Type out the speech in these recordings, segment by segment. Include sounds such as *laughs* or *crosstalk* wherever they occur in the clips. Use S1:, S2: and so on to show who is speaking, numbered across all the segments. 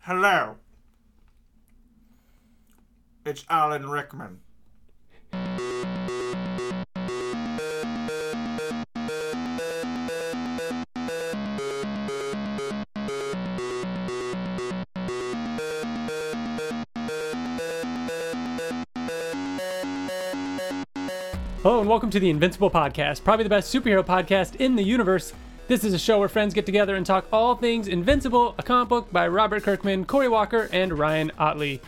S1: Hello. It's Alan Rickman.
S2: Hello and welcome to the Invincible Podcast, probably the best superhero podcast in the universe. This is a show where friends get together and talk all things Invincible, a comic book by Robert Kirkman, Corey Walker, and Ryan Otley.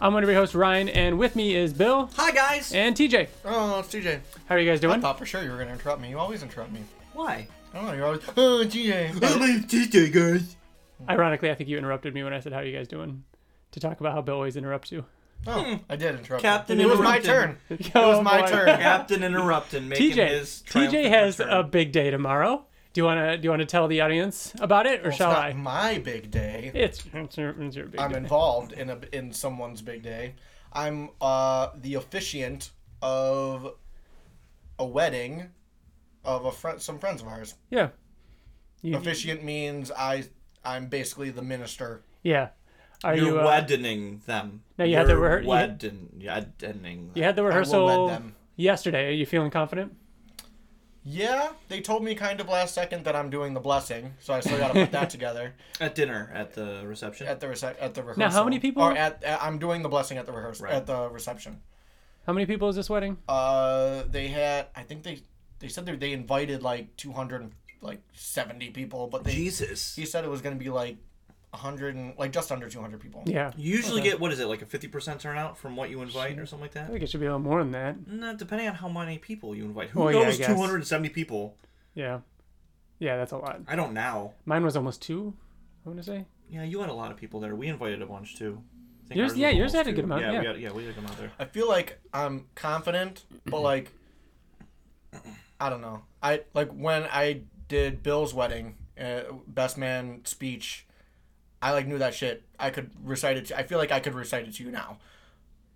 S2: I'm one of your hosts, Ryan, and with me is Bill
S3: Hi guys.
S2: and TJ.
S4: Oh, it's TJ.
S2: How are you guys
S4: I
S2: doing?
S4: thought for sure you were gonna interrupt me. You always interrupt me.
S3: Why?
S4: I don't know. You're always oh TJ.
S3: TJ guys.
S2: Ironically, I think you interrupted me when I said, How are you guys doing? To talk about how Bill always interrupts you.
S4: Oh, *laughs* I did interrupt.
S3: Captain
S4: you. it was my turn.
S3: interrupted.
S4: It was my
S2: boy.
S4: turn.
S3: Captain interrupting, making
S2: TJ,
S3: his
S2: TJ
S3: triumphant
S2: has
S3: return.
S2: a big day tomorrow. Do you wanna do you wanna tell the audience about it, or
S4: It's
S2: shall
S4: not
S2: I?
S4: my big day.
S2: It's, it's, your, it's your big
S4: I'm
S2: day.
S4: involved in a in someone's big day. I'm uh the officiant of a wedding of a friend, some friends of ours.
S2: Yeah, You-
S4: Officiant means I I'm basically the minister.
S2: yeah. Are
S3: You're
S2: you? uh,
S3: wedding them.
S2: No, you had the
S3: You're
S2: rehe- you-
S3: Wedding, wedding.
S2: You had the
S4: wed
S2: rehearsal
S4: them.
S2: yesterday. Are you feeling confident?
S4: Yeah, they told me kind of last second that I'm doing the blessing, so I still gotta put that *laughs* together.
S3: at dinner at the reception.
S4: at the rece- at the rehearsal.
S2: Now, how many people-
S4: Or at, at- I'm doing the blessing at the rehearsal
S3: Right.
S4: at the reception.
S2: How many people is this wedding?
S4: Uh, they had I think they they said they they invited like 200 and, like 70 people, but they
S3: Jesus.
S4: he said it was gonna be like 100 and like just under 200 people.
S2: Yeah,
S3: You usually get what is it like a fifty percent turnout from what you invite or something like that.
S2: I think it should be a little more than that.
S3: No, depending on how many people you invite. Who
S2: Well, yeah, I
S3: knows
S2: guess.
S3: two hundred and seventy people?
S2: Yeah, yeah, that's a lot.
S3: I don't now.
S2: Mine was almost two. I want to say.
S3: Yeah, you had a lot of people there. We invited a bunch too. I think
S2: Yours-
S3: ours was
S2: yeah, yours
S3: almost
S2: had a
S3: two.
S2: good amount,
S3: Yeah,
S2: yeah.
S3: We had, yeah, we had a good amount there.
S4: I feel like I'm confident, but like I don't know. I like when I did Bill's wedding uh, best man speech. I like knew that shit. I could recite it. To, I feel like I could recite it to you now,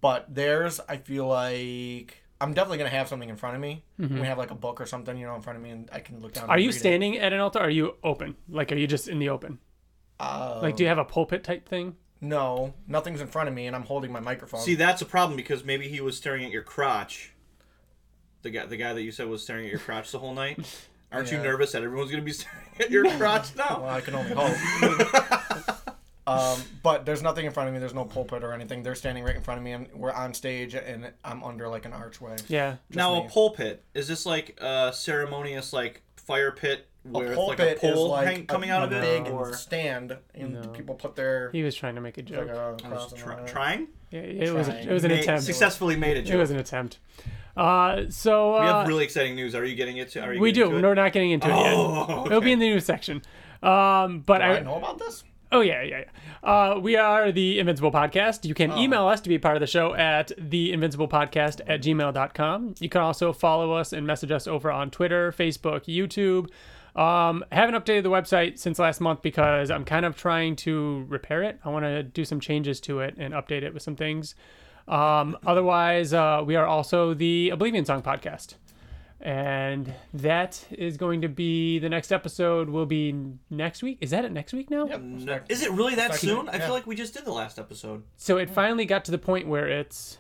S4: but theirs, I feel like I'm definitely gonna have something in front of me. We have like a book or something, you know, in front of me, and I can look down.
S2: Mm-hmm. Are
S4: and
S2: you
S4: read it.
S2: standing at an altar? Are you open? Like, are you just in the open?
S4: Uh,
S2: Like, do you have a pulpit type thing?
S4: no, nothing's in front of me, and I'm holding my microphone.
S3: See, that's a problem because maybe he was staring at your crotch. The guy, the guy that you said was staring at your crotch the whole
S4: *laughs*
S3: night. Aren't you
S4: Yeah.
S3: nervous that everyone's going to be *laughs* staring at your
S4: *laughs*
S3: crotch now?
S4: Well, I can only hope. um, but there's nothing in front of me. There's no pulpit or anything. They're standing right in front of me, and we're on stage, and I'm under like an archway.
S2: Yeah.
S3: now,
S4: me.
S3: a pulpit is this like a ceremonious like fire pit where it's like
S4: pulpit
S3: a
S4: is
S3: pole
S4: like
S3: hang-
S4: a-
S3: coming out of
S4: a
S3: it?
S4: big
S3: or
S4: stand, and people put their
S2: He was trying to make a joke.
S4: like, uh,
S3: I was
S4: cross
S3: try-
S4: on it.
S3: trying?
S2: Yeah, it was. A,
S4: Trying.
S2: it was an
S3: Made-
S2: attempt.
S3: Successfully made a
S2: It
S3: joke.
S2: was an attempt. Uh, so uh,
S3: we have really exciting news. Are you getting it? To, are you
S2: we
S3: getting
S2: do.
S3: to it?
S2: We're not getting into it yet.
S3: Oh, okay.
S2: It'll be in the news section. Um, but
S4: I
S2: I,
S4: didn't know about this.
S2: Oh yeah, yeah, yeah. Uh, we are the Invincible Podcast. You can email us to be part of the show at theinvinciblepodcast at gmail.com. You can also follow us and message us over on Twitter, Facebook, YouTube. Um, I haven't updated the website since last month because I'm kind of trying to repair it. I want to do some changes to it and update it with some things. Um, otherwise, uh, we are also the Oblivion Song Podcast. And that is going to be the next episode will be next week. Is that it next week now?
S4: Yep.
S3: No- Is it really that
S4: Second-
S3: soon? I
S4: yeah.
S3: feel like we just did the last episode.
S2: So
S3: Mm.
S2: it finally got to the point where it's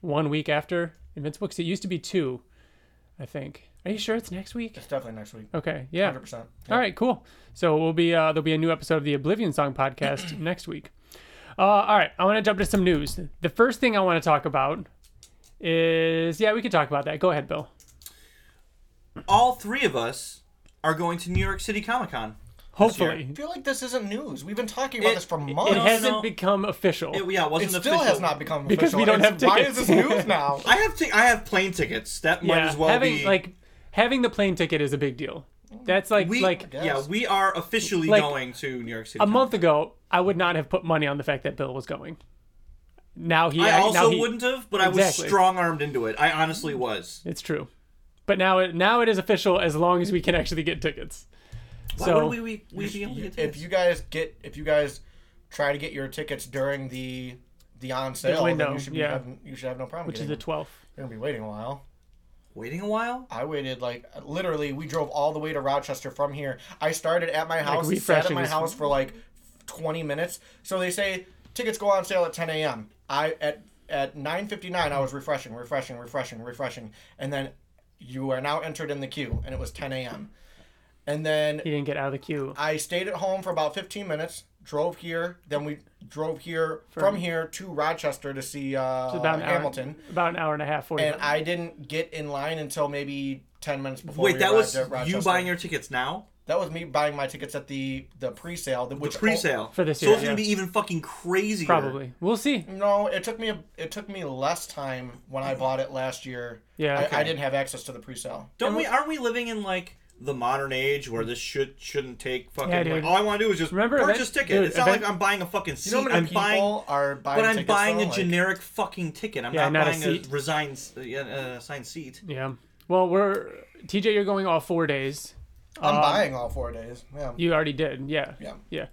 S2: one week after Invincible. 'cause it used to be two, I think. Are you sure it's next week?
S4: It's definitely next week.
S2: Okay, yeah.
S4: Hundred percent.
S2: All right, cool. So we'll be uh, there'll be a new episode of the Oblivion Song
S3: *clears throat*
S2: podcast next week. Uh, all right, I want to jump to some news. The first thing I want to talk about is yeah, we could talk about that. Go ahead, Bill.
S3: All three of us are going to New York City Comic Con.
S2: Hopefully,
S4: I feel like this isn't news. We've been talking about
S3: It-
S4: this for
S3: it-
S4: months.
S2: it
S3: No,
S2: hasn't
S3: no.
S2: become official.
S3: It, yeah, it
S4: It
S3: wasn't
S4: still
S3: official.
S4: has not become
S2: Because
S4: official.
S2: we don't
S4: It's-
S2: have
S4: Why is
S2: tickets.
S4: this news
S3: *laughs*
S4: now?
S3: I have t- I have plane tickets. That might
S2: yeah,
S3: as well
S2: having
S3: be
S2: like having the plane ticket is a big deal. That's like
S3: we,
S2: like
S3: yeah,
S4: Yes.
S3: we are officially
S2: Like,
S3: going to New York City.
S2: a month ago, I would not have put money on the fact that Bill was going. Now he,
S3: I
S2: now
S3: also
S2: he-
S3: wouldn't have, but I was
S2: Exactly.
S3: strong armed into it. I honestly was.
S2: It's true, but now it now it is official. As long as we can actually get tickets,
S3: Why
S2: so
S3: wouldn't we we, we be able to get
S4: if
S3: tickets?
S4: you guys get if you guys try to get your tickets during the the on sale,
S2: window,
S4: then you should be
S2: yeah.
S4: having, you should have no problem.
S2: which is
S4: getting
S2: the
S4: them.
S2: twelfth.
S4: You're gonna be waiting a while.
S3: waiting a while?
S4: I waited like literally. We drove all the way to Rochester from here. I started at my house, sat at
S2: refreshing
S4: my
S2: is-
S4: house for like 20 minutes. So they say tickets go on sale at 10 a.m. I at at 9:59 I was refreshing, refreshing, refreshing, refreshing, and then you are now entered in the queue, and it was 10 a.m. And then
S2: He didn't get out of the queue.
S4: I stayed at home for about 15 minutes, drove here, then we drove here from here to Rochester to see uh,
S2: About an
S4: Hamilton.
S2: hour, about an hour and a half. Forty.
S4: And I didn't get in line until maybe 10 minutes before
S3: Wait,
S4: we
S3: that
S4: arrived
S3: was
S4: at Rochester.
S3: you buying your tickets now?
S4: That was me buying my tickets at the the pre-sale, the,
S3: The
S4: which oh,
S3: pre-sale
S2: For this
S3: So
S2: year,
S3: it's gonna
S2: yeah.
S3: be even fucking crazier.
S2: Probably. We'll see.
S4: Oh, No, it took me a, it took me less time when I bought it last year.
S2: Yeah,
S4: I,
S2: okay.
S4: I didn't have access to the pre-sale.
S3: Don't we? Aren't we living in like the modern age where this shit shouldn't take fucking?
S2: Yeah, dude.
S3: like, all I want to do is just
S2: Remember
S3: purchase
S2: event-
S3: ticket.
S2: dude,
S3: it's not
S2: event-
S3: like I'm buying a fucking seat.
S4: You know how many
S3: I'm
S4: people
S3: buying,
S4: are buying
S3: but I'm
S4: tickets,
S3: buying
S4: though?
S3: a
S4: Like,
S3: generic fucking ticket. I'm
S2: Yeah,
S3: not,
S2: not a
S3: buying a,
S2: seat.
S3: resigned, uh, yeah, uh, assigned seat.
S2: Yeah. Well, we're TJ. You're going all four days. Um,
S4: I'm buying all four days. Yeah.
S2: You already did. Yeah.
S4: Yeah.
S2: Yeah.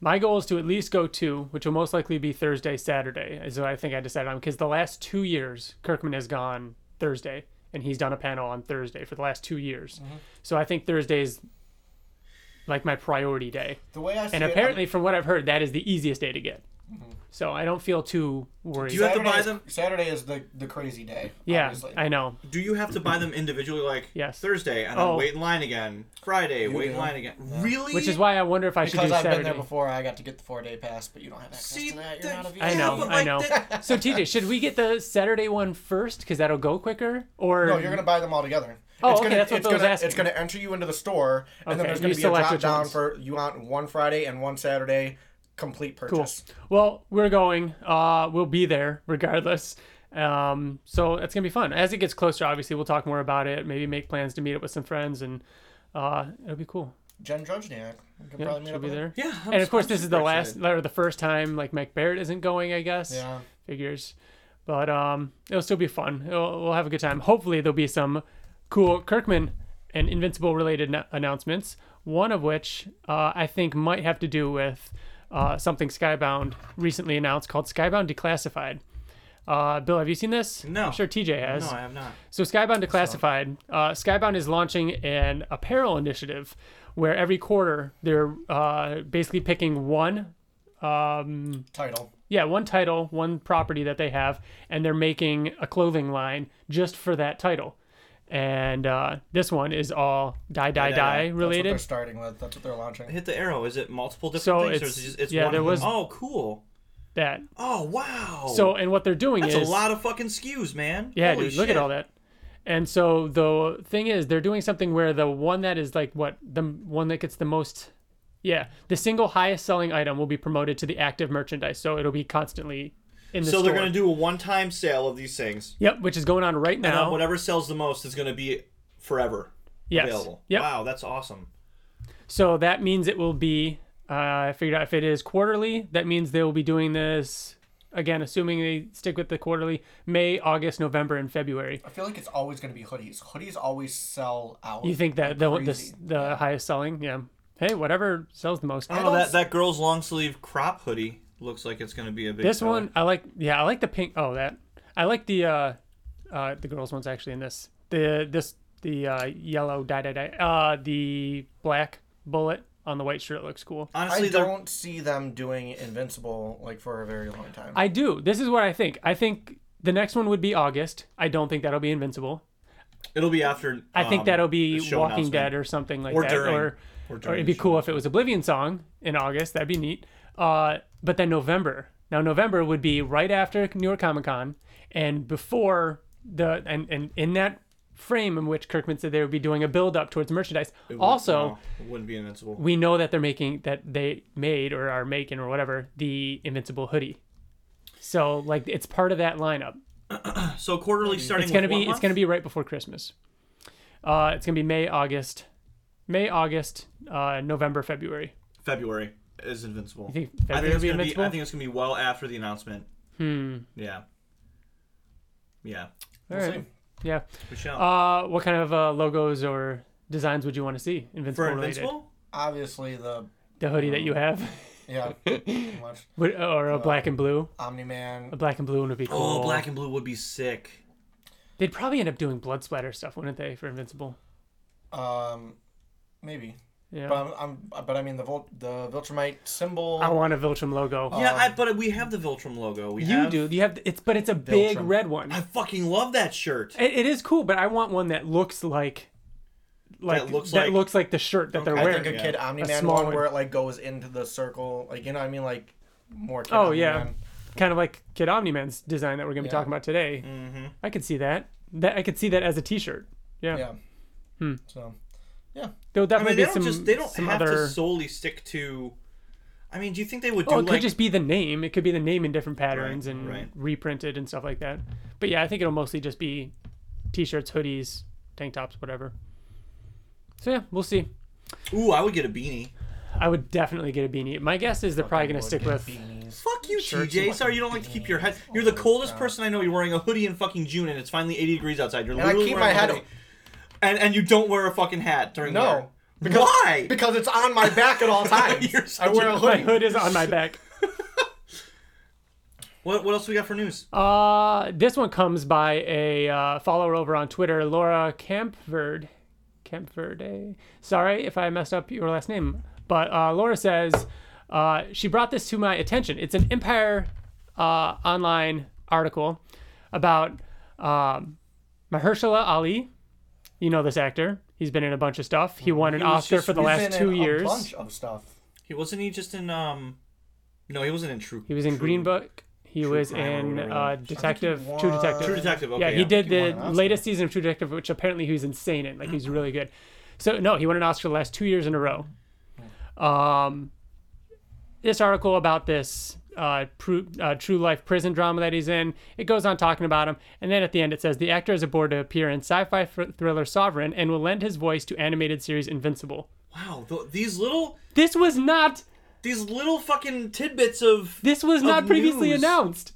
S2: My goal is to at least go two, which will most likely be Thursday, Saturday, is what I think I decided on. Because the last two years, Kirkman has gone Thursday, and he's done a panel on Thursday for the last two years.
S4: Mm-hmm.
S2: So I think Thursday is like my priority day.
S4: the way I Mm-hmm. see
S2: And
S4: it,
S2: apparently, from what I've heard, that is the easiest day to get. So I don't feel too worried.
S3: Do you have to
S4: Saturday
S3: buy
S4: is-
S3: them?
S4: Saturday is the the crazy day.
S2: yeah,
S4: obviously.
S2: I know.
S3: Do you have to buy them individually? Like
S2: *laughs* Yes.
S3: Thursday, and
S2: Oh.
S3: then wait in line again. Friday, wait in
S4: do.
S3: line again. Really?
S2: Which is why I wonder if I should
S4: because
S2: do
S4: I've been
S2: Saturday.
S4: there before. I got to get the four day pass, but you don't have access
S3: See,
S4: to that. You're
S3: that-
S4: not a VIP.
S2: I know,
S3: Yeah, but
S2: I
S3: like
S2: know.
S3: that-
S2: So TJ, should we get the Saturday one first because that'll go quicker? Or
S4: No, you're gonna buy them all together.
S2: Oh,
S4: it's
S2: okay,
S4: gonna,
S2: that's what
S4: it's
S2: I was
S4: gonna,
S2: asking.
S4: It's gonna enter you into the store, and
S2: Okay,
S4: then there's
S2: you
S4: gonna be a
S2: select
S4: drop
S2: which
S4: down
S2: ones.
S4: for you want one Friday and one Saturday complete
S2: Cool.
S4: purchase.
S2: Well, we're going. Uh, we'll be there regardless. Um, so it's gonna be fun. As it gets closer, obviously, we'll talk more about it. Maybe make plans to meet up with some friends, and uh, it'll be cool.
S4: Jen Drudgeniak. We could
S2: Yeah,
S4: probably meet
S2: she'll
S4: up
S2: be
S4: with her.
S2: there.
S3: Yeah. I'm
S2: And of course,
S3: I'm
S2: this is
S3: super
S2: the last
S3: excited.
S2: or the first time like Mike Barrett isn't going. I guess.
S4: Yeah.
S2: Figures, but um, it'll still be fun. It'll, we'll have a good time. Hopefully, there'll be some cool Kirkman and Invincible related na- announcements. One of which uh, I think might have to do with uh, something Skybound recently announced called Skybound Declassified. Uh, Bill, have you seen this?
S3: No.
S2: I'm sure TJ has.
S3: No, I have not.
S2: So Skybound Declassified, uh, Skybound is launching an apparel initiative where every quarter they're uh, basically picking one,
S4: Title.
S2: yeah, one title, one property that they have, and they're making a clothing line just for that title. And uh, this one is all die die
S3: Die, Die,
S2: die
S3: Die. That's
S4: That's what they're
S2: related.
S4: starting with. That's what they're launching.
S3: Hit the arrow. Is it multiple different
S2: So
S3: things? or
S2: it's-
S3: is it just, it's
S2: yeah,
S3: one
S2: there
S3: of them?
S2: was-
S3: Oh, cool.
S2: That
S3: Oh, wow.
S2: so, and what they're doing
S3: that's
S2: is
S3: a lot of fucking skews, man.
S2: Yeah,
S3: Holy
S2: dude, look at
S3: shit.
S2: all that. And so the thing is, they're doing something where the one that is like what the one that gets the most, yeah, the single highest selling item will be promoted to the active merchandise, so it'll be constantly in the
S3: So
S2: store.
S3: they're gonna do a one-time sale of these things.
S2: yep, which is going on right
S3: Now,
S2: now.
S3: whatever sells the most is gonna be forever
S2: Yes.
S3: available.
S2: Yep.
S3: Wow, that's awesome.
S2: So that means it will be. Uh, I figured out if it is quarterly, that means they will be doing this again, assuming they stick with the quarterly May, August, November, and February.
S4: I feel like it's always going to be hoodies. Hoodies always sell out.
S2: You think that the the,
S4: Crazy.
S2: the highest selling, yeah. Hey, whatever sells the most.
S3: Oh, that that girl's long sleeve crop hoodie looks like it's gonna be a big.
S2: This
S3: seller.
S2: one I like. Yeah, I like the pink. Oh, that I like the uh, uh, the girls ones actually in this. The this the uh, yellow dye dye dye. Uh, the black bullet on the white shirt looks cool.
S3: Honestly,
S4: I
S3: they're-
S4: don't see them doing Invincible like for a very long time.
S2: I do. This is what I think. I think the next one would be August. I don't think that'll be Invincible.
S3: it'll be after.
S2: I think
S3: um,
S2: that'll
S3: the
S2: be
S3: show
S2: Walking
S3: announcement.
S2: Dead or something like
S3: Or
S2: that.
S3: during-
S2: Or
S3: or
S2: or,
S3: during
S2: it'd
S3: the
S2: be
S3: show
S2: cool if it was Oblivion song in August. That'd be neat. Uh, but then November. Now November would be right after New York Comic Con and before the and and in that frame in which Kirkman said they would be doing a build up towards merchandise. Also,
S3: No, it wouldn't
S2: *laughs*
S3: be invincible.
S2: we know that they're making that they made or are making or whatever the Invincible hoodie. So like it's part of that lineup.
S3: So quarterly starting.
S2: It's gonna
S3: with
S2: be
S3: what
S2: it's
S3: month?
S2: gonna be right before Christmas. Uh, it's gonna be May, August, May, August, uh, November, February.
S3: February is invincible.
S2: You think
S3: I
S2: February
S3: think
S2: will
S3: it's
S2: be
S3: gonna be.
S2: invincible?
S3: I think it's gonna be well after the announcement. Hmm. Yeah. Yeah.
S2: All right. Hmm, Yeah.
S3: We shall.
S2: Uh, what kind of uh, logos or designs would you want to see? Invincible
S3: For
S2: related.
S3: invincible. Oh.
S4: Obviously the
S2: The hoodie that you have, *laughs*
S3: *laughs*
S4: yeah, pretty much
S2: Would- or a black and blue.
S4: Omni Man.
S2: A black and blue one would be cool.
S3: Oh, black and blue would be sick.
S2: They'd probably end up doing blood splatter stuff, wouldn't they, for Invincible?
S4: Um, maybe
S2: Yeah.
S4: But I'm, I'm but I mean the Vol- the Viltrumite symbol.
S2: I want a Viltrum logo.
S4: Uh,
S3: Yeah, I, but we have the Viltrum logo. We
S2: you
S3: have,
S2: do. You have it's, but it's a big
S4: Viltrum.
S2: red one.
S3: I fucking love that shirt.
S2: It, it is cool, but I want one that looks like, like
S3: That looks like-
S2: the shirt that they're
S4: I
S2: wearing.
S4: think a kid Omni Man
S2: small
S4: one
S2: one.
S4: where it like goes into the circle, like you know what I mean, like more. Kid
S2: Oh, yeah.
S4: Omni-Man.
S2: Kind of like Kid Omni Man's design that we're gonna be
S4: Yeah.
S2: talking about today. Mm-hmm. I could see that. That I could see that as a T-shirt. Yeah,
S4: yeah.
S2: Hmm.
S4: So, yeah,
S2: there'll
S3: I
S2: definitely
S3: mean, they
S2: be
S3: don't
S2: some
S3: just they don't
S2: some
S3: have
S2: other.
S3: to solely stick to. I mean, do you think they would do
S2: Oh, it
S3: like?
S2: could just be the name. It could be the name in different patterns and
S3: right.
S2: reprinted and stuff like that. But yeah, I think it'll mostly just be t-shirts, hoodies, tank tops, whatever. So yeah, we'll see.
S3: Ooh, I would get a beanie.
S2: I would definitely get a beanie. My guess is they're probably going to
S4: Would
S2: stick
S4: get
S2: with.
S3: *laughs*
S4: beanies.
S3: Fuck you,
S4: Shirts
S3: TJ.
S4: and
S3: Sorry, you don't like to keep your head. You're the coldest person I know. You're wearing a hoodie in fucking June, and it's finally 80 degrees outside. You're
S4: And I
S3: literally
S4: keep my
S3: wearing a
S4: head.
S3: hoodie. And and you don't wear a fucking hat during
S4: No,
S3: winter.
S4: because
S3: Why?
S4: because it's on my back at all times.
S3: *laughs* You're such
S4: I wear
S3: a-
S4: a
S2: My
S4: hoodie.
S2: hood is on my back.
S3: What what else we got for news?
S2: Uh, this one comes by a uh, follower over on Twitter, Laura Campverd. Campverde. Sorry if I messed up your last name. But uh, Laura says uh, she brought this to my attention. It's an Empire uh, Online article about um, Mahershala Ali. You know this actor. He's been in a bunch of stuff. He won an
S3: He was
S2: Oscar
S3: just
S2: for the
S4: He's
S2: last
S4: been
S2: two
S4: in
S2: years.
S4: A bunch of stuff.
S3: He wasn't he just in um. No, he wasn't in True.
S2: He was in
S3: True-
S2: Green Book. He was in uh, Detective, True
S4: won-
S2: Detective.
S3: True Detective. Okay,
S2: yeah, he did
S4: won an
S2: the
S4: Oscar.
S2: latest season of True Detective, which apparently he was insane in. Like
S4: *clears throat*
S2: he's really good. So no, he won an Oscar the last two years in a row. Um, this article about this uh, pru- uh, true life prison drama that he's in. It goes on talking about him, and then at the end it says the actor is aboard to appear in sci-fi thr- thriller Sovereign and will lend his voice to animated series Invincible.
S3: Wow, th- these little
S2: This was not.
S3: these little fucking tidbits of
S2: This was not previously
S3: news.
S2: announced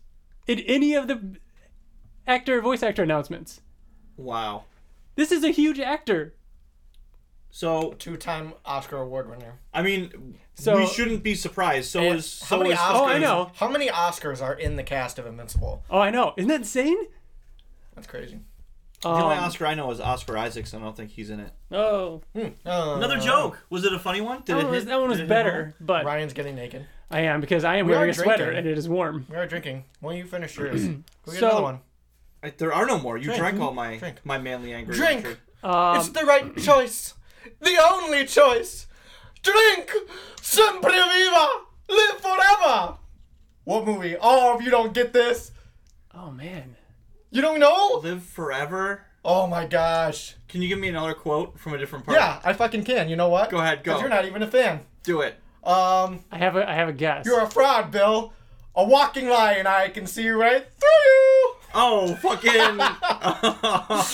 S2: in any of the actor voice actor announcements.
S3: wow.
S2: This is a huge actor.
S3: So
S4: Two-time Oscar award winner.
S3: I mean,
S2: So-
S3: we shouldn't be surprised. So is
S4: How
S3: so
S4: many
S3: is
S4: Oscars?
S2: Oh, I know.
S4: How many Oscars are in the cast of Invincible?
S2: Oh, I know. Isn't that insane?
S4: That's crazy.
S3: the only
S4: Oh.
S2: Um,
S3: Oscar I know is Oscar Isaacson. I don't think he's in it.
S2: Oh,
S4: No,
S3: Another joke. Was it a funny one? Did
S4: Oh,
S2: that
S3: it
S2: one was,
S3: hit-
S2: that one
S4: *laughs*
S3: did
S2: was
S3: it hit
S2: better, but
S4: Ryan's getting naked.
S2: I am because I am
S4: We are
S2: wearing a sweater
S4: drinking.
S2: and it is warm.
S4: We are drinking. Well, you finish yours.
S3: *clears throat*
S4: Go get
S2: So-
S4: another one.
S3: I- there are no more. You drank all my
S4: Drink.
S3: my manly anger.
S4: Drink.
S3: Richard. um,
S4: it's the right choice. The only choice. Drink. Sempre viva. Live forever. What movie? Oh, if you don't get this,
S2: Oh man,
S4: you don't know?
S3: Live forever.
S4: Oh my gosh.
S3: Can you give me another quote from a different part?
S4: Yeah, I fucking can. You know what?
S3: Go ahead, go.
S4: 'Cause you're not even a fan.
S3: Do it.
S4: Um,
S2: I have a I have a guess.
S4: you're a fraud, Bill. A walking lion. I can see right through you.
S3: Oh *laughs* fucking.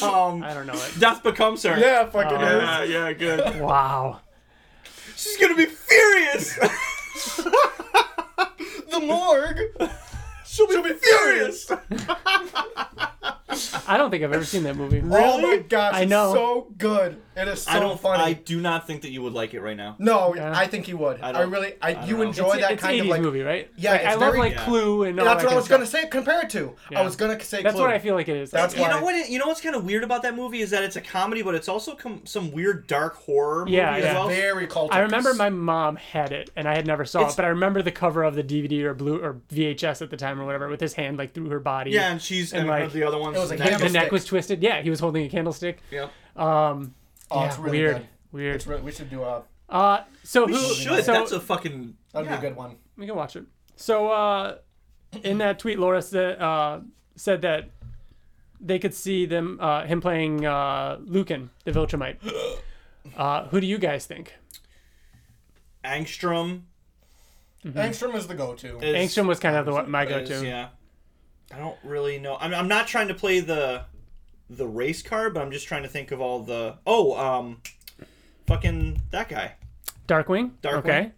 S3: um,
S2: I don't know it.
S3: Death becomes her.
S4: Yeah, fucking is.
S3: Yeah. Yeah. Good.
S2: Wow.
S3: She's gonna be furious.
S4: The
S3: *laughs*
S4: morgue. *laughs* She'll be,
S3: furious.
S2: I don't think I've ever seen that movie.
S4: Oh my
S3: Really?
S4: gosh,
S2: I
S4: it's
S2: know.
S4: so good. It is so
S3: I don't.
S4: funny.
S3: I do not think that you would like it right now.
S4: No,
S2: Yeah.
S4: I think he would. I,
S3: don't-
S4: really, I,
S3: don't
S4: you
S3: know.
S4: enjoy
S2: it's,
S4: that
S2: it's
S4: kind
S2: 80s
S4: of like.
S2: movie, right?
S4: Yeah,
S2: Like,
S4: it's
S2: I love
S4: very-
S2: like
S3: yeah.
S2: Clue and all that
S4: That's what I
S2: kind
S4: was
S2: of
S4: gonna
S2: stuff.
S4: say. Compare it to.
S2: Yeah.
S4: I was gonna say.
S2: That's
S4: Clue.
S2: what I feel like it is.
S4: That's
S3: You
S4: why-
S3: know what? You know what's kind of weird about that movie is that it's a comedy, but it's also com- some weird dark horror movie
S2: Yeah,
S3: as
S2: yeah.
S3: well.
S4: Very cultish.
S2: I remember my mom had it, and I had never saw it,
S4: It's-
S2: but I remember the cover of the DVD or blue or VHS at the time or whatever, with his hand like through her body.
S3: Yeah, and she's
S2: And,
S3: and,
S2: like,
S3: her- the other ones.
S4: it was a
S3: next-
S2: the
S4: candle-
S2: neck was twisted. Yeah, he was holding a candlestick.
S3: Yeah.
S4: Oh,
S2: yeah,
S4: it's really
S2: weird,
S4: good.
S2: weird.
S4: It's re- we should do a.
S2: Uh, so who?
S3: Should.
S2: so-
S3: That's a fucking.
S4: That'd
S3: yeah.
S4: be a good one.
S2: we can watch it. So uh, in that tweet, Laura said, uh, said that they could see them uh, him playing uh, Lucan, the
S3: *gasps*
S2: Viltrumite. Uh, who do you guys think?
S3: Angstrom.
S2: Mm-hmm.
S4: Angstrom is the go-to.
S3: Is,
S2: Angstrom was kind of the one- my
S3: is-
S2: go-to.
S3: Yeah. I don't really know. I'm, I'm not trying to play the the race card, but I'm just trying to think of all the. Oh, um, fucking that guy.
S2: Darkwing.
S3: Darkwing.
S2: Okay.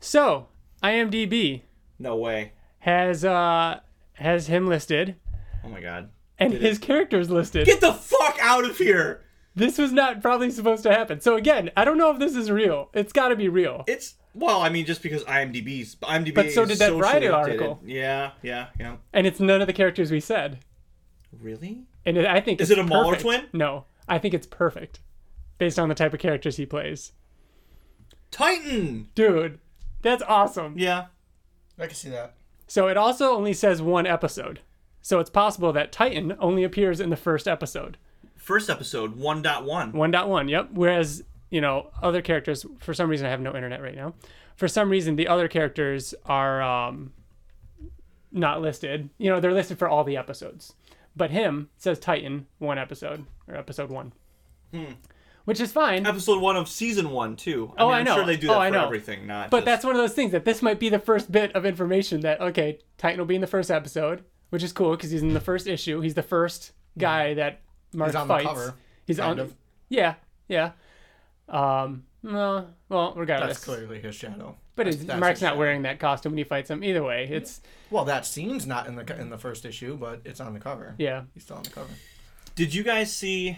S2: So IMDb
S3: No way.
S2: has uh, has him listed
S3: Oh my god.
S2: and his character is listed.
S3: Get the fuck out of here.
S2: this was not probably supposed to happen. So again, I don't know if this is real. It's got to be real.
S3: It's well, I mean, just because IMDb's IMDb.
S2: But so
S3: is
S2: did that
S3: socially
S2: Variety
S3: updated.
S2: article.
S3: Yeah, yeah, yeah.
S2: and it's none of the characters we said.
S3: Really?
S2: And it, I think
S3: Is
S2: it's
S3: it a Mauler
S2: perfect.
S3: twin?
S2: No, I think it's perfect, based on the type of characters he plays.
S3: Titan.
S2: Dude, that's awesome.
S3: Yeah.
S4: I can see that.
S2: So it also only says one episode. So it's possible that Titan only appears in the first episode.
S3: First episode 1.1.
S2: 1.1, yep. Whereas, you know, other characters, for some reason, I have no internet right now. For some reason, the other characters are um, not listed. You know, they're listed for all the episodes. But him says Titan, one episode, or episode one. Which is fine.
S3: Episode 1 of season 1 too. I
S2: Oh,
S3: mean,
S2: I
S3: I'm
S2: know.
S3: sure they do
S2: Oh,
S3: that
S2: I
S3: for
S2: know.
S3: everything, not
S2: But
S3: just-
S2: that's one of those things that this might be the first bit of information that okay, Titan will be in the first episode, which is cool because he's in the first issue. He's the first guy that Mark
S4: He's on the
S2: fights.
S4: cover,
S2: he's
S4: kind
S2: on.
S4: of.
S2: Yeah, yeah. Um. No. Well, regardless.
S4: That's clearly his shadow.
S2: But
S4: That's-
S2: it's,
S4: that's
S2: Mark's
S4: his
S2: not
S4: shadow.
S2: wearing that costume when he fights him. Either way, it's
S4: Well, that scene's not in the co- in the first issue, but it's on the cover.
S2: yeah.
S4: He's still on the cover.
S3: Did you guys see?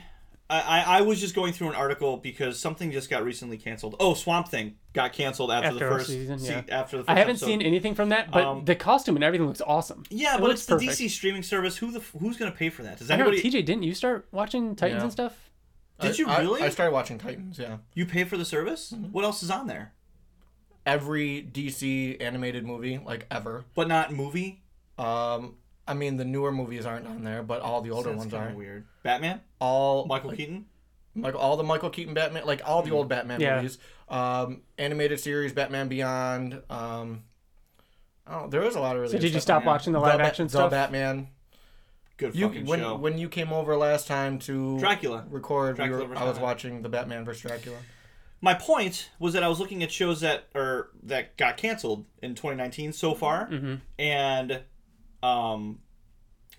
S3: I, I I was just going through an article because something just got recently canceled. Oh, Swamp Thing got canceled after, the
S2: After our
S3: first
S2: season,
S3: se-
S2: yeah.
S3: After the first
S2: I haven't
S3: episode.
S2: seen anything from that, but
S3: Um,
S2: the costume and everything looks awesome.
S3: Yeah,
S2: It
S3: but
S2: looks
S3: it's the
S2: perfect.
S3: DC streaming service. Who the f- who's gonna pay for that? Does
S2: I don't know,
S3: anybody?
S2: TJ, didn't you start watching Titans
S4: Yeah.
S2: and stuff?
S3: Did
S4: I-
S3: you
S4: I-
S3: really?
S4: I started watching Titans. Yeah.
S3: you pay for the service?
S2: Mm-hmm.
S3: What else is on there?
S4: Every DC animated movie, like ever.
S3: But not movie.
S4: Um, I mean, the newer movies aren't on there, but all the older
S3: That's
S4: ones
S3: kinda
S4: are.
S3: weird. Batman,
S4: All
S3: Michael
S4: like,
S3: Keaton. Hmm.
S4: like all the Michael Keaton Batman, like all the old Batman
S2: Yeah.
S4: movies, um, animated series, Batman Beyond. Um, I don't know, there was a lot of really.
S2: So
S4: good
S2: did you
S4: stuff on
S2: stop watching the
S4: there.
S2: live
S4: Ba-
S2: action
S4: the
S2: stuff?
S4: Batman.
S3: Good
S4: You
S3: fucking
S4: when
S3: show.
S4: when you came over last time to
S3: Dracula.
S4: record, we
S3: Dracula
S4: were-
S3: versus
S4: I was
S3: Batman.
S4: watching the Batman vs Dracula.
S3: My point was that I was looking at shows that are that got canceled in 2019 so far,
S2: Mm-hmm.
S3: and um,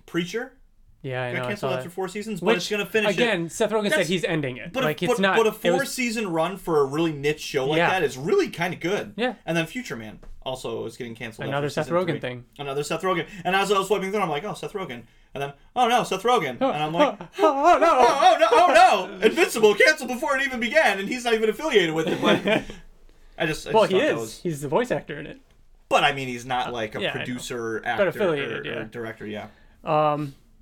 S3: Preacher
S2: yeah, I
S3: got
S2: know. I saw
S3: canceled
S2: that.
S3: after four seasons, but
S2: Which
S3: it's gonna finish it.
S2: again. Seth Rogen said
S3: That's-
S2: he's ending it.
S3: But
S2: like
S3: a,
S2: it's
S3: but,
S2: not.
S3: but a
S2: it
S3: four
S2: was-
S3: season run for a really niche show like
S2: Yeah.
S3: that is really kind of good.
S2: Yeah.
S3: And then Futureman also is getting canceled.
S2: Another
S3: after
S2: Seth
S3: season
S2: Rogen
S3: three.
S2: thing.
S3: Another Seth Rogen. And as I was swiping through, I'm like, oh, Seth Rogen. And then, oh no, Seth Rogen. And I'm like,
S2: oh, *laughs* oh, no!
S3: *laughs* oh, oh no, oh no, Invincible canceled before it even began, and he's not even affiliated with it. But I just, I
S2: Well,
S3: just
S2: he
S3: thought that
S2: is.
S3: was-
S2: He's the voice actor in it.
S3: but I mean, he's not like a
S2: yeah, I know.
S3: producer, actor,
S2: affiliated,
S3: or,
S2: yeah.
S3: or director. Yeah.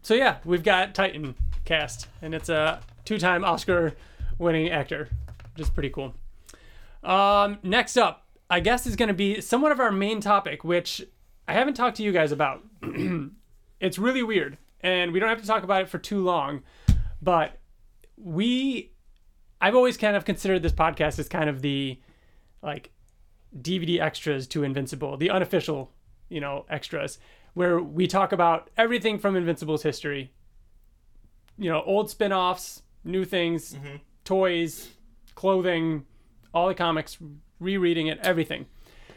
S2: So yeah, we've got Titan cast, and it's a two-time Oscar-winning actor, which is pretty cool. Um, next up, I guess is going to be somewhat of our main topic, which I haven't talked to you guys about. *clears throat* it's really weird, and we don't have to talk about it for too long, but we, I've always kind of considered this podcast as kind of the, like, DVD extras to Invincible, the unofficial, you know, extras, where we talk about everything from Invincible's history. You know, old spin offs, new things, toys, clothing, all the comics, rereading it, everything.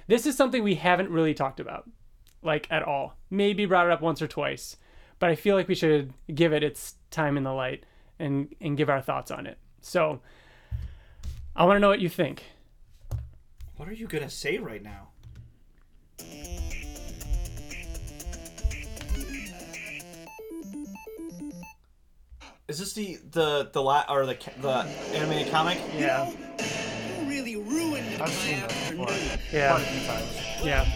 S2: This is something we haven't really talked about, like at all. Maybe brought it up once or twice, but I feel like we should give it its time in the light and, and give our thoughts on it. So I want to know what you think.
S3: What are you gonna say right now? Is this the the the la- or the ca- the animated comic?
S2: Yeah.
S5: You really ruined my
S4: I've seen that
S5: afternoon.
S4: before, quite a
S2: Yeah.
S4: few times,
S2: Yeah.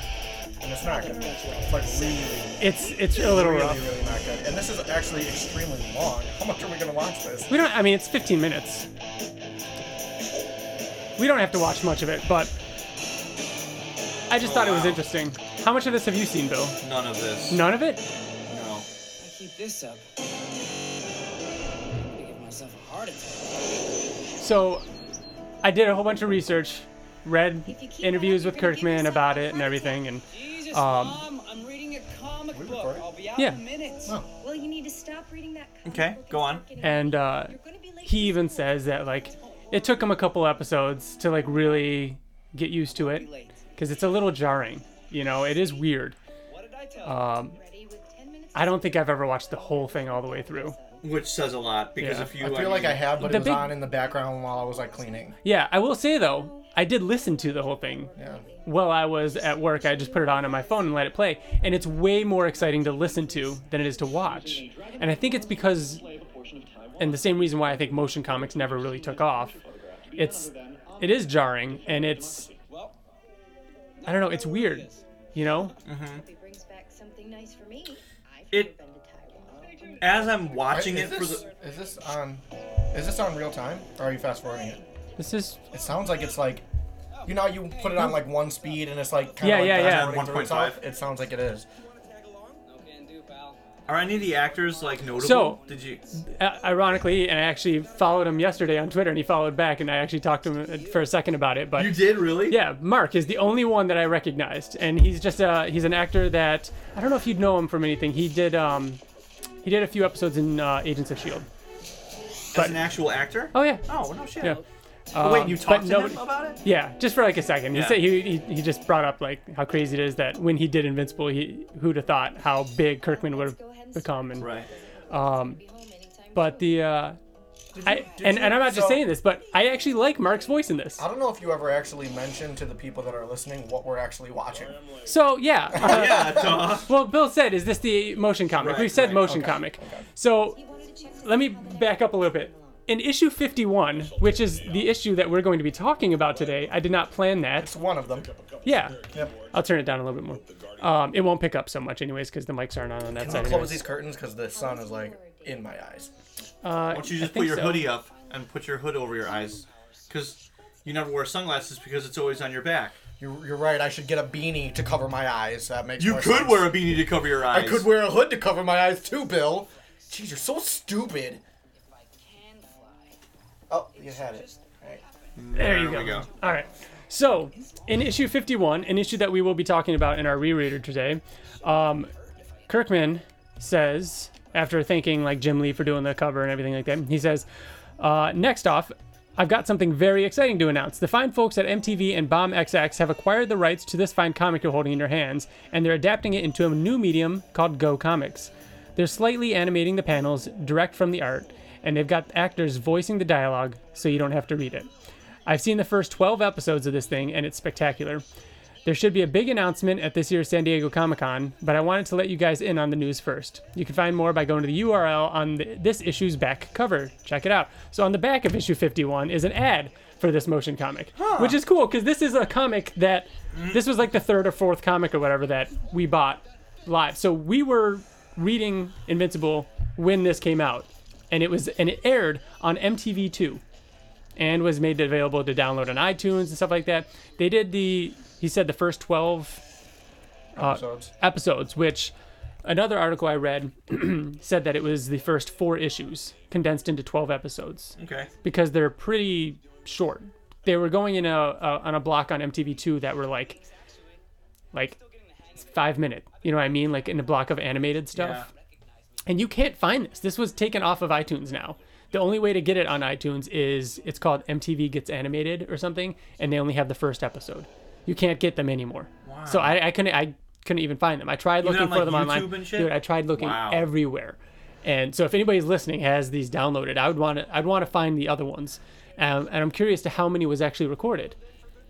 S4: and it's not good. It's like really,
S2: It's it's a little
S4: really,
S2: rough.
S4: really not good. And this is actually extremely long. How much are we gonna watch this?
S2: We don't. I mean, it's 15 minutes. We don't have to watch much of it, but I just thought it was
S3: wow.
S2: interesting. How much of this have you seen, Bill?
S3: None of this.
S2: None of it.
S3: No.
S5: I keep this up. I'm gonna give myself a heart attack.
S2: So I did a whole bunch of research, read
S6: If you keep
S2: interviews
S6: it up,
S2: with
S6: you're gonna give
S2: Kirkman
S6: yourself
S2: about
S6: a
S2: it and
S6: heart
S2: everything, and
S5: Jesus,
S2: Um,
S5: Mom, I'm reading a comic
S4: We
S5: book.
S4: recording?
S5: I'll be out
S2: Yeah.
S5: in a minute.
S6: Well, you need to stop reading that. comic
S3: Okay,
S6: book
S3: go on.
S6: start getting
S2: and uh,
S6: ready. You're gonna be late
S2: he
S6: for
S2: even
S6: school.
S2: says that like it took him a couple episodes to like really get used to it
S5: Be late.
S2: because it's a little jarring. You know, it is weird.
S5: What did I tell
S2: Um,
S6: Ready with 10 minutes
S2: I don't think I've ever watched the whole thing all the way through.
S3: Which says a lot because
S2: Yeah.
S3: if you
S4: I feel like
S3: mean,
S4: I have, but
S2: The
S4: it was
S2: big-
S4: on in the background while I was like cleaning.
S2: Yeah, I will say though, I did listen to the whole thing
S4: Yeah.
S2: while I was at work. I just put it on on my phone and let it play, and it's way more exciting to listen to than it is to watch. And I think it's because, and the same reason why I think motion comics never really took off. It's, it is jarring, and it's, I don't know, it's weird, you know.
S6: If he brings back something nice for me, I've
S3: It-
S6: never been to Taiwan.
S3: as I'm watching
S4: Is
S3: it for
S4: this,
S3: the
S4: is this on? Is this on real time, or are you fast forwarding it?
S2: This is
S4: It sounds like it's like You know, how you put it on like one speed and it's like kind
S2: Yeah,
S4: of
S2: yeah, yeah.
S4: like yeah.
S1: 1.5.
S4: It sounds like it is.
S5: No can do, pal.
S3: Are any of the actors like notable?
S2: So-
S3: did you?
S2: uh, ironically, and I actually followed him yesterday on Twitter, and he followed back, and I actually talked to him uh, for a second about it. But
S3: You did really?
S2: yeah, Mark is the only one that I recognized, and he's just a he's an actor that I don't know if you'd know him from anything. He did um he did a few episodes in uh, Agents of Shield.
S3: As an actual actor?
S2: Oh yeah,
S3: Oh no shit.
S2: Yeah.
S3: Oh, wait, you
S2: Um,
S3: talked
S2: but
S3: to
S2: nobody-
S3: him about it?
S2: Yeah, just for like a second.
S3: Yeah.
S2: He said he, he he just brought up like how crazy it is that when he did Invincible, he who'd have thought how big Kirkman would have become. And
S3: Right.
S6: Be home anytime
S2: but the uh, I and, and I'm not just
S4: so-
S2: saying this, but I actually like Mark's voice in
S3: Uh,
S2: this.
S4: I don't know if you ever actually mentioned to the people that are listening what we're actually watching.
S2: So yeah, uh,
S3: *laughs* Yeah.
S2: *laughs*
S3: Duh.
S2: well Bill said, is this the motion comic?
S3: Right,
S2: We've said
S3: right,
S2: motion comic. So
S6: He wanted to check to
S2: let me
S6: see how the
S2: back up a little bit. In issue 51, which is the issue that we're going to be talking about today, I did not plan that.
S4: It's one of them.
S2: Yeah,
S4: Yep.
S2: I'll turn it down a little bit more. Um, it won't pick up so much, anyways, because the mics aren't on on that
S4: I'll
S2: side.
S4: close
S2: anyways.
S4: these curtains because the sun is like in my eyes.
S2: Uh,
S3: Why don't you
S2: I
S3: just
S2: think
S3: put your
S2: so.
S3: hoodie up and put your hood over your eyes? Because you never wear sunglasses because it's always on your back.
S4: You're, you're right. I should get a beanie to cover my eyes. That makes.
S3: You
S4: more
S3: could
S4: sense.
S3: wear a beanie to cover your
S4: I
S3: eyes.
S4: could wear a hood to cover my eyes too, Bill. Jeez, you're so stupid.
S6: If I can fly.
S4: Oh, you had it. Alright.
S2: There you
S3: There
S2: go.
S3: we go.
S2: All right. So, in issue 51, an issue that we will be talking about in our rereader today, um, Kirkman says, after thanking like Jim Lee for doing the cover and everything like that, he says, uh, "Next off, I've got something very exciting to announce. The fine folks at MTV and Bomb XX have acquired the rights to this fine comic you're holding in your hands, and they're adapting it into a new medium called Go Comics. They're slightly animating the panels direct from the art, and they've got actors voicing the dialogue, so you don't have to read it." I've seen the first 12 episodes of this thing, and it's spectacular. There should be a big announcement at this year's San Diego Comic Con, but I wanted to let you guys in on the news first. You can find more by going to the URL on the, this issue's back cover. Check it out. So, on the back of issue 51 is an ad for this motion comic, which is cool because this is a comic that this was like the third or fourth comic or whatever that we bought live. So, we were reading Invincible when this came out, and it was and it aired on MTV2 and was made available to download on iTunes and stuff like that. They did the he said the first 12
S4: Episodes.
S2: episodes, which another article I read *clears throat* said that it was the first 4 issues condensed into 12 episodes
S3: Okay.
S2: because they're pretty short. They were going in a, a on a block on MTV2 that were like like 5 minute, you know what I mean, like in a block of animated stuff. And you can't find this. This was taken off of iTunes now. The only way to get it on iTunes is it's called MTV Gets Animated or something, and they only have the first episode. You can't get them anymore. So I, I couldn't I couldn't even find them. I tried
S3: Even
S2: looking
S3: on,
S2: for
S3: like,
S2: them online.
S3: YouTube and shit?
S2: Dude, I tried looking
S3: Wow.
S2: everywhere. And so if anybody's listening has these downloaded, I would want to I'd want to find the other ones. Um, and I'm curious to how many was actually recorded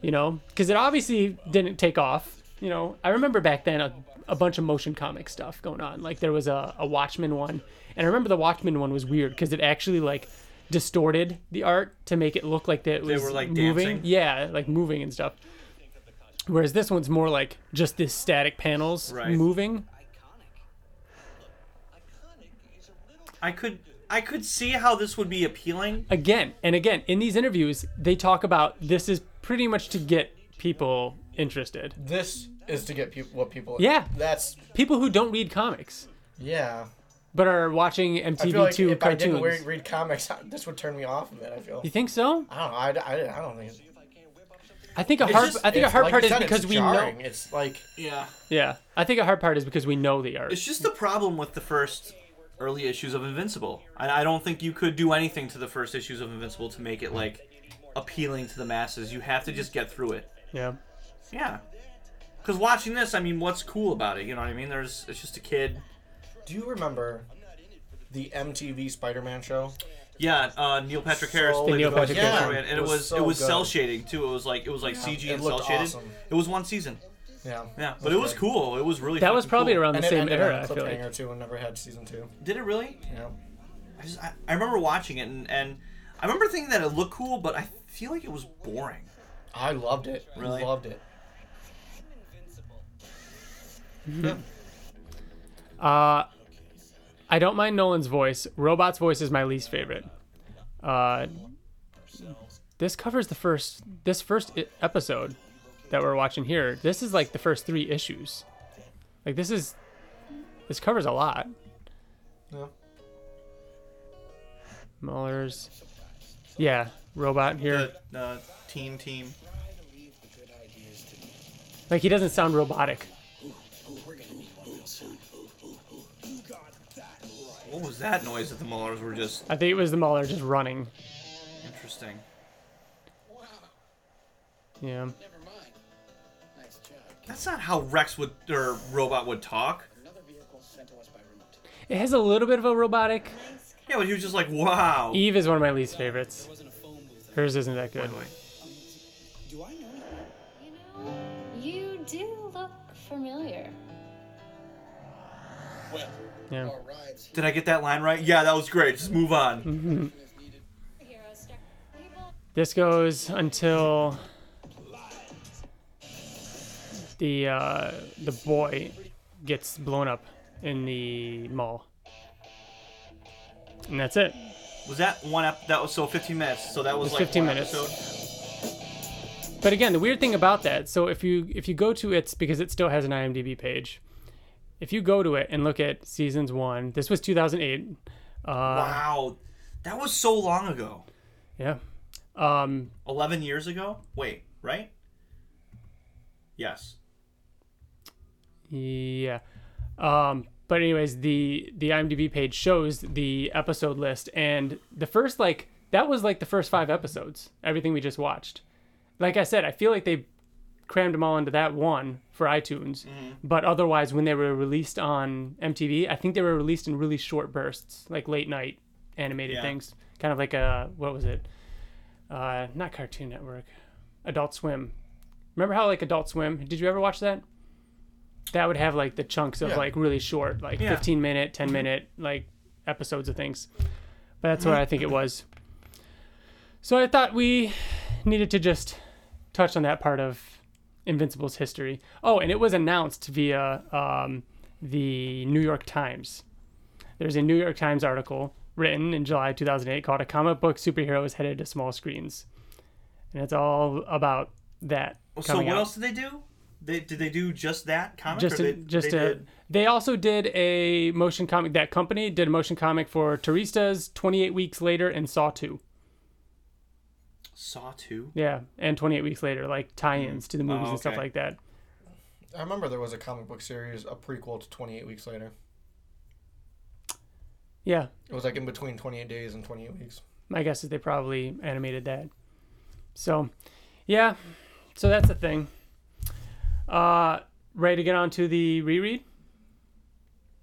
S2: you know because it obviously didn't take off you know i remember back then a, a bunch of motion comic stuff going on like there was a, a watchmen one and i remember the watchmen one was weird because it actually like distorted the art to make it look like that it was
S3: were, like,
S2: moving
S3: dancing?
S2: yeah like moving and stuff whereas this one's more like just this static panels
S3: Right.
S2: moving
S3: I could I could see how this would be appealing.
S2: again and again in these interviews they talk about this is pretty much to get people interested
S4: This is to get people what people.
S2: Yeah.
S4: That's
S2: people who don't read comics
S4: yeah.
S2: but are watching
S4: I feel like
S2: mtv2
S4: if I
S2: cartoons
S4: didn't read, read comics, *laughs* this would turn me off of it. I feel.
S2: You think so?
S4: I don't know. I, I, I don't think.
S2: I think a
S4: It's
S2: hard.
S4: just-
S2: I think a
S4: it's-
S2: hard
S4: like
S2: part
S4: you
S2: is
S4: said, it's
S2: because we
S4: jarring.
S2: know.
S4: It's like
S3: Yeah.
S2: Yeah, I think a hard part is because we know the art.
S3: It's just the problem with the first early issues of Invincible. I, I don't think you could do anything to the first issues of Invincible to make it like appealing to the masses. You have to just get through it.
S2: Yeah.
S3: Yeah. Because watching this, I mean, what's cool about it? You know what I mean? There's it's just a kid.
S4: Do you remember the MTV Spider-Man show?
S3: Yeah, uh, Neil Patrick
S4: So
S3: Harris played
S2: Neil
S3: the voice
S2: Patrick
S3: of
S2: Harris.
S3: Spider-Man, and it was
S4: so
S3: it was,
S4: good.
S3: cell shading too. It was like it was like CG
S4: it
S3: and
S4: looked
S3: cell shaded.
S4: awesome.
S3: It was one season.
S4: Yeah.
S3: Yeah, but it was
S4: good.
S3: cool. It was really
S2: That was
S3: fucking
S2: probably
S3: cool.
S2: around the
S4: And it
S2: same
S4: ended
S2: era.
S4: on
S2: I
S4: a
S2: feel like.
S4: cliffhanger too, and never had season two.
S3: Did it really?
S4: Yeah.
S3: I just I, I remember watching it and, and I remember thinking that it looked cool, but I feel like it was boring.
S4: I loved it.
S3: Really?
S4: Loved it.
S2: Uh, I don't mind Nolan's voice. Robot's voice is my least favorite. Uh, this covers the first this first i- episode that we're watching here. This is like the first three issues. Like this is this covers a lot.
S4: Yeah.
S2: Muller's, yeah, robot here.
S3: The uh, teen team.
S2: Like he doesn't sound robotic.
S3: What was that noise that the Mullers were just
S2: I think it was the Muller just running.
S3: interesting?
S2: Yeah.
S5: Never mind. Nice job.
S3: That's not how Rex would or robot would talk.
S5: Another vehicle sent to us by remote.
S2: It has a little bit of a robotic.
S3: Yeah, but he was just like, wow.
S2: Eve is one of my least favorites.
S5: There wasn't a phone booth. Um,
S2: Hers isn't that good.
S5: Do I know? you?
S6: You know, you do look familiar.
S5: Well,
S2: Yeah.
S5: our rides
S3: Did I get that line right? Yeah, that was great. Just move on.
S5: here as needed.
S6: Heroes start. People
S2: This goes until the uh, the boy gets blown up in the mall, and that's it.
S3: Was that one up? That was so 15 minutes. So that was
S2: It's
S3: like
S2: 15
S3: one
S2: minutes.
S3: episode?
S2: But again, the weird thing about that, so if you if you go to its because it still has an IMDb page, if you go to it and look at seasons one, this was 2008. Uh,
S3: Wow, that was so long ago.
S2: Yeah. Um,
S3: 11 years ago. Wait, right? Yes.
S2: Yeah. Um, but anyways, the the IMDb page shows the episode list, and the first like that was like the first five episodes, everything we just watched. Like I said, I feel like they crammed them all into that one for iTunes. But otherwise, when they were released on MTV, I think they were released in really short bursts, like late night animated
S3: Yeah.
S2: things, kind of like a what was it? Uh, not Cartoon Network, Adult Swim. Remember how like Adult Swim? Did you ever watch that? That would have like the chunks of
S3: Yeah.
S2: like really short, like
S3: Yeah. Mm-hmm.
S2: 15 minute, 10 minute, like episodes of things. But that's
S3: Mm-hmm.
S2: what I think it was. So I thought we needed to just touch on that part of Invincible's history. Oh, and it was announced via um, the New York Times. There's a New York Times article written in July 2008 called A Comic Book Superhero is Headed to Small Screens. And it's all about that.
S3: So
S2: coming
S3: what
S2: out.
S3: else did they do? They, did they do just that comic?
S2: Just
S3: or
S2: a,
S3: they,
S2: just
S3: they
S2: a,
S3: did-
S2: they also did a motion comic. That company did a motion comic for Taristas 28 Weeks Later and Saw 2.
S3: Saw two.
S2: Yeah, and 28 Weeks Later, like tie ins to the movies and stuff
S3: Mm. Oh, okay.
S2: like that.
S4: I remember there was a comic book series, a prequel to 28 Weeks Later.
S2: Yeah,
S4: It was like in between 28 days and 28 weeks.
S2: my guess is they probably animated that. So, yeah, so that's the thing. Uh, ready to get on to the reread?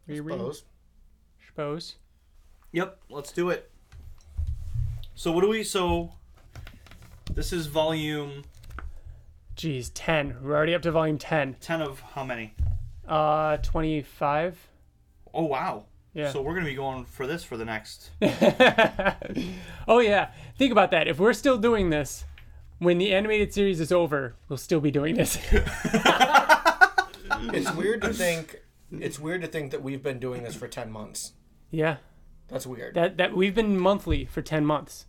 S2: Reread,
S4: Suppose.
S2: suppose.
S3: Yep, let's do it. So what do we? So this is volume
S2: Geez, 10. We're already up to volume 10.
S3: ten of how many?
S2: Uh, 25.
S3: Oh wow.
S2: Yeah.
S3: So we're gonna be going for this for the next.
S2: *laughs* oh, yeah. Think about that. If we're still doing this, when the animated series is over, we'll still be doing this. *laughs*
S4: It's weird to think. It's weird to think that we've been doing this for 10 months.
S2: yeah.
S4: That's weird.
S2: That, that we've been monthly for 10 months.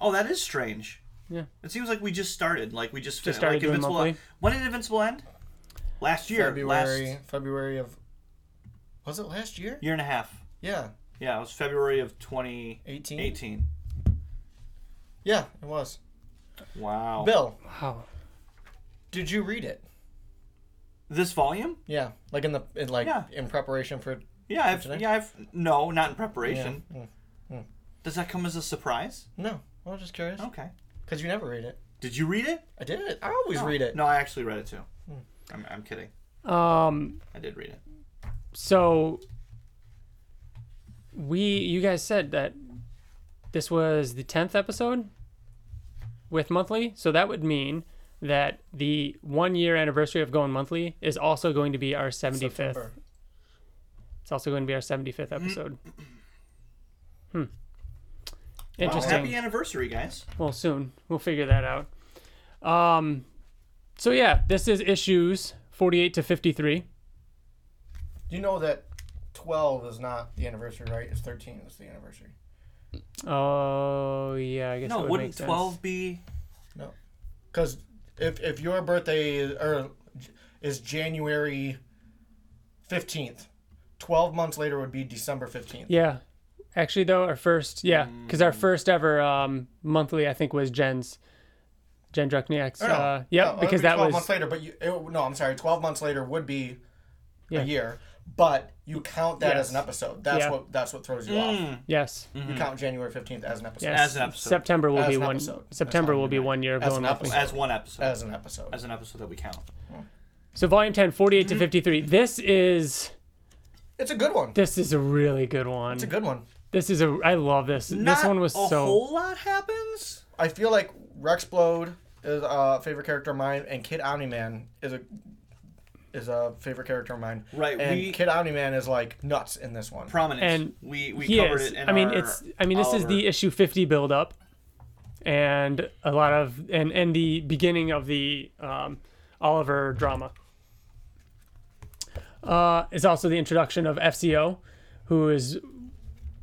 S3: Oh, that is strange.
S2: Yeah.
S3: It seems like we just started. Like we just, finished.
S2: started
S3: like
S2: doing
S3: Invincible.
S2: monthly.
S3: When did Invincible end? Last year.
S4: February,
S3: Last
S4: February of. Was it last year?
S3: year and a half.
S4: Yeah,
S3: Yeah, it was February of 2018.
S4: 18. Yeah, it was.
S3: Wow.
S4: Bill,
S2: Wow.
S4: did you read it?
S3: This volume?
S4: Yeah, like in the in like
S3: Yeah.
S4: in preparation for.
S3: Yeah, I've,
S4: today?
S3: yeah, I've no, not in preparation.
S4: Yeah. mm.
S3: Does that come as a surprise?
S4: No, I was just curious
S3: Okay.
S4: because you never read it.
S3: Did you read it?
S4: I did. I always read it. Hmm.
S3: No, I actually read it too. I'm, I'm kidding.
S2: Um,
S3: I did read it.
S2: so we you guys said that this was the 10th episode with monthly so that would mean that the one year anniversary of going monthly is also going to be our 75th
S4: September.
S2: it's also going to be our 75th
S3: Mm. *clears throat*
S2: episode hmm
S3: Wow,
S2: interesting
S3: happy anniversary, guys.
S2: well soon we'll figure that out um so yeah this is issues 48 to 53
S4: You know that twelve is not the anniversary, right? It's thirteen is the anniversary.
S2: Oh yeah, I guess
S3: No,
S2: that would
S3: wouldn't
S2: make sense.
S3: twelve be?
S4: Because if if your birthday is, or is January fifteenth, twelve months later would be December fifteenth.
S2: Yeah, actually though, our first yeah,
S3: Mm.
S2: because our first ever um, monthly I think was Jen's, Jen Druckniak's.
S4: no.
S2: Uh, yep,
S4: No, it would
S2: because
S4: be
S2: that
S4: Oh. twelve
S2: was
S4: months later. But you, it, no, I'm sorry, twelve months later would be
S2: Yeah.
S4: a year. But you count that as an
S2: Yes.
S4: episode. That's
S2: Yeah.
S4: what that's what throws you off.
S2: yes,
S4: You count January fifteenth as an episode.
S2: yes.
S3: Mm, mm-hmm. As an episode.
S2: September will
S4: As
S2: be
S4: an
S2: one.
S4: episode. That's
S2: September
S4: how
S2: will
S4: you
S2: be
S4: do it.
S2: one year of
S4: As
S2: going
S4: an
S2: monthly.
S4: episode.
S3: As one episode.
S4: As an episode.
S3: As an episode that we count.
S2: So volume 10, 48
S3: Mm-hmm.
S2: to 53. This is
S4: it's a good one.
S2: this is a really good one.
S4: It's a good one.
S2: This is a I love this. this
S3: Not
S2: one was
S3: a
S2: so
S3: whole lot happens.
S4: I feel like Rexplode is a favorite character of mine, and Kid Omni Man is a is a favorite character of mine.
S3: Right,
S4: and
S3: we-
S4: Kid Omni Man is like nuts in this one.
S3: Prominent.
S2: And
S3: we we
S2: he
S3: covered
S2: is.
S3: it. In
S2: I mean,
S3: our
S2: it's. I mean, this is the
S3: Oliver.
S2: issue fifty build up, and a lot of and and the beginning of the um, Oliver drama. Uh, is also the introduction of FCO, who is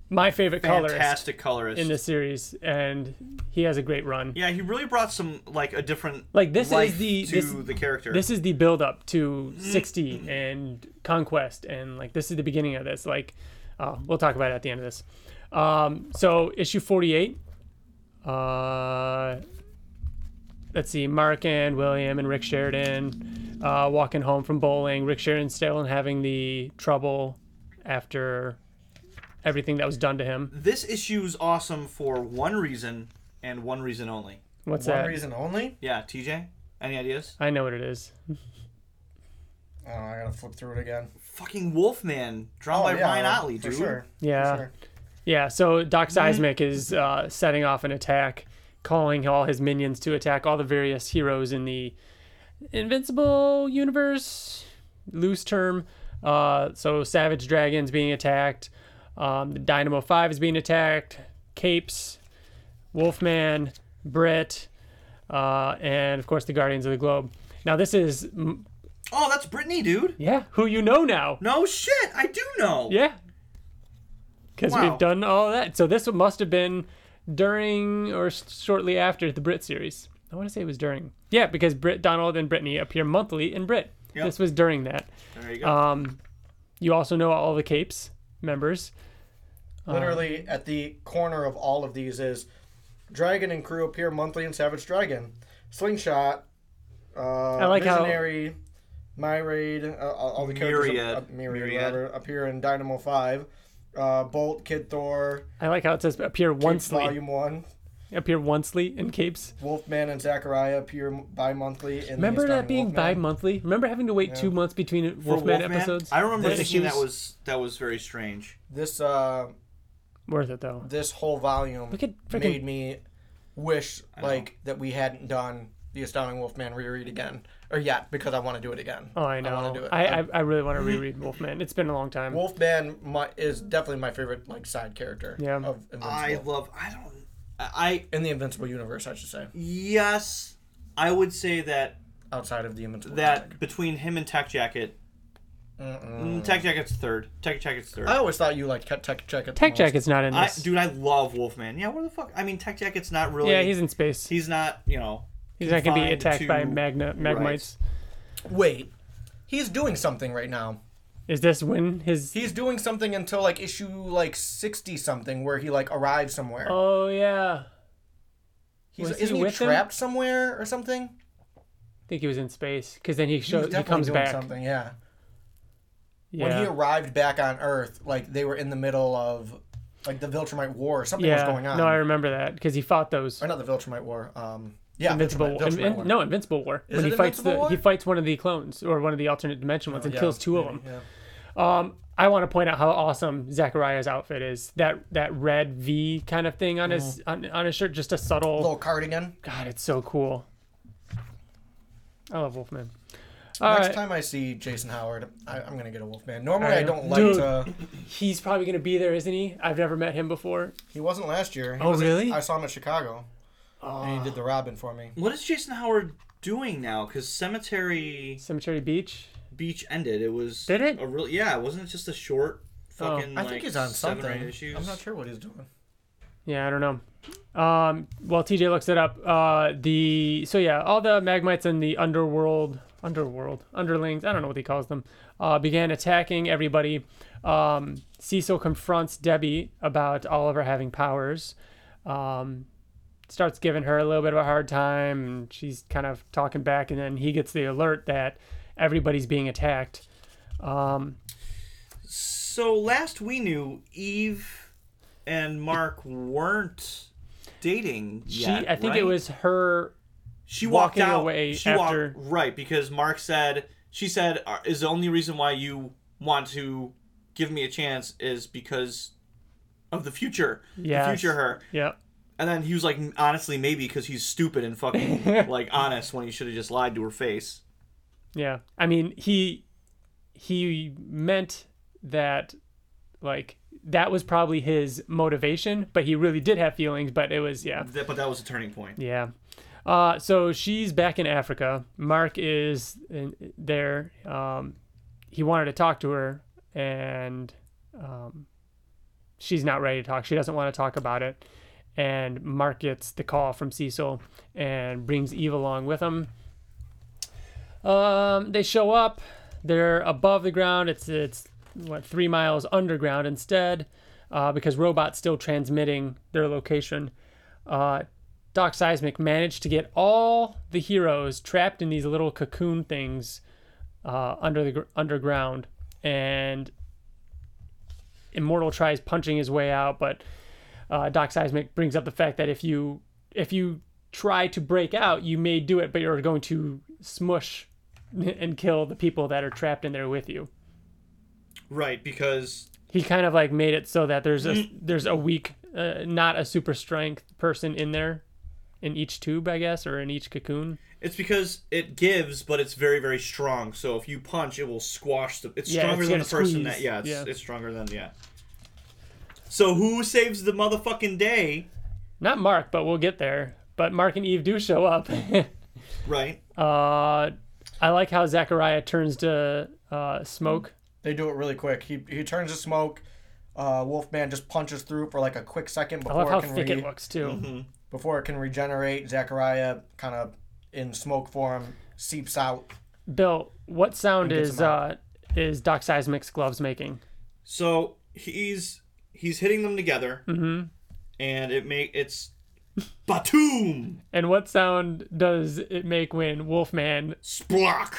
S2: my favorite colorist
S3: fantastic colorist.
S2: in the series, and he has a great run.
S3: yeah, he really brought some like a different
S2: Like, this is
S3: life
S2: the-
S3: to
S2: this-
S3: the character.
S2: This is the build up to sixty and conquest, and like this is the beginning of this. Like, uh, we'll talk about it at the end of this. Um, so issue forty eight. Uh, let's see, Mark and William and Rick Sheridan uh, walking home from bowling. Rick Sheridan's still and having the trouble after everything that was done to him.
S3: this issue's awesome for one reason and one reason only.
S2: What's
S4: one
S2: that?
S4: reason only.
S3: Yeah, TJ, any ideas?
S2: I know what it is.
S4: Oh, I gotta flip through it again. Oh,
S3: Fucking Wolfman, drawn by
S4: yeah,
S3: Oh, Ryan Otley,
S4: for
S3: dude.
S4: Sure.
S2: Yeah.
S4: Sure.
S2: Yeah, so Doc Seismic is uh, setting off an attack, calling all his minions to attack all the various heroes in the Invincible universe, loose term. Uh, so Savage Dragon's being attacked, um, the Dynamo 5 is being attacked, Capes, Wolfman, Britt, uh, and of course the Guardians of the Globe. Now, this is, mm,
S3: Oh, that's Brittany, dude.
S2: yeah, who you know now.
S3: No shit, I do know.
S2: Yeah. Because
S3: Wow.
S2: we've done all that. So this must have been during or s- shortly after the Brit series. I want to say it was during. Yeah, because Brit Donald and Brittany appear monthly in Brit.
S3: Yep.
S2: This was during that.
S3: There you go.
S2: Um, you also know all the Capes members. Um,
S4: Literally at the corner of all of these is Dragon and crew appear monthly in Savage Dragon, Slingshot, uh,
S2: like how-
S4: Visionary, Myriad, uh, all all the characters
S3: Myriad.
S4: uh, Myriad,
S3: Myriad.
S4: Whatever, appear in Dynamo Five, uh, Bolt, Kid Thor,
S2: I like how it says appear oncely.
S4: Volume One,
S2: Appear oncely in Capes.
S4: Wolfman and Zachariah appear m- bi-monthly. In the
S2: Remember that
S4: Astounding
S2: being
S4: Wolfman.
S2: bi-monthly? Remember having to wait two months between Wolfman,
S3: For
S2: episodes?
S3: I remember
S2: The
S3: thinking that
S2: issues?
S3: was that was very strange.
S4: This uh,
S2: worth it though.
S4: this whole volume
S2: Look at freaking-
S4: made me wish like that we hadn't done the Astounding Wolfman reread again or yet because I want to do it again.
S2: Oh, I know.
S4: I
S2: I
S4: want to do it.
S2: I, I, really want to reread Wolfman. It's been a long time.
S4: Wolfman my, is definitely my favorite like side character.
S2: Yeah.
S4: Of Invincible.
S3: I love. I don't. I
S4: in the Invincible universe, I should say,
S3: yes, I would say that
S4: outside of the Invincible.
S3: that
S4: comic.
S3: between him and Tech Jacket, mm, Tech Jacket's third. Tech Jacket's third.
S2: Oh,
S4: I always thought you liked Ke- Tech Jacket. the
S2: Tech
S4: most.
S2: Jacket's not in
S3: I,
S2: this.
S3: dude, I love Wolfman. Yeah, where the fuck? I mean, Tech Jacket's not really.
S2: yeah, he's in space.
S3: he's not. You know,
S2: He's not gonna be
S3: confined
S2: attacked by
S3: to-
S2: magna magmites.
S4: Wait, he's doing something right now.
S2: Is this when his?
S4: He's doing something until like issue like sixty something where he like arrives somewhere.
S2: Oh yeah,
S4: he's,
S2: was he
S4: isn't he,
S2: with him?
S4: trapped somewhere or something?
S2: I think he was in space because then he
S4: He's
S2: shows he
S4: definitely
S2: comes
S4: doing
S2: back.
S4: something. Yeah.
S2: Yeah,
S4: When he arrived back on Earth, like they were in the middle of like the Viltrumite War. Something
S2: yeah.
S4: was going on.
S2: No, I remember that because he fought those
S4: or not the Viltrumite War. Um, yeah,
S2: invincible.
S4: Viltrumite, Viltrumite
S2: in-
S4: War.
S2: no, invincible war.
S4: Is
S2: when
S4: it
S2: he fights the
S4: Invincible War? Oh,
S2: he fights one of the clones or one of the alternate dimension ones and
S4: Yeah,
S2: kills two of them.
S4: maybe, yeah.
S2: I want to point out how awesome Zachariah's outfit is. That that red V kind of thing on
S4: Mm-hmm.
S2: his on, on his shirt, just a subtle.
S4: Little cardigan.
S2: God, it's so cool. I love Wolfman. All
S4: Next
S2: right.
S4: time I see Jason Howard, I, I'm gonna get a Wolfman. Normally, I
S2: Alright.
S4: don't like
S2: Dude.
S4: to.
S2: He's probably gonna be there, isn't he? I've never met him before.
S4: He wasn't last year. He
S2: Oh,
S4: was at-
S2: really? Ah.
S4: I saw him at Chicago, and he did the Robin for me.
S3: What is Jason Howard doing now? Because Cemetery
S2: Cemetery Beach.
S3: Beach ended. It was
S2: Did it? Oh.
S3: A real yeah. Wasn't it just a short fucking?
S4: I think
S3: like,
S4: he's on
S3: seven or
S4: something.
S3: eight issues?
S4: I'm not sure what he's doing.
S2: Yeah, I don't know. Um, while TJ looks it up, uh, the so yeah, all the magmites in the underworld, underworld, underlings, I don't know what he calls them, uh, began attacking everybody. Um, Cecil confronts Debbie about Oliver having powers. Um, starts giving her a little bit of a hard time, and she's kind of talking back, and then he gets the alert that everybody's being attacked. Um,
S3: So last we knew, Eve and Mark weren't dating
S2: she,
S3: yet.
S2: I think it
S3: right?
S2: was her.
S3: she walked
S2: walking
S3: out.
S2: away
S3: she
S2: after-
S3: walked right because Mark said she said "Uh, is the only reason why you want to give me a chance is because of the future,
S2: Yes.
S3: the future her.
S2: Yep.
S3: And then he was like, honestly, maybe because he's stupid
S2: *laughs*
S3: and fucking like honest when he should have just lied to her face.
S2: Yeah. I mean, he he meant that like that was probably his motivation, but he really did have feelings, but it was yeah.
S3: That, but that was a turning point.
S2: Yeah. Uh, so she's back in Africa. Mark is in, there. Um, he wanted to talk to her, and um, she's not ready to talk. She doesn't want to talk about it. And Mark gets the call from Cecil and brings Eve along with him. Um, they show up. They're above the ground. It's it's what three miles underground instead, uh, because robots still transmitting their location. Uh, Doc Seismic managed to get all the heroes trapped in these little cocoon things uh, under the gr- underground, and Immortal tries punching his way out, but uh, Doc Seismic brings up the fact that if you if you try to break out, you may do it, but you're going to smush *laughs* and kill the people that are trapped in there with you.
S3: Right, because
S2: He kind of like made it so that there's a
S3: Mm.
S2: there's a weak, uh, not a super strength person in there, in each tube, I guess, or in each cocoon.
S3: It's because it gives, but it's very, very strong. So if you punch, it will squash the. It's
S2: Yeah,
S3: stronger
S2: it's
S3: than
S2: gonna
S3: the person
S2: squeeze.
S3: that. Yeah it's,
S2: Yeah.
S3: it's stronger than yeah. So who saves the motherfucking day?
S2: Not Mark, but we'll get there. But Mark and Eve do show up. *laughs*
S3: Right.
S2: uh, I like how Zachariah turns to uh, smoke.
S4: They do it really quick. He he turns to smoke. Uh, Wolfman just punches through for like a quick second
S2: I
S4: before
S2: love how
S4: it can
S2: thick
S4: re-
S2: it looks too.
S3: Mm-hmm.
S4: before it can regenerate. Zachariah kind of in smoke form seeps out.
S2: Bill, what sound
S4: gets
S2: is
S4: him
S2: uh, is Doc Seismic's gloves making?
S3: So he's he's hitting them together, mm-hmm. and it make it's Batum
S2: And what sound does it make when Wolfman? *laughs*
S3: Splock.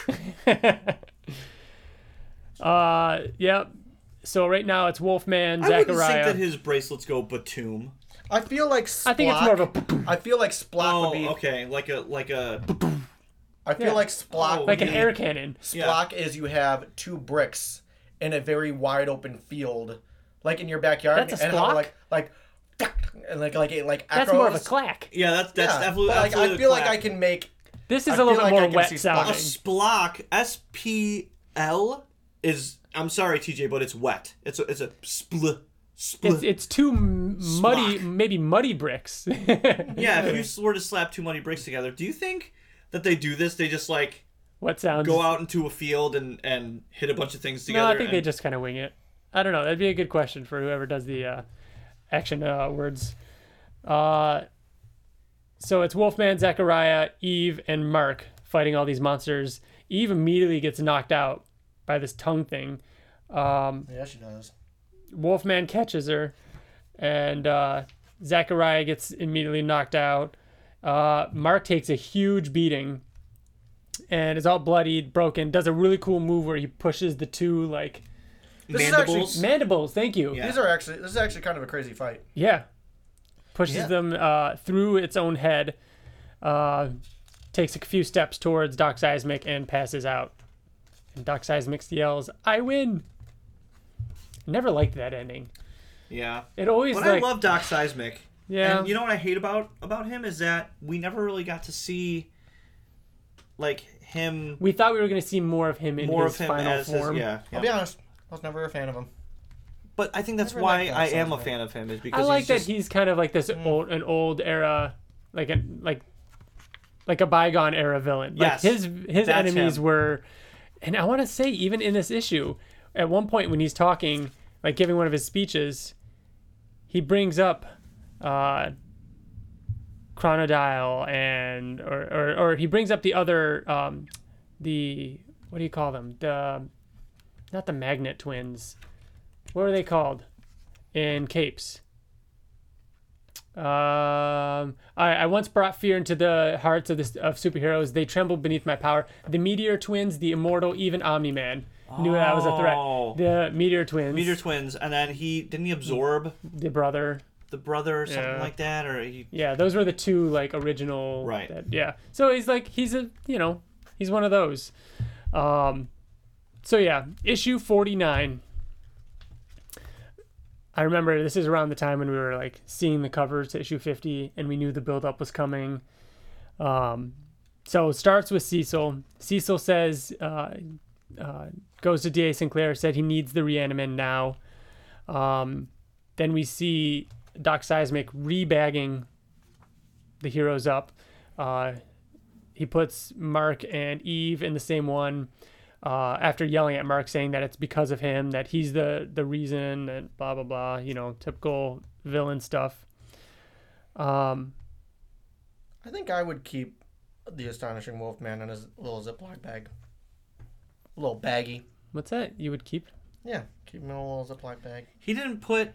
S2: Uh, yep. So right now it's Wolfman,
S3: I wouldn't think
S2: Zachariah.
S3: that his bracelets go Batum.
S4: I feel like
S2: I think it's more of a
S4: I feel like Splock
S3: Oh,
S4: would be.
S3: okay, like a like a
S4: I feel
S2: Yeah.
S4: like Splock.
S3: Oh,
S4: would
S2: like an
S4: be-
S2: air cannon.
S3: Yeah.
S4: Splock is you have two bricks in a very wide open field, like in your backyard.
S2: That's a
S4: and how
S2: Splock?
S4: like like and like like it like echoes.
S2: That's more of a clack.
S3: yeah. That's that's
S4: Yeah,
S3: absolutely.
S4: but, like, I
S3: absolutely
S4: feel
S3: clap.
S4: like I can make
S2: This is
S4: I
S2: a little bit
S4: feel like I
S2: more
S4: can
S2: wet
S4: see Spock.
S2: sounding.
S3: A splock, S P L, is. I'm sorry, TJ, but it's wet. It's a, it's a spl, spl.
S2: It's it's two m- muddy,
S3: Spock.
S2: maybe muddy bricks. *laughs*
S3: yeah, if you were to slap two muddy bricks together, do you think that they do this? They just like
S2: what sounds?
S3: go out into a field and and hit a bunch of things together.
S2: No, I think they
S3: and-
S2: just kind of wing it. I don't know. That'd be a good question for whoever does the uh, action uh, words. Uh, so it's Wolfman, Zachariah, Eve, and Mark fighting all these monsters. Eve immediately gets knocked out by this tongue thing. Um,
S4: Yeah, she does.
S2: Wolfman catches her, and uh, Zachariah gets immediately knocked out. Uh, Mark takes a huge beating and is all bloodied, broken. Does a really cool move where he pushes the two like
S4: This is actually-
S3: mandibles.
S2: Mandibles, thank you. Yeah.
S3: Yeah.
S4: These are actually this is actually kind of a crazy fight.
S2: Pushes
S4: Yeah.
S2: them uh, through its own head, uh, takes a few steps towards Doc Seismic, and passes out. And Doc Seismic yells, I win! Never liked that ending.
S3: yeah.
S2: It always
S3: But
S2: like
S3: I love Doc Seismic.
S2: Yeah.
S3: And you know what I hate about about him is that we never really got to see like him
S2: we thought we were gonna see more of him in
S3: more
S2: his
S3: of him
S2: final
S3: as
S2: form.
S3: his yeah. yeah.
S4: I'll be honest, I was never a fan of him.
S3: But I think that's
S4: Never
S3: why
S4: liked Doc
S3: I am a
S4: Seismic.
S3: fan of him is because
S2: I like
S3: he's
S2: that
S3: just, Mm.
S2: he's kind of like this old an old era like an like like a bygone era villain. Like
S3: Yes,
S2: his his
S3: that's
S2: enemies
S3: him.
S2: were and I want to say even in this issue at one point when he's talking like giving one of his speeches he brings up uh, Chronodile and or, or or he brings up the other um, the what do you call them the not the magnet twins what are they called in capes um, I, I once brought fear into the hearts of this of superheroes. They trembled beneath my power. The Meteor Twins, the Immortal, even Omni Man knew that I was
S3: Oh.
S2: a threat. The Meteor Twins,
S3: Meteor twins, and then he didn't he absorb
S2: the brother.
S3: the brother or something
S2: Yeah.
S3: like that, or he
S2: Yeah, those were the two like original.
S3: Right.
S2: that- yeah. So he's like he's a you know he's one of those. Um, so yeah, issue forty nine. I remember this is around the time when we were like seeing the covers to issue fifty, and we knew the build up was coming. Um, so it starts with Cecil. Cecil says, uh, uh, goes to D.A. Sinclair, said he needs the reanimin now. Um, then we see Doc Seismic rebagging the heroes up. Uh, he puts Mark and Eve in the same one uh, after yelling at Mark, saying that it's because of him, that he's the, the reason, and blah, blah, blah, you know, typical villain stuff. Um,
S4: I think I would keep the astonishing Wolfman in his little Ziploc bag. A little baggy.
S2: what's that you would keep?
S4: Yeah, keep him in a little Ziploc bag.
S3: he didn't put.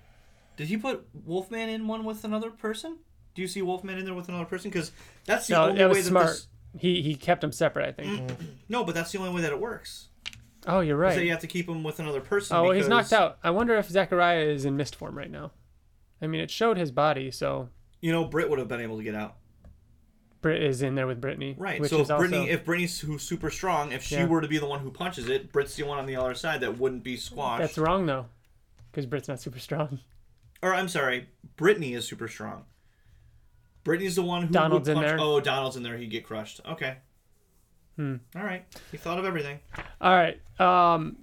S3: Did he put Wolfman in one with another person? Do you see Wolfman in there with another person? Because that's the
S2: No,
S3: only
S2: that
S3: way
S2: was
S3: that
S2: smart.
S3: this. Mm-hmm.
S2: He, he kept them separate, I think.
S3: No, but that's the only way that it works.
S2: Oh, you're
S3: So you
S2: right.
S3: have to keep him with another person.
S2: Oh, well, he's knocked
S3: because-
S2: out. I wonder if Zachariah is in mist form right now. I mean, it showed his body, so
S3: You know, Britt would have been able to get out.
S2: Brit is in there with Brittany.
S3: Right.
S2: Which
S3: so if
S2: is also,
S3: Brittany, if Brittany's who's super strong, if she
S2: Yeah.
S3: were to be the one who punches it, Britt's the one on the other side that wouldn't be squashed.
S2: that's wrong though, because Brit's not super strong.
S3: Or I'm sorry, Brittany is super strong. Brittany's the one who
S2: Donald's
S3: would
S2: in there.
S3: punch- Oh, Donald's in there. He'd get crushed. Okay. Hmm. All right. He thought of everything.
S2: All right. Um,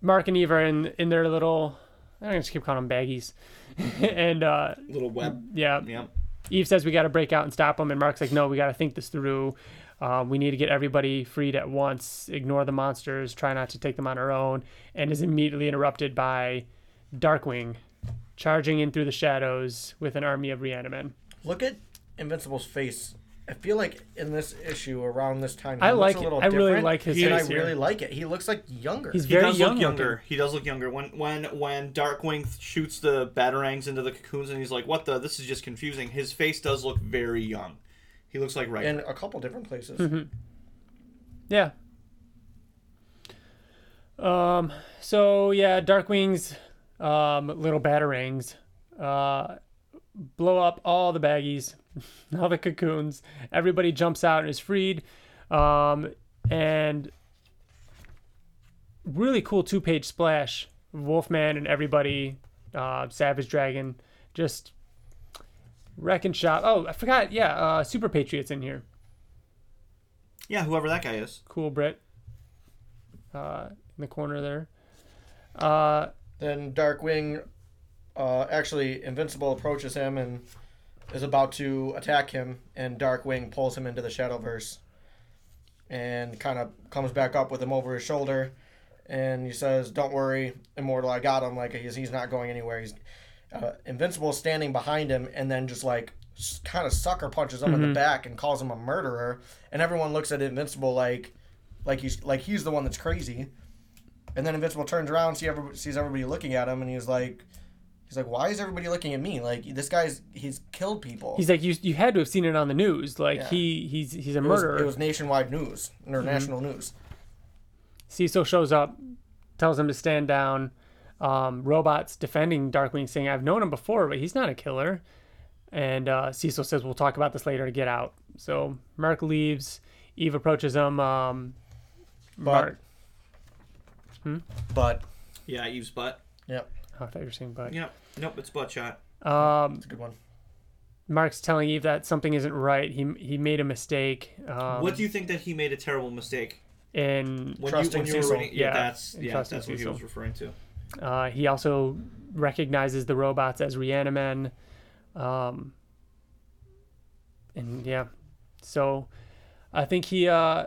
S2: Mark and Eve are in in their little. I'm gonna just keep calling them baggies. *laughs* and uh,
S3: Little web.
S2: yeah,
S3: Yep.
S2: Eve says we got to break out and stop them, and Mark's like, no, we got to think this through. Uh, we need to get everybody freed at once. Ignore the monsters. Try not to take them on our own. And is immediately interrupted by Darkwing charging in through the shadows with an army of reanimen.
S4: Look at Invincible's face. I feel like in this issue, around this time, he
S2: I like
S4: looks a
S2: it.
S4: little
S2: I really
S4: different,
S2: like his
S4: and
S2: face
S4: I
S2: here.
S4: really like it. He looks like younger.
S2: He's
S3: He
S2: very
S3: does
S2: young.
S3: look
S2: looking.
S3: younger. He does look younger. When when when Darkwing th- shoots the batarangs into the cocoons and he's like, "What the? This is just confusing." His face does look very young. He looks like right.
S4: in a couple different places.
S2: Mm-hmm. Yeah. Um. So yeah, Darkwing's um little batarangs uh blow up all the baggies, *laughs* all the cocoons. Everybody jumps out and is freed. Um, and really cool two-page splash. Wolfman and everybody, uh, Savage Dragon, just wrecking shop. Oh, I forgot. Yeah, uh, Super Patriots in here.
S3: yeah, whoever that guy is.
S2: cool Brit uh, in the corner there. Uh,
S4: Then Darkwing, uh, actually, Invincible approaches him and is about to attack him, and Darkwing pulls him into the Shadowverse and kind of comes back up with him over his shoulder. And he says, Don't worry, Immortal, I got him. Like, he's, he's not going anywhere. He's uh, Invincible standing behind him and then just like kind of sucker punches him
S2: Mm-hmm.
S4: in the back and calls him a murderer. And everyone looks at Invincible like, like he's like he's the one that's crazy. And then Invincible turns around, see everybody, sees everybody looking at him, and he's like, he's like, why is everybody looking at me? Like this guy's he's killed people.
S2: he's like you. You had to have seen it on the news. Like
S4: Yeah.
S2: he he's he's a
S4: it was,
S2: murderer. Mm-hmm.
S4: it was nationwide news, or national news.
S2: Cecil shows up, tells him to stand down. Um, robots defending Darkwing, saying, "I've known him before, but he's not a killer." And uh, Cecil says, "We'll talk about this later." To get out, so Mark leaves. Eve approaches him. Um,
S4: But
S2: Mark,
S4: but
S3: Yeah, Eve's butt.
S4: yep,
S2: oh, I thought you were saying, but
S3: Yep. Nope, it's butt shot.
S2: um,
S4: it's a good one.
S2: Mark's telling Eve that something isn't right. He he made a mistake. Um,
S3: what do you think that he made a terrible mistake
S2: and
S3: when
S4: Trusting
S3: you, when you
S4: Cecil.
S3: were reading? Yeah,
S2: Yeah,
S3: that's
S2: and
S3: yeah,
S2: trusting
S3: that's what he
S2: Cecil.
S3: was referring to.
S2: Uh, he also recognizes the robots as reanimen. Um, and yeah, so I think he uh,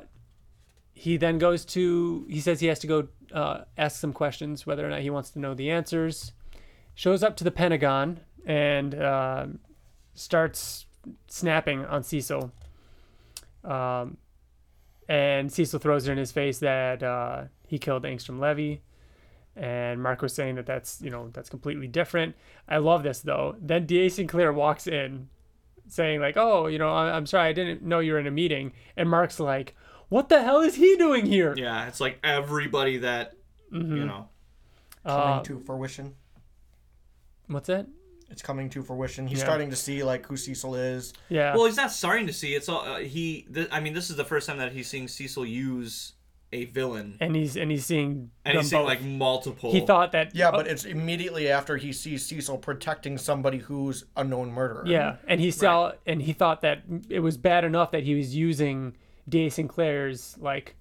S2: he then goes to he says he has to go uh, ask some questions whether or not he wants to know the answers. shows up to the Pentagon and uh, starts snapping on Cecil. Um, and Cecil throws it in his face that uh, he killed Angstrom Levy. And Mark was saying that that's you know that's completely different. I love this though. Then Da Sinclair walks in, saying like, "Oh, you know, I- I'm sorry, I didn't know you were in a meeting." And Mark's like, "What the hell is he doing here?"
S3: Yeah, it's like everybody that
S2: Mm-hmm.
S3: you know.
S4: coming to fruition.
S2: What's that?
S4: It's coming to fruition. He's
S2: Yeah.
S4: starting to see like who Cecil is.
S2: Yeah.
S3: Well, he's not starting to see. It's all uh, he. Th- I mean, this is the first time that he's seeing Cecil use a villain,
S2: and he's and he's seeing
S3: and
S2: them
S3: he's seeing
S2: both.
S3: like multiple.
S2: he thought that
S4: Yeah, but it's immediately after he sees Cecil protecting somebody who's a known murderer.
S2: yeah, and he saw and he thought that it was bad enough that he was using Da Sinclair's like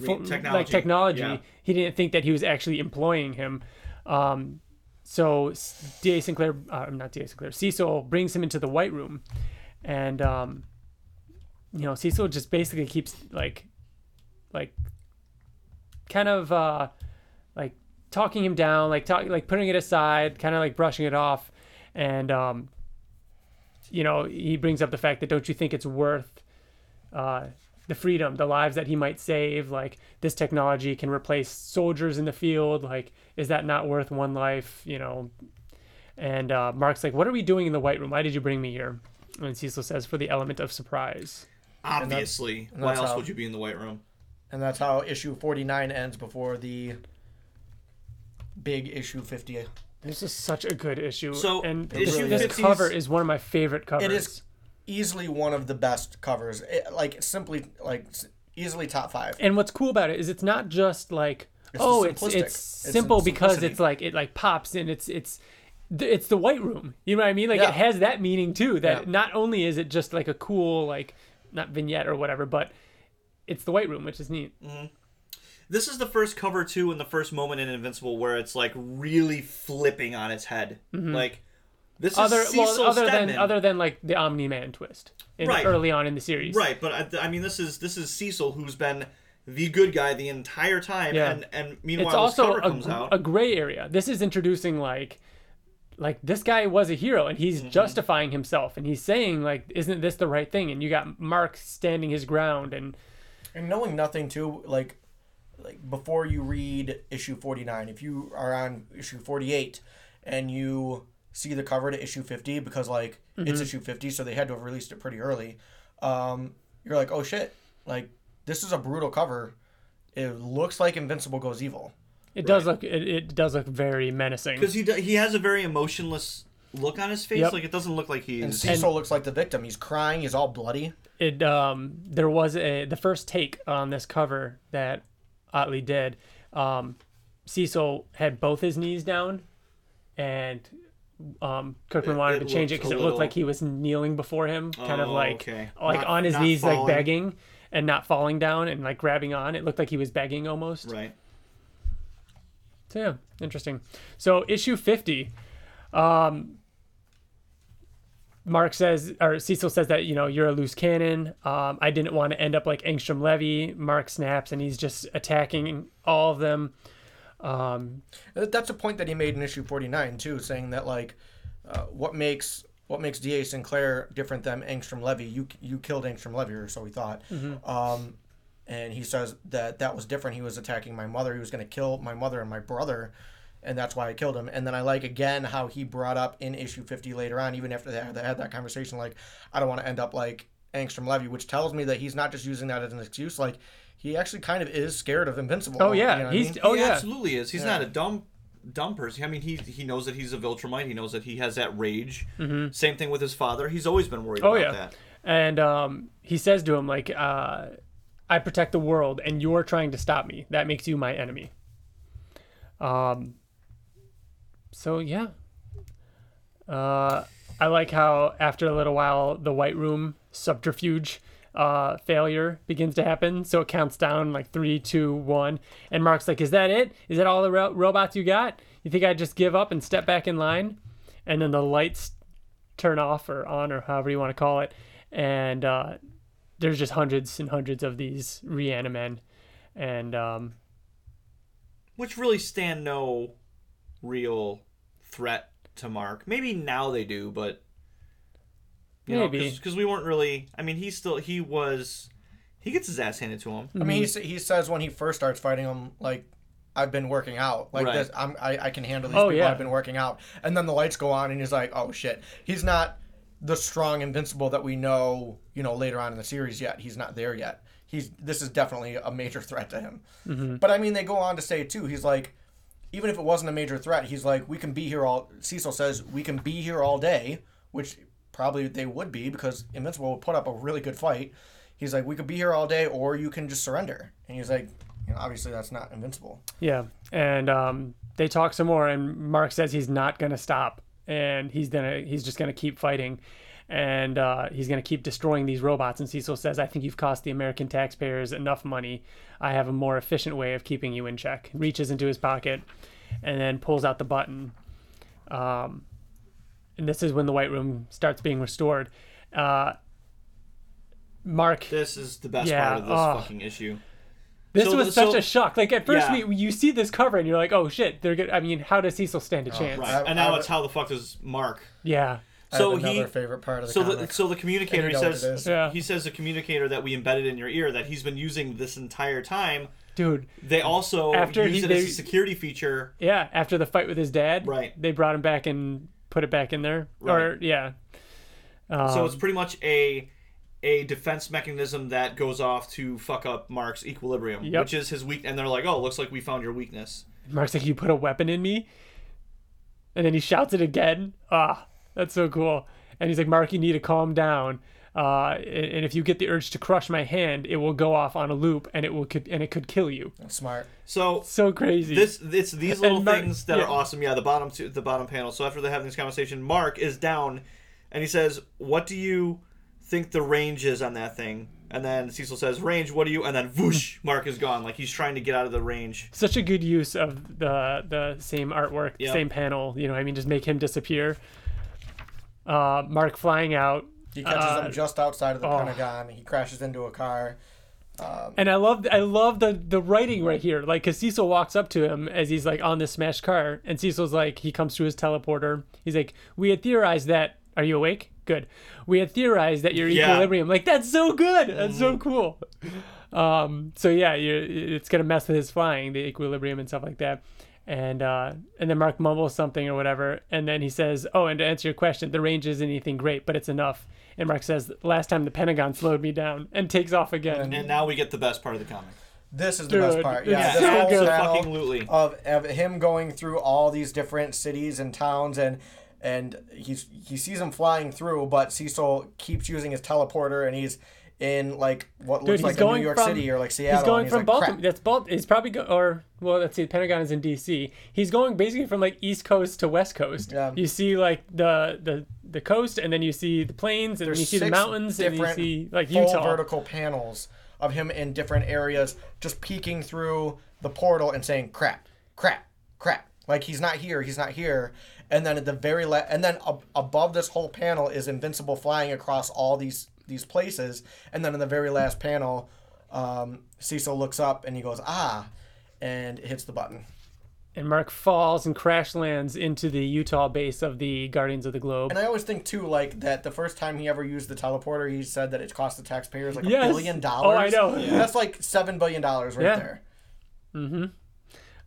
S3: Re-
S2: fo- like technology.
S3: Yeah.
S2: He didn't think that he was actually employing him. Um, so S- Da Sinclair, uh, not Da Sinclair, Cecil brings him into the White Room, and um, you know Cecil just basically keeps like, like, kind of uh, like talking him down, like talk, like putting it aside, kind of like brushing it off, and um, you know he brings up the fact that don't you think it's worth uh, the freedom, the lives that he might save. Like this technology can replace soldiers in the field. Like, is that not worth one life? You know. And uh, Mark's like, "What are we doing in the White Room? Why did you bring me here?" And Cecil says, "For the element of surprise."
S3: Obviously,
S4: and
S3: why
S4: that's
S3: else
S4: how-
S3: would you be in the White Room?
S4: And that's how issue 49 ends before the big issue 50.
S2: This is such a good issue.
S3: So,
S2: and
S3: issue
S2: this, this
S3: 50s
S2: cover is one of my favorite covers.
S4: It is easily one of the best covers. It, like simply like s- easily top 5.
S2: and what's cool about it is it's not just like oh it's
S4: simplistic.
S2: it's
S4: It's
S2: simple
S4: sim-
S2: because
S4: simplicity.
S2: it's like it like pops and it's it's th- it's the white room you know what i mean like
S4: Yeah.
S2: it has that meaning too that
S4: Yeah.
S2: not only is it just like a cool like not vignette or whatever but it's the white room which is neat
S3: This is the first cover too, and the first moment in Invincible where it's like really flipping on its head. Like this
S2: Mm-hmm. other
S3: is Cecil
S2: well other
S3: Stedman.
S2: than other than like the omni-man twist in,
S3: Right.
S2: early on in the series
S3: Right, but uh, I, I mean, this is this is Cecil who's been the good guy the entire time,
S2: Yeah.
S3: and and meanwhile
S2: it's
S3: this
S2: also
S3: cover
S2: a,
S3: comes
S2: gr-
S3: out.
S2: a gray area. This is introducing like like this guy was a hero and
S3: Mm-hmm.
S2: he's justifying himself and he's saying like isn't this the right thing and you got Mark standing his ground and
S4: And knowing nothing too, like like before you read issue 49, if you are on issue 48 and you see the cover to issue 50 because like it's issue 50 so they had to have released it pretty early. Um you're like, "Oh shit. Like this is a brutal cover. It looks like Invincible goes evil."
S2: it does look it, it does look very menacing.
S3: because he do- he has a very emotionless look on his face.
S2: Yep.
S3: Like it doesn't look like
S4: And
S3: he's.
S4: Cecil looks like the victim. He's crying, he's all bloody.
S2: It um there was a the first take on this cover that Otley did. Um Cecil had both his knees down and um, Kirkman
S3: It-
S2: wanted
S3: it
S2: to change it
S3: looked
S2: because
S3: a
S2: it
S3: little-
S2: looked like he was kneeling before him, kind of
S3: Oh,
S2: like
S3: okay.
S2: like
S3: Not-
S2: on his
S3: not
S2: knees,
S3: falling.
S2: like begging and not falling down and like grabbing on. It looked like he was begging almost.
S3: Right.
S2: So yeah, interesting. So issue fifty, um, Mark says or Cecil says that you know you're a loose cannon. Um, I didn't want to end up like Engstrom Levy. Mark snaps and he's just attacking all of them.
S4: That- Uh, That's a point that he made in issue 49 too, saying that like uh, what makes what makes DA Sinclair different than Angstrom Levy? You you killed Angstrom Levy, or so we thought.
S2: Mm-hmm.
S4: Um, and he says that that was different. He was attacking my mother. He was going to kill my mother and my brother, and that's why I killed him. And then I like again how he brought up in issue 50 later on, even after they had, they had that conversation, like I don't want to end up like Angstrom Levy, which tells me that he's not just using that as an excuse. Like he actually kind of is scared of Invincible.
S2: Oh
S4: you know what
S2: yeah,
S4: I
S2: he's
S4: mean?
S2: oh
S3: he
S2: yeah.
S3: absolutely is. He's not a dumb dumb person. I mean, he he knows that he's a Viltrumite. He knows that he has that rage. Same thing with his father. He's always been worried
S2: Mm-hmm. Oh
S3: about
S2: yeah.
S3: that.
S2: And um, he says to him like, uh, "I protect the world, and you're trying to stop me. That makes you my enemy." Um. So yeah. Uh, I like how after a little while, the White Room subterfuge uh, failure begins to happen. So it counts down like three, two, one, and Mark's like, "Is that it? Is that all the ro- robots you got? You think I would just give up and step back in line?" And then the lights turn off or on or however you want to call it. And uh, there's just hundreds and hundreds of these reanimen. And um,
S3: Which really stand no real threat to Mark. Maybe now they do, but
S2: Maybe.
S3: because we weren't really. I mean, he still he was. He gets his ass handed to him.
S4: I mean, he, sa- he says when he first starts fighting him, like, I've been working out. Like
S3: Right.
S4: this, I'm, I, I can handle these
S2: Oh,
S4: people.
S2: yeah.
S4: I've been working out. And then the lights go on, and he's like, oh shit. He's not the strong invincible that we know, you know, later on in the series yet. He's not there yet. He's this is definitely a major threat to him.
S3: Mm-hmm.
S4: But I mean, they go on to say too. He's like, even if it wasn't a major threat, he's like, we can be here all. Cecil says we can be here all day, which probably they would be because Invincible would put up a really good fight. He's like, we could be here all day, or you can just surrender. And he's like, you know, obviously that's not Invincible.
S2: Yeah, and um, they talk some more, and Mark says he's not gonna stop, and he's gonna he's just gonna keep fighting, and uh, he's gonna keep destroying these robots. And Cecil says, "I think you've cost the American taxpayers enough money. I have a more efficient way of keeping you in check." Reaches into his pocket, and then pulls out the button. Um, and this is when the White Room starts being restored. Uh, Mark
S3: This is the best
S2: Yeah,
S3: part of this
S2: ugh.
S3: fucking issue.
S2: This
S3: So
S2: was
S3: the-
S2: such
S3: so-
S2: a shock. Like at first,
S3: Yeah.
S2: we you see this cover and you're like, "Oh shit!" They're good. I mean, how does Cecil stand a chance?
S3: Oh, Right,
S4: I-
S3: and now
S4: I-
S3: it's how the fuck does Mark?
S2: Yeah,
S4: I
S3: So
S4: have another
S3: he
S4: favorite part of the
S3: so
S4: comic.
S3: the, so the communicator
S4: And
S3: he
S4: you know what it
S3: says
S4: is.
S2: Yeah.
S3: he says the communicator that we embedded in your ear that he's been using this entire time.
S2: dude.
S3: They also
S2: After
S3: use
S2: he-
S3: it as
S2: they-
S3: a security feature.
S2: Yeah, after the fight with his dad,
S3: Right.
S2: They brought him back and put it back in there. Or
S3: Right.
S2: yeah,
S3: so
S2: Um,
S3: it's pretty much a a defense mechanism that goes off to fuck up Mark's equilibrium,
S2: Yep.
S3: which is his weak. And they're like, "Oh, looks like we found your weakness."
S2: Mark's like, "You put a weapon in me," and then he shouts it again. Ah, that's so cool. And he's like, "Mark, you need to calm down." Uh, and and if you get the urge to crush my hand, it will go off on a loop, and it will could, and it could kill you.
S4: smart.
S3: So
S2: So crazy.
S3: this it's these little
S2: Mark-
S3: things that
S2: yeah.
S3: are awesome. Yeah, the bottom two, the bottom panel. So after they're having this conversation, Mark is down, and he says, "What do you think the range is on that thing?" And then Cecil says, "Range, what do you?" And then whoosh, Mark is gone. Like he's trying to get out of the range.
S2: such a good use of the the same artwork,
S3: Yeah.
S2: same panel. You know, what I mean, just make him disappear. Uh, Mark flying out,
S4: He catches
S2: Uh,
S4: them just outside of the
S2: oh.
S4: Pentagon. He crashes into a car.
S2: and I love I love the the writing right here. Like, cause Cecil walks up to him as he's like on this smashed car, and Cecil's like he comes to his teleporter. He's like, "We had theorized that. Are you awake? Good. We had theorized that your
S3: Yeah. Mm.
S2: equilibrium. Like, that's so good. That's so cool. Um, so yeah, you're, it's gonna mess with his flying, the equilibrium and stuff like that. And uh, and then Mark mumbles something or whatever, and then he says, "Oh, and to answer your question, the range isn't anything great, but it's enough." And Mark says, "Last time the Pentagon slowed me down," and takes off again.
S3: And now we get the best part of the comic.
S4: This is the best
S2: Dude,
S4: part.
S2: it's
S4: Yeah, this
S2: so
S4: whole
S2: good.
S4: battle
S3: Fucking-lutely.
S4: of, of him going through all these different cities and towns, and and he's he sees him flying through, but Cecil keeps using his teleporter, and he's in like what looks
S2: he's
S4: like a
S2: going
S4: New York
S2: from-
S4: City or like Seattle.
S2: He's going
S4: and
S2: from
S4: like,
S2: Baltimore.
S4: "Crap."
S2: That's Balt. He's probably go- or well, let's see. The Pentagon is in D.C. He's going basically from like East Coast to West Coast.
S4: Yeah.
S2: You see like the the the coast, and then you see the plains, and then
S4: There's
S2: you see the
S4: six
S2: mountains, and you
S4: different
S2: see like
S4: full
S2: Utah.
S4: vertical panels of him in different areas, just peeking through the portal and saying "crap, crap, crap." Like he's not here, he's not here. And then at the very la- and then ab- above this whole panel is Invincible flying across all these these places. And then in the very last panel, um, Cecil looks up and he goes ah, and hits the button.
S2: and Mark falls and crash lands into the Utah base of the Guardians of the Globe.
S4: And I always think too, like that the first time he ever used the teleporter, he said that it cost the taxpayers like
S2: Yes.
S4: a billion
S2: Oh, I
S4: dollars.
S2: know. Yeah.
S4: That's like seven billion dollars right
S2: Yeah.
S4: there.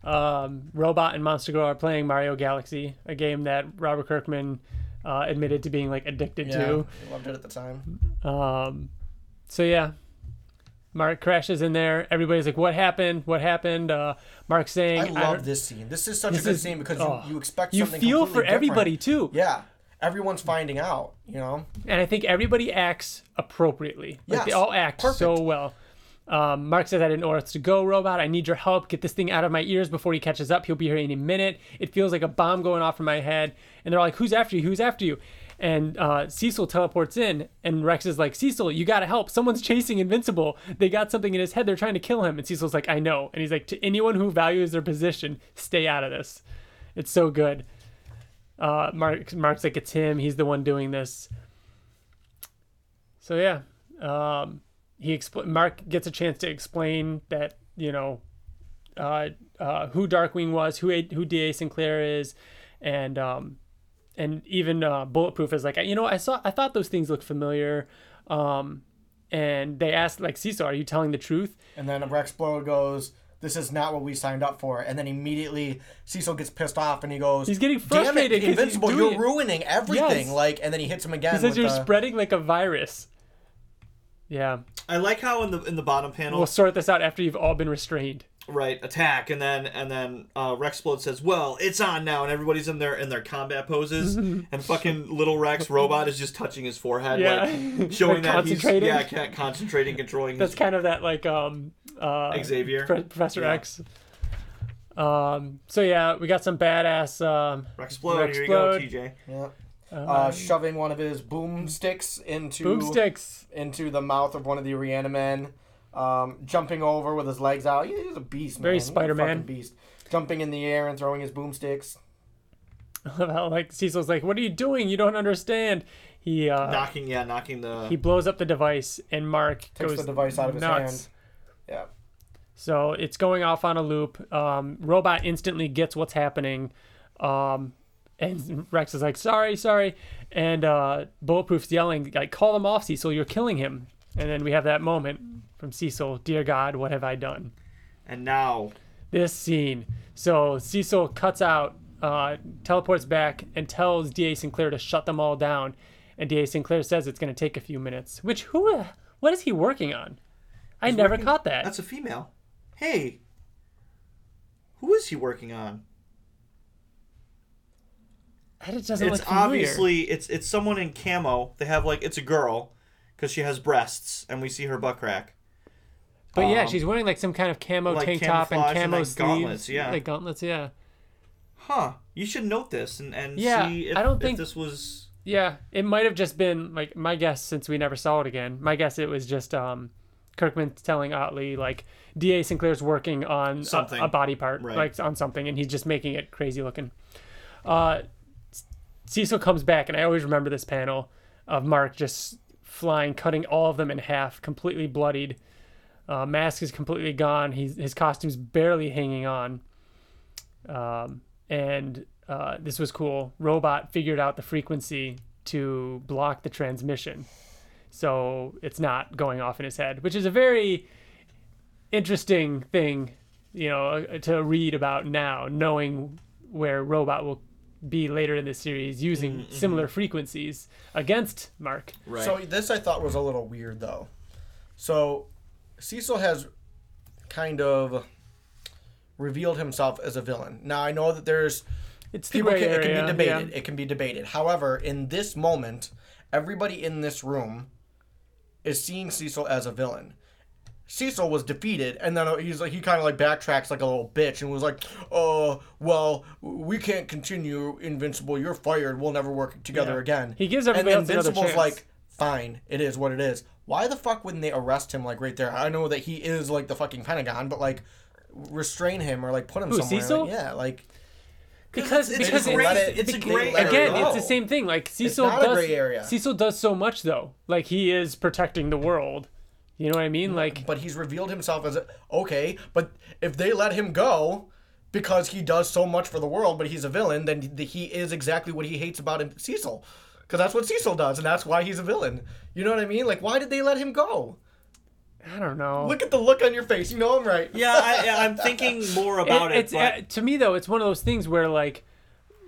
S2: Um, Robot and Monster Girl are playing Mario Galaxy, a game that Robert Kirkman uh, admitted to being like addicted
S4: Yeah,
S2: to.
S4: I loved it at the time.
S2: Um, so yeah, Mark crashes in there. Everybody's like, "What happened? What happened?" Uh, Mark's saying,
S4: I love
S2: don't-
S4: this scene. This is such
S2: This
S4: a good
S2: is-
S4: scene because
S2: oh.
S4: you, you expect
S2: You
S4: something
S2: feel for
S4: completely different.
S2: everybody too,
S4: Yeah, everyone's finding out. You know,
S2: and I think everybody acts appropriately. Like they
S4: Yes,
S2: all act so
S4: perfect.
S2: well. Um, Mark says, "I didn't know where else to go, robot. I need your help. Get this thing out of my ears before he catches up. He'll be here any minute. It feels like a bomb going off in my head." And they're all like, "Who's after you? Who's after you?" And uh, Cecil teleports in, and Rex is like, "Cecil, you gotta help. Someone's chasing Invincible. They got something in his head. They're trying to kill him." And Cecil's like, "I know." And he's like, "To anyone who values their position, stay out of this. It's so good." Uh, Mark, Mark's like, "It's him. He's the one doing this." So yeah, um, he expl- Mark gets a chance to explain that you know uh, uh, who Darkwing was, who a- who D.A. Sinclair is, and um, and even uh, bulletproof is like you know I saw I thought those things looked familiar, um, and they asked like Cecil, are you telling the truth?
S4: And then Rex Blow goes, "This is not what we signed up for." And then immediately Cecil gets pissed off and he goes,
S2: He's getting
S4: "Damn it,
S2: frustrated 'cause he's
S4: Invincible,
S2: doing
S4: you're
S2: it."
S4: ruining everything!"
S2: Yes.
S4: Like, and then he hits him again.
S2: He says
S4: with
S2: you're
S4: the-
S2: spreading like a virus. Yeah,
S3: I like how in the in the bottom panel,
S2: we'll sort this out after you've all been restrained.
S3: right? Attack, and then and then uh, Rexplode says, "Well, it's on now," and everybody's in their in their
S2: *laughs*
S3: combat poses, and fucking little Rex robot is just touching his forehead,
S2: Yeah.
S3: like
S2: *laughs* Like
S3: showing that he's
S2: concentrating.
S3: yeah, can't concentrating, controlling
S2: That's
S3: his
S2: kind of that like um uh
S3: Xavier.
S2: Pro- Professor
S3: Yeah.
S2: X. Um. So yeah, we got some badass. Um.
S3: Rexplode, here you go,
S2: Rexplode.
S3: TJ.
S4: Yeah.
S2: Um,
S4: Uh, shoving one of his boom sticks into
S2: Boomsticks. *laughs*
S4: into the mouth of one of the Arianamen, um, jumping over with his legs out. He- He's a beast, man.
S2: Very
S4: He's a
S2: Spider-Man.
S4: fucking beast. Jumping in the air and throwing his boomsticks.
S2: About like Cecil's like, what are you doing? You don't understand. He uh
S3: Knocking, yeah, knocking the.
S2: he blows up the device, and Mark
S4: Takes
S2: goes
S4: the device out of his
S2: nuts.
S4: hand. Yeah.
S2: So it's going off on a loop. Um, robot instantly gets what's happening. Um, and Rex is like, sorry, sorry. And uh, Bulletproof's yelling, like, call him off, Cecil, you're killing him. And then we have that moment from Cecil, dear God, what have I done?
S3: and now
S2: This scene. So Cecil cuts out, uh, teleports back, and tells D.A. Sinclair to shut them all down. And D.A. Sinclair says it's going to take a few minutes, which who, what is he working on? I never
S3: working-
S2: caught that.
S3: that's a female. Hey, who is he working on?
S2: That just doesn't
S3: It's
S2: look familiar.
S3: obviously it's it's someone in camo. They have like it's a girl because she has breasts and we see her butt crack.
S2: But yeah,
S3: Um,
S2: she's wearing like some kind of camo
S3: like
S2: tank top and
S3: camouflage and,
S2: camo
S3: like,
S2: sleeves,
S3: gauntlets, yeah.
S2: like gauntlets, yeah,
S3: Huh? You should note this and and
S2: Yeah,
S3: see if,
S2: I don't
S3: if
S2: think-
S3: this
S2: *laughs*
S3: was
S2: yeah. It might have just been like my guess, since we never saw it again. My guess it was just um, Kirkman telling Otley like D.A. Sinclair's working on a-
S3: Something.
S2: a, body part,
S3: Right.
S2: like on something, and he's just making it crazy looking. Uh, C- Cecil comes back, and I always remember this panel of Mark just flying, cutting all of them in half, completely bloodied. Uh, mask is completely gone. He's, his costume's barely hanging on. Um, and uh, this was cool. Robot figured out the frequency to block the transmission. So it's not going off in his head, which is a very interesting thing, you know, uh, to read about now, knowing where Robot will be later in the series using
S4: Mm-hmm,
S2: similar frequencies against Mark.
S3: right.
S4: So this I thought was a little weird though. So Cecil has kind of revealed himself as a villain. Now I know that there's
S2: It's the
S4: people
S2: gray
S4: can, it can
S2: area,
S4: be debated.
S2: yeah.
S4: It can be debated. However, in this moment, everybody in this room is seeing Cecil as a villain. Cecil was defeated, and then he's like he kind of like backtracks like a little bitch and was like, "Oh, well, we can't continue Invincible. You're fired. We'll never work together
S2: Yeah.
S4: again."
S2: He gives
S4: and
S2: everybody
S4: then
S2: else another
S4: Invincible's
S2: chance.
S4: like, "Fine, it is what it is." Why the fuck wouldn't they arrest him like right there? I know that he is like the fucking Pentagon, but like restrain him or like put him
S2: Who,
S4: somewhere.
S2: Cecil?
S4: Like, yeah, like
S2: Because
S3: it's
S2: because
S4: They
S3: a
S2: it's,
S4: let
S3: gray-
S4: it-
S3: it's a
S4: they
S3: gray
S4: let it
S2: again,
S4: go.
S2: it's the same thing. Like Cecil
S4: not a
S2: does
S4: gray area.
S2: Cecil does so much though. Like he is protecting the world. You know what I mean? Like
S4: but he's revealed himself as a, okay. But if they let him go because he does so much for the world, but he's a villain, then th- he is exactly what he hates about him, Cecil, because that's what Cecil does, and that's why he's a villain. You know what I mean? Like, why did they let him go?
S2: I don't know.
S4: Look at the look on your face. You know I'm right.
S3: yeah, I, I'm thinking more
S2: It-
S3: about it.
S2: it's
S3: but
S2: uh, to me though, it's one of those things where like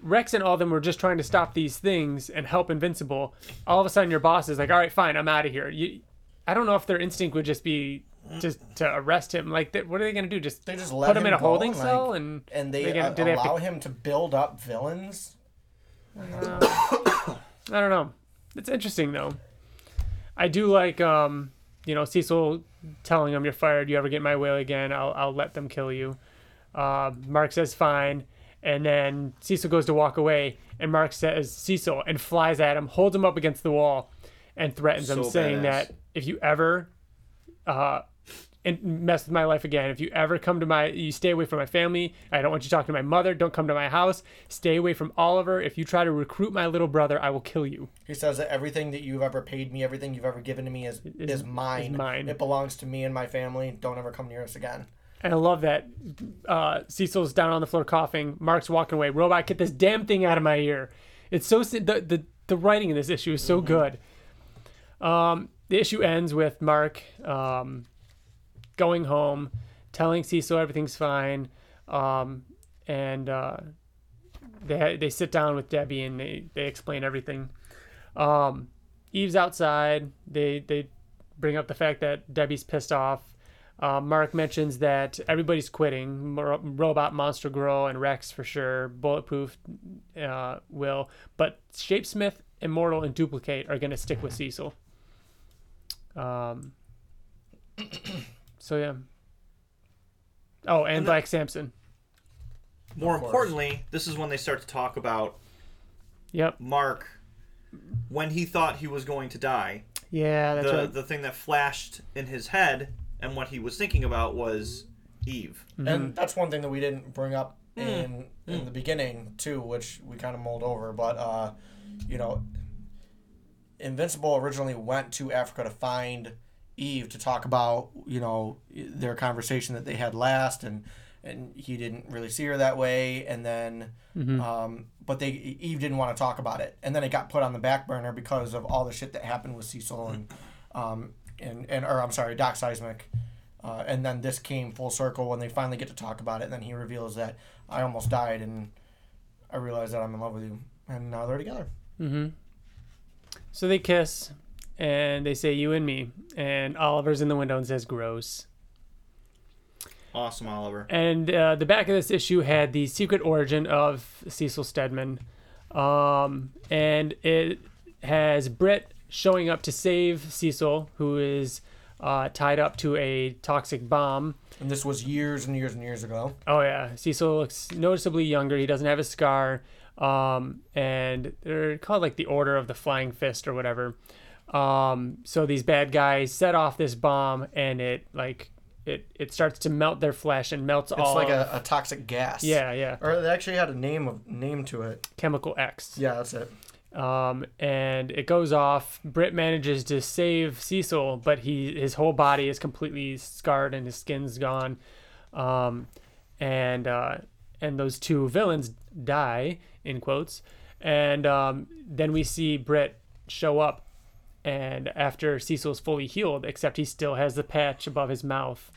S2: Rex and all them were just trying to stop these things and help Invincible. All of a sudden, your boss is like, "All right, fine, I'm out of here." You, I don't know if their instinct would just be just to arrest him. Like, th- what are they gonna do? Just
S4: They just let
S2: put him,
S4: him
S2: in a
S4: go,
S2: holding
S4: like,
S2: cell and
S4: And they,
S2: they gonna-
S4: uh,
S2: do they have to-
S4: allow him to build up villains.
S2: I don't know. It's interesting though. I do like um, you know, Cecil telling him you're fired, you ever get in my way again, I'll I'll let them kill you. Uh, Mark says fine, and then Cecil goes to walk away, and Mark says Cecil and flies at him, holds him up against the wall, and threatens him,
S3: So
S2: saying
S3: badass.
S2: that if you ever uh and mess with my life again. If you ever come to my, you stay away from my family. I don't want you talking to my mother. Don't come to my house. Stay away from Oliver. If you try to recruit my little brother, I will kill you.
S4: He says that everything that you've ever paid me, everything you've ever given to me is is, mine.
S2: mine.
S4: It belongs to me and my family. Don't ever come near us again.
S2: And I love that uh, Cecil's down on the floor coughing. Mark's walking away. Robot, get this damn thing out of my ear. It's so si- the the, the writing in this issue is so good. Um, the issue ends with Mark um, going home, telling Cecil everything's fine, um, and uh, they they sit down with Debbie and they they explain everything. Um, Eve's outside. They they bring up the fact that Debbie's pissed off. Uh, Mark mentions that everybody's quitting. Mo- Robot, Monster Girl, and Rex for sure. Bulletproof uh, will, but Shapesmith, Immortal, and Duplicate are gonna stick with Cecil. Um. So yeah. Oh, and, Black Samson.
S3: More
S4: course.
S3: importantly, this is when they start to talk about
S2: Yep.
S3: Mark when he thought he was going to die.
S2: Yeah, that's
S3: The
S2: right.
S3: the thing that flashed in his head and what he was thinking about was Eve.
S2: Mm.
S4: And that's one thing that we didn't bring up in in the beginning too, which we kind of mulled over. But uh, you know, Invincible originally went to Africa to find Eve to talk about you know their conversation that they had last, and and he didn't really see her that way, and then. Um, but they Eve didn't want to talk about it, and then it got put on the back burner because of all the shit that happened with Cecil and, um, and and or I'm sorry, Doc Seismic, uh, and then this came full circle when they finally get to talk about it. And then he reveals that I almost died, and I realized that I'm in love with you, and now they're together.
S2: So they kiss, and they say "you and me," and Oliver's in the window and says "gross."
S3: Awesome, Oliver.
S2: And uh, the back of this issue had the secret origin of Cecil Stedman, um, and it has Britt showing up to save Cecil, who is uh, tied up to a toxic bomb.
S4: And this was years and years and years ago.
S2: Oh yeah, Cecil looks noticeably younger. He doesn't have a scar, um, and they're called like the Order of the Flying Fist or whatever. Um, so these bad guys set off this bomb, and it like it it starts to melt their flesh and melts
S4: It's
S2: all.
S4: like a, a toxic gas.
S2: yeah, yeah,
S4: Oh. Or it actually had a name of name to it.
S2: chemical X.
S4: Yeah, that's it.
S2: Um, and it goes off. Britt manages to save Cecil, but he his whole body is completely scarred and his skin's gone. Um, and uh, and those two villains die in quotes. And um, then we see Britt show up, and after Cecil's fully healed, except he still has the patch above his mouth.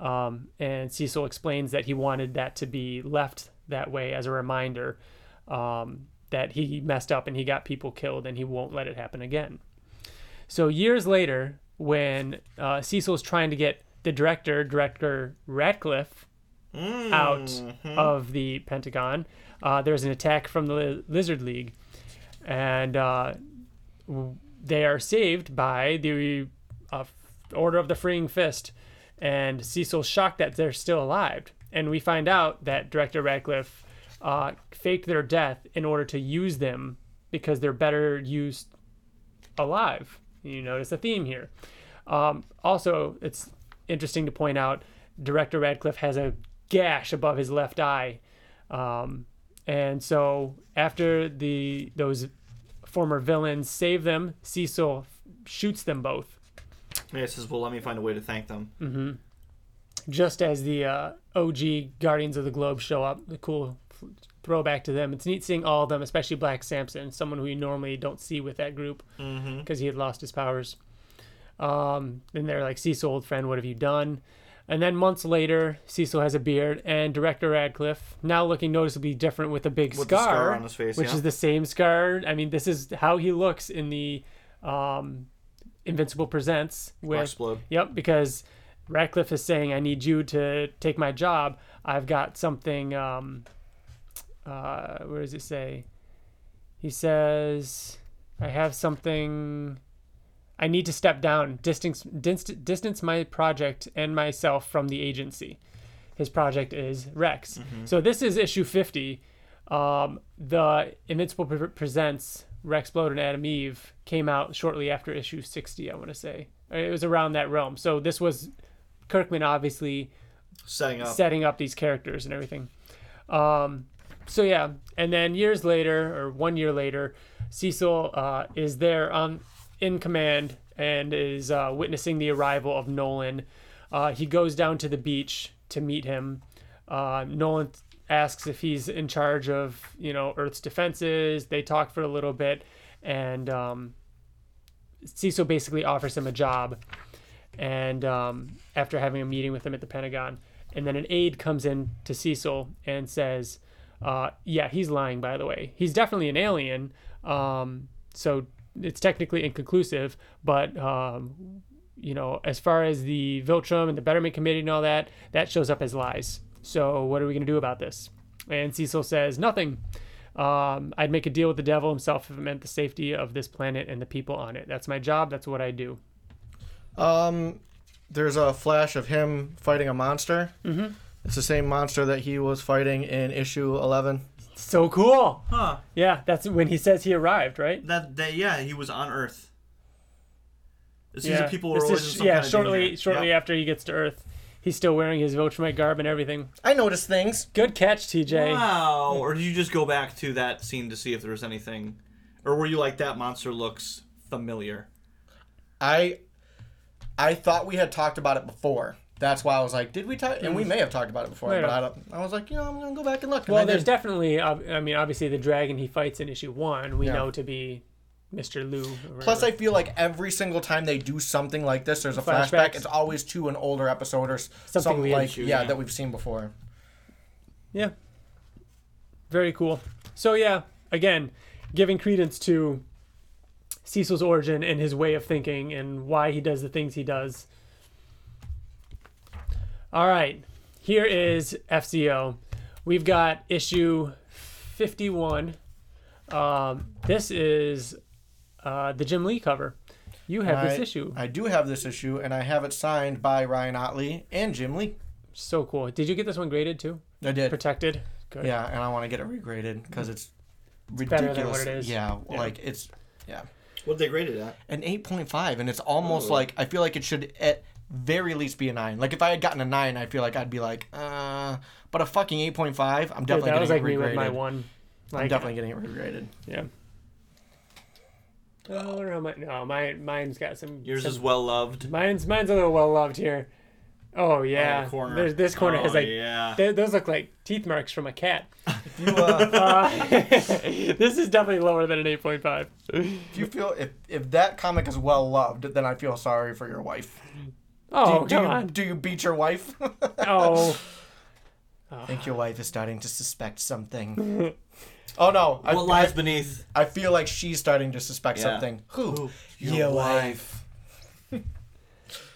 S2: Um, and Cecil explains that he wanted that to be left that way as a reminder um, that he messed up and he got people killed and he won't let it happen again. So years later, when uh, Cecil's trying to get the director, director Ratcliffe, out of the Pentagon, uh, there's an attack from the Li- Lizard League, and uh, w- they are saved by the uh, Order of the Freeing Fist. And Cecil's shocked that they're still alive. And we find out that director Radcliffe uh, faked their death in order to use them because they're better used alive. You notice a theme here. Um, also, it's interesting to point out director Radcliffe has a gash above his left eye. Um, and so after the those former villains save them, Cecil shoots them both.
S3: Yeah, it says, well, let me find a way to thank them.
S2: Just as the uh, OG Guardians of the Globe show up, the cool f- throwback to them. It's neat seeing all of them, especially Black Samson, someone who you normally don't see with that group because
S3: Mm-hmm.
S2: he had lost his powers. Um, and they're like, Cecil, old friend, what have you done? And then months later, Cecil has a beard, and director Radcliffe, now looking noticeably different with a big
S3: With the
S2: scar,
S3: scar on his face,
S2: which
S3: yeah.
S2: is the same scar. I mean, this is how he looks in the um, Invincible Presents. With,
S3: Blood.
S2: Yep, because Radcliffe is saying, I need you to take my job. I've got something. Um, uh, where does it say? He says, I have something. I need to step down, distance, dist- distance my project and myself from the agency. His project is Rex. So this is issue 50. Um, the Invincible Pre- Presents Rex Blode and Adam Eve came out shortly after issue 60, I want to say. It was around that realm. So this was Kirkman obviously
S3: Setting up.
S2: setting up these characters and everything. Um, so yeah, and then years later, or one year later, Cecil uh, is there on in command and is uh, witnessing the arrival of Nolan. Uh, he goes down to the beach to meet him. Uh, Nolan asks if he's in charge of you know Earth's defenses. They talk for a little bit, and um, Cecil basically offers him a job. And um, after having a meeting with him at the Pentagon, and then an aide comes in to Cecil and says, uh, "Yeah, he's lying. By the way, he's definitely an alien. Um, so it's technically inconclusive, but um, you know, as far as the Viltrum and the Betterment Committee and all that, that shows up as lies. So what are we going to do about this? And Cecil says, nothing. Um, I'd make a deal with the devil himself if it meant the safety of this planet and the people on it. That's my job. That's what I do.
S4: Um, there's a flash of him fighting a monster. Mm-hmm. It's the same monster that he was fighting in issue 11.
S2: So cool.
S3: Huh.
S2: Yeah, that's when he says he arrived, right?
S3: That, that yeah, he was on Earth. This is
S2: yeah.
S3: a people who
S2: This
S3: are always
S2: is-
S3: in some
S2: yeah,
S3: kind of
S2: shortly
S3: danger.
S2: shortly
S3: Yeah.
S2: after he gets to Earth, he's still wearing his Viltrumite garb and everything.
S4: I noticed things.
S2: Good catch, TJ.
S3: Wow. Or did you just go back to that scene to see if there was anything, or were you like that monster looks familiar?
S4: I I thought we had talked about it before. That's why I was like, did we talk? And we may have talked about it before,
S2: Later.
S4: but I, don't, I was like, you know, I'm gonna go back and look. and I
S2: Well, there's
S4: did.
S2: definitely. ob- I mean, obviously, the dragon he fights in issue one, we
S4: Yeah.
S2: know to be Mr. Lu. or
S4: Plus, I
S2: whatever.
S4: feel like every single time they do something like this, there's a
S2: Flashbacks.
S4: flashback. It's always to an older episode or s-
S2: Something
S4: something,
S2: we
S4: like
S2: didn't shoot,
S4: yeah,
S3: yeah.
S4: that we've seen before.
S2: yeah, very cool. So yeah, again, giving credence to Cecil's origin and his way of thinking and why he does the things he does. All right, here is FCO. We've got issue 51. Um, this is uh, the Jim Lee cover. You have this
S4: I-
S2: issue.
S4: I do have this issue, and I have it signed by Ryan Otley and Jim Lee.
S2: So cool. Did you get this one graded too?
S4: I did.
S2: Protected. Good.
S4: Yeah, and I want to get it regraded because it's ridiculous.
S2: better than what it is.
S4: Yeah,
S2: Yeah.
S4: like it's yeah
S3: What they graded at?
S4: an eight point five, and it's almost like I feel like it should at very least be a nine. Like if I had gotten a nine, I feel like I'd be like, uh, but a fucking eight point five, I'm
S2: Dude,
S4: definitely
S2: that
S4: getting
S2: was
S4: it
S2: like
S4: regraded.
S2: me with my one. Like,
S4: I'm definitely getting it regraded.
S2: Yeah. Oh, where am I? No, my mine's got some.
S3: Yours
S2: some-
S3: is well loved.
S2: Mine's mine's a little well loved here. Oh yeah.
S3: the corner.
S2: There's, this corner has
S3: Oh,
S2: like.
S3: yeah.
S2: th- those look like teeth marks from a cat.
S4: You, *laughs* uh,
S2: Uh, *laughs* this is definitely lower than an 8.5.
S4: if you feel if if that comic is well loved, then I feel sorry for your wife.
S2: Oh
S4: do
S2: come
S4: you,
S2: on.
S4: Do you beat your wife? *laughs*
S2: Oh.
S4: I think your wife is starting to suspect something. *laughs* oh no! I,
S3: What lies beneath?
S4: I feel like she's starting to suspect
S3: Yeah.
S4: something. Who? Your, wife. *laughs*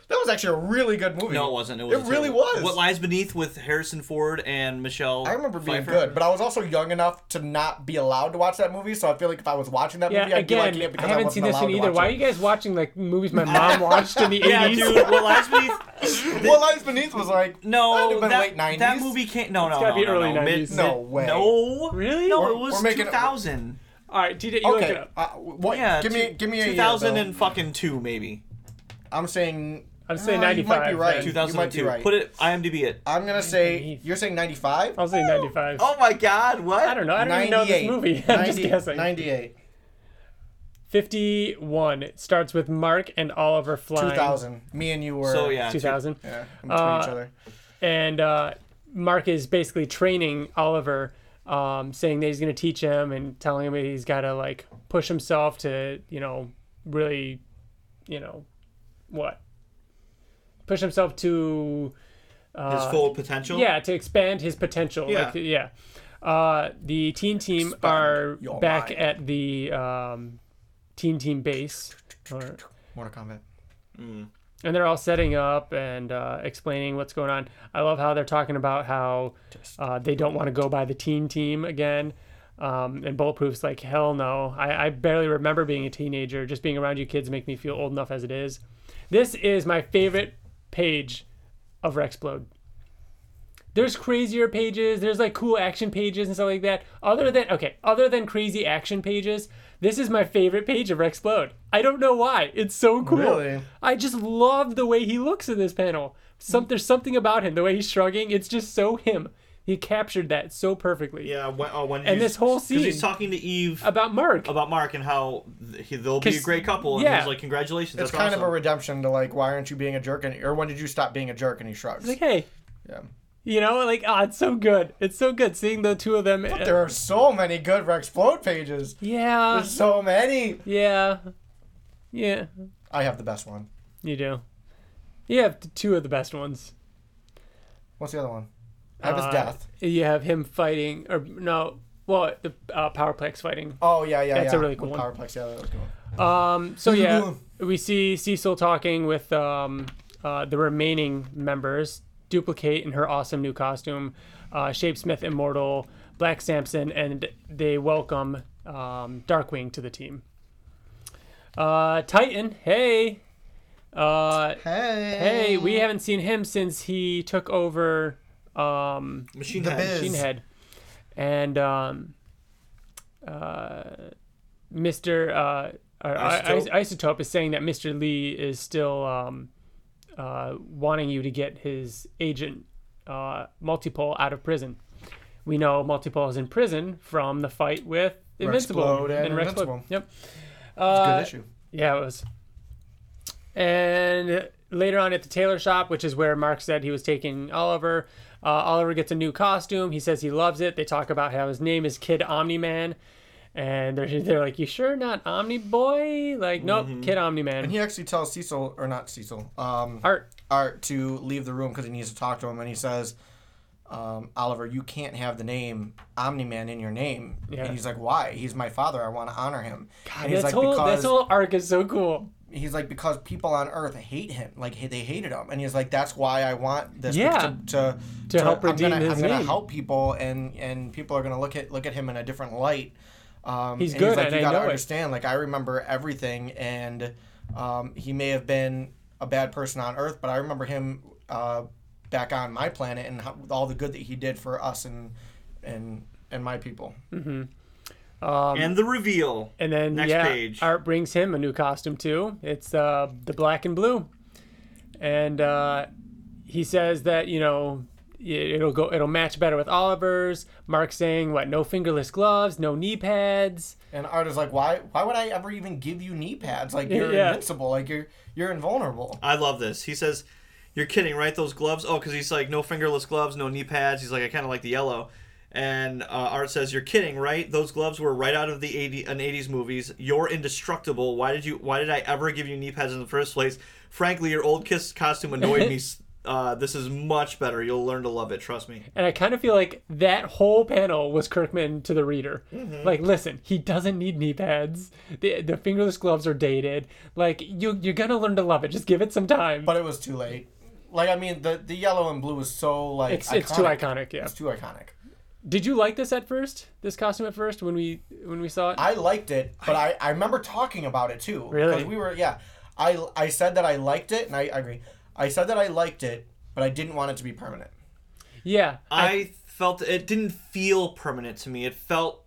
S4: That was actually a really good movie.
S3: No, it wasn't. It, was
S4: It
S3: a
S4: really
S3: terrible-
S4: was.
S3: What lies beneath with Harrison Ford and Michelle?
S4: I remember being
S3: Pfeiffer?
S4: good, but I was also young enough to not be allowed to watch that movie. So I feel like if I was watching that
S2: Yeah,
S4: movie, I'd be
S2: again,
S4: liking it because
S2: I
S4: I
S2: haven't seen
S4: wasn't
S2: this
S4: allowed
S2: one
S4: to
S2: either.
S4: watch
S2: Why are
S4: it.
S2: you guys watching like movies my
S4: *laughs*
S2: mom watched in the 80s?
S3: Yeah, dude. What lies beneath?
S4: Well, Lies Beneath was like might
S3: No,
S4: have been
S3: that,
S4: late 90s.
S3: that movie can't. No, no,
S2: gotta
S3: no,
S2: be
S3: no,
S2: early
S3: no. Mid-
S2: 90s.
S4: No way.
S3: No,
S2: Really?
S3: No,
S4: We're-
S3: it was
S4: we're making it-
S3: 2000.
S2: All right, TJ, you look it
S4: Okay.
S2: up.
S4: Uh, what,
S3: Yeah,
S4: give me
S3: two-
S4: give me a uh,
S3: 2000
S4: year,
S3: and fucking two maybe.
S4: though. I'm saying.
S2: I'm saying
S4: uh, You might be
S2: 95,
S4: right.
S2: then.
S4: You might be
S3: 2002.
S4: right.
S3: Put it IMDb it.
S4: I'm gonna say you're saying 95.
S2: I'll say 95.
S3: Oh my god, what?
S2: I don't know. I don't even know this
S4: 98.
S2: movie. *laughs* I'm just
S4: 90
S2: guessing.
S4: 98.
S2: 51 It starts with Mark and Oliver flying.
S4: 2000. Me and you were.
S3: So yeah,
S2: 2000.
S4: Yeah, in between
S2: Uh,
S4: each other.
S2: And uh, Mark is basically training Oliver, um, saying that he's going to teach him and telling him that he's got to like push himself to, you know, really, you know, what? Push himself to
S3: his full potential.
S2: Yeah, to expand his potential.
S3: Yeah.
S2: Like, yeah. Uh, the teen team are
S4: your
S2: back
S4: mind.
S2: at the um, teen team base, or-
S4: Mortal Kombat.
S2: and they're all setting up and uh, explaining what's going on. I love how they're talking about how uh, they don't want to go by the teen team again. Um, and Bulletproof's like, hell no. I, I barely remember being a teenager. Just being around you kids make me feel old enough as it is. This is my favorite page of Rexplode. There's crazier pages. There's like cool action pages and stuff like that. Other than okay, other than crazy action pages, this is my favorite page of Rexplode. I don't know why. It's so cool.
S4: Really?
S2: I just love the way he looks in this panel.
S3: Mm.
S2: Some, there's something about him. The way he's shrugging. It's just so him. He captured that so perfectly.
S3: Yeah, when, oh, when
S2: And
S3: he's-
S2: this whole
S3: 'cause he's
S2: scene-
S3: talking to Eve
S2: About Mark.
S3: about Mark and how th- he- they'll be a
S2: 'Cause-
S3: great couple. And
S2: yeah.
S3: he's like, congratulations.
S4: It's
S3: That's
S4: kind of
S3: awesome.
S4: a redemption to like, why aren't you being a jerk? And or when did you stop being a jerk? And he shrugs.
S2: like, hey,
S4: yeah.
S2: You know, like oh, it's so good. It's so good seeing the two of them. uh,
S4: But there are so many good Rexplode pages.
S2: yeah,
S4: There's so many.
S2: yeah, yeah.
S4: I have the best one.
S2: You do. You have t- two of the best ones.
S4: What's the other one? I have
S2: Uh,
S4: his death.
S2: You have him fighting, or no? Well, the uh, Powerplex fighting.
S4: Oh yeah, yeah, yeah.
S2: that's a really cool
S4: With
S2: one.
S4: Powerplex, yeah, that was a good one.
S2: Um, so
S4: Who's the
S2: yeah,
S4: villain?
S2: we see Cecil talking with um, uh, the remaining members. Duplicate in her awesome new costume, uh, Shapesmith Immortal, Black Samson, and they welcome um, Darkwing to the team. Uh, Titan, hey, uh,
S4: Hey.
S2: hey, we haven't seen him since he took over um,
S3: Machine
S4: The
S3: Head.
S4: Biz.
S2: Machine Head, and um, uh, Mr. Uh, or I-
S3: Isotope.
S2: I- Isotope is saying that Mr. Lee is still um, uh, wanting you to get his agent uh, Multipole out of prison. We know Multipole is in prison from the fight with Invincible
S4: Rexplode and
S2: Rexplode.
S4: Invincible.
S2: Yep.
S4: It's a
S2: Uh,
S4: good issue.
S2: yeah, it was. And later on at the tailor shop, which is where Mark said he was taking Oliver, uh, Oliver gets a new costume. He says he loves it. They talk about how his name is Kid Omni Man. And they're, *laughs* they're like, You sure not Omni Boy? Like, nope, Kid Omni Man.
S4: Mm-hmm. And he actually tells Cecil, or not Cecil, um,
S2: Art.
S4: Art to leave the room because he needs to talk to him. And he says, um, Oliver, you can't have the name Omni Man in your name.
S2: Yeah.
S4: And he's like, why? He's my father. I want to honor him. and he's
S2: This, whole, this whole arc is so cool.
S4: he's like because people on Earth hate him, like he- they hated him, and he's like that's why I want this
S2: Yeah.
S4: to, to,
S2: To help redeem
S4: I'm gonna,
S2: his
S4: I'm gonna
S2: name.
S4: help people, and and people are gonna look at look at him in a different light. Um,
S2: He's
S4: and
S2: good,
S4: like,
S2: and
S4: you
S2: I
S4: gotta
S2: know it."
S4: understand. Like I remember everything, and um, he may have been a bad person on Earth, but I remember him uh, back on my planet and how, all the good that he did for us and and and my people.
S2: Um,
S3: and the reveal.
S2: And then,
S3: Next
S2: yeah,
S3: page.
S2: Art brings him a new costume too. It's uh, the black and blue, and uh, he says that you know i- it'll go, it'll match better with Oliver's. Mark's saying what? No fingerless gloves, no knee pads.
S4: And Art is like, why? Why would I ever even give you knee pads? Like you're
S2: Yeah.
S4: invincible. Like you're you're invulnerable.
S3: I love this. He says, "You're kidding, right? Those gloves? Oh, because he's like no fingerless gloves, no knee pads. He's like, I kind of like the yellow." And uh, Art says, "You're kidding, right? Those gloves were right out of the 80, an 80s movies. You're indestructible. Why did you? Why did I ever give you knee pads in the first place? Frankly, your old kiss costume annoyed me. Uh, this is much better. You'll learn to love it. Trust me."
S2: And I kind of feel like that whole panel was Kirkman to the reader. Like, listen, he doesn't need knee pads. The, the fingerless gloves are dated. Like, you you're gonna learn to love it. Just give it some time.
S4: But it was too late. Like I mean, the the yellow and blue is so like
S2: it's it's too iconic. Yeah.
S4: It's too iconic.
S2: Did you like this at first? This costume at first when we when we saw it?
S4: I liked it, but I, I remember talking about it too.
S2: Really?
S4: Because we were yeah. I I said that I liked it, and I, I agree. I said that I liked it, but I didn't want it to be permanent.
S2: yeah.
S3: I felt it didn't feel permanent to me. It felt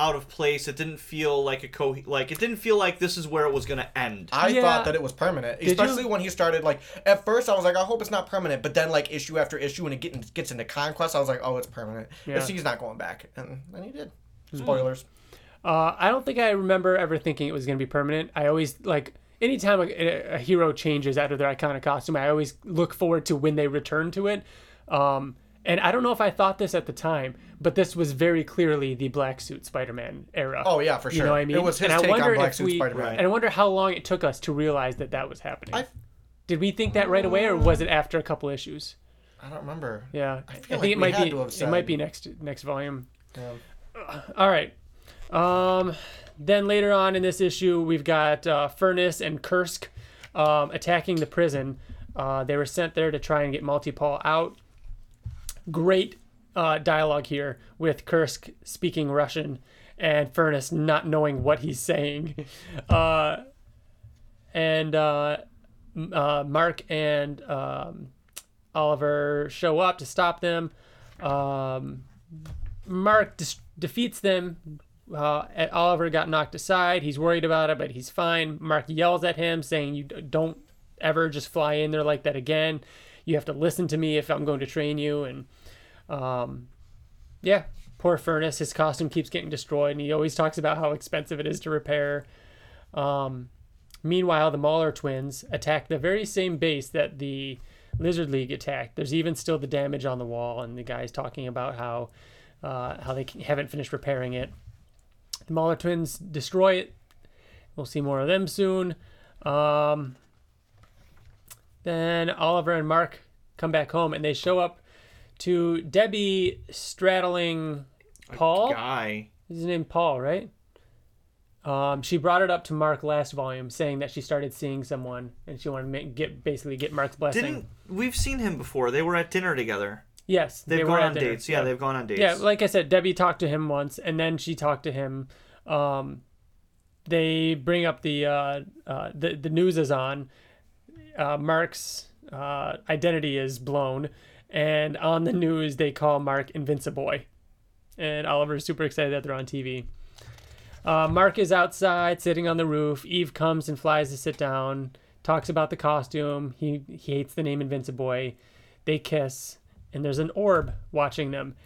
S3: out of place. It didn't feel like a co like it didn't feel like this is where it was gonna end.
S4: I
S2: Yeah.
S4: thought that it was permanent, especially
S2: you?
S4: when he started. Like at first, I was like, I hope it's not permanent. But then, like issue after issue, when it get, gets into conquest, I was like, oh, it's permanent.
S2: Yeah. Hmm.
S4: It's, he's not going back, and then he did. Spoilers.
S2: Uh, I don't think I remember ever thinking it was going to be permanent. I always like anytime a, a, a hero changes out of their iconic costume, I always look forward to when they return to it. Um, and I don't know if I thought this at the time, but this was very clearly the black suit Spider-Man era.
S4: Oh, yeah, for
S2: You
S4: sure.
S2: know what I mean?
S4: It was his
S2: and I
S4: take on
S2: wonder
S4: black
S2: if
S4: suit
S2: we-
S4: Spider-Man.
S2: And I wonder how long it took us to realize that that was happening.
S4: I-
S2: Did we think that right away, or was it after a couple issues?
S4: I don't remember.
S2: Yeah, I, think
S4: feel like
S2: it
S4: we
S2: might
S4: had
S2: be.
S4: to have
S2: It might
S4: said-
S2: be next next volume. Uh,
S4: Yeah.
S2: All right. Um, then later on in this issue, we've got uh, Furnace and Kursk um, attacking the prison. Uh, they were sent there to try and get Multipaul out. Great uh, dialogue here with Kursk speaking Russian and Furnace not knowing what he's saying. *laughs* Uh, and uh, m- uh, Mark and um, Oliver show up to stop them. Um, Mark dis- defeats them. Uh, and Oliver got knocked aside. He's worried about it, but he's fine. Mark yells at him, saying, "You d- don't ever just fly in there like that again. You have to listen to me if I'm going to train you." And um, yeah, poor Furnace. His costume keeps getting destroyed, and he always talks about how expensive it is to repair. Um, meanwhile, the Mahler twins attack the very same base that the Lizard League attacked. There's even still the damage on the wall, and the guy's talking about how uh, how they c- haven't finished repairing it. The Mahler twins destroy it. We'll see more of them soon. Um, then Oliver and Mark come back home, and they show up to Debbie straddling Paul.
S3: Guy.
S2: His name Paul, right? Um, she brought it up to Mark last volume, saying that she started seeing someone, and she wanted to make, get basically get Mark's blessing.
S3: Didn't we've seen him before? They were at dinner together.
S2: yes,
S3: They've
S2: they were
S3: gone
S2: at
S3: on
S2: dinner.
S3: dates. Yeah, they've gone on dates.
S2: yeah. Like I said, Debbie talked to him once, and then she talked to him. Um, they bring up the uh, uh, the the news is on. Uh, Mark's uh, identity is blown, and on the news they call Mark Invinciboy, and Oliver's super excited that they're on TV. Uh, Mark is outside sitting on the roof. Eve comes and flies to sit down, talks about the costume. He, he hates the name Invinciboy. They kiss, and there's an orb watching them.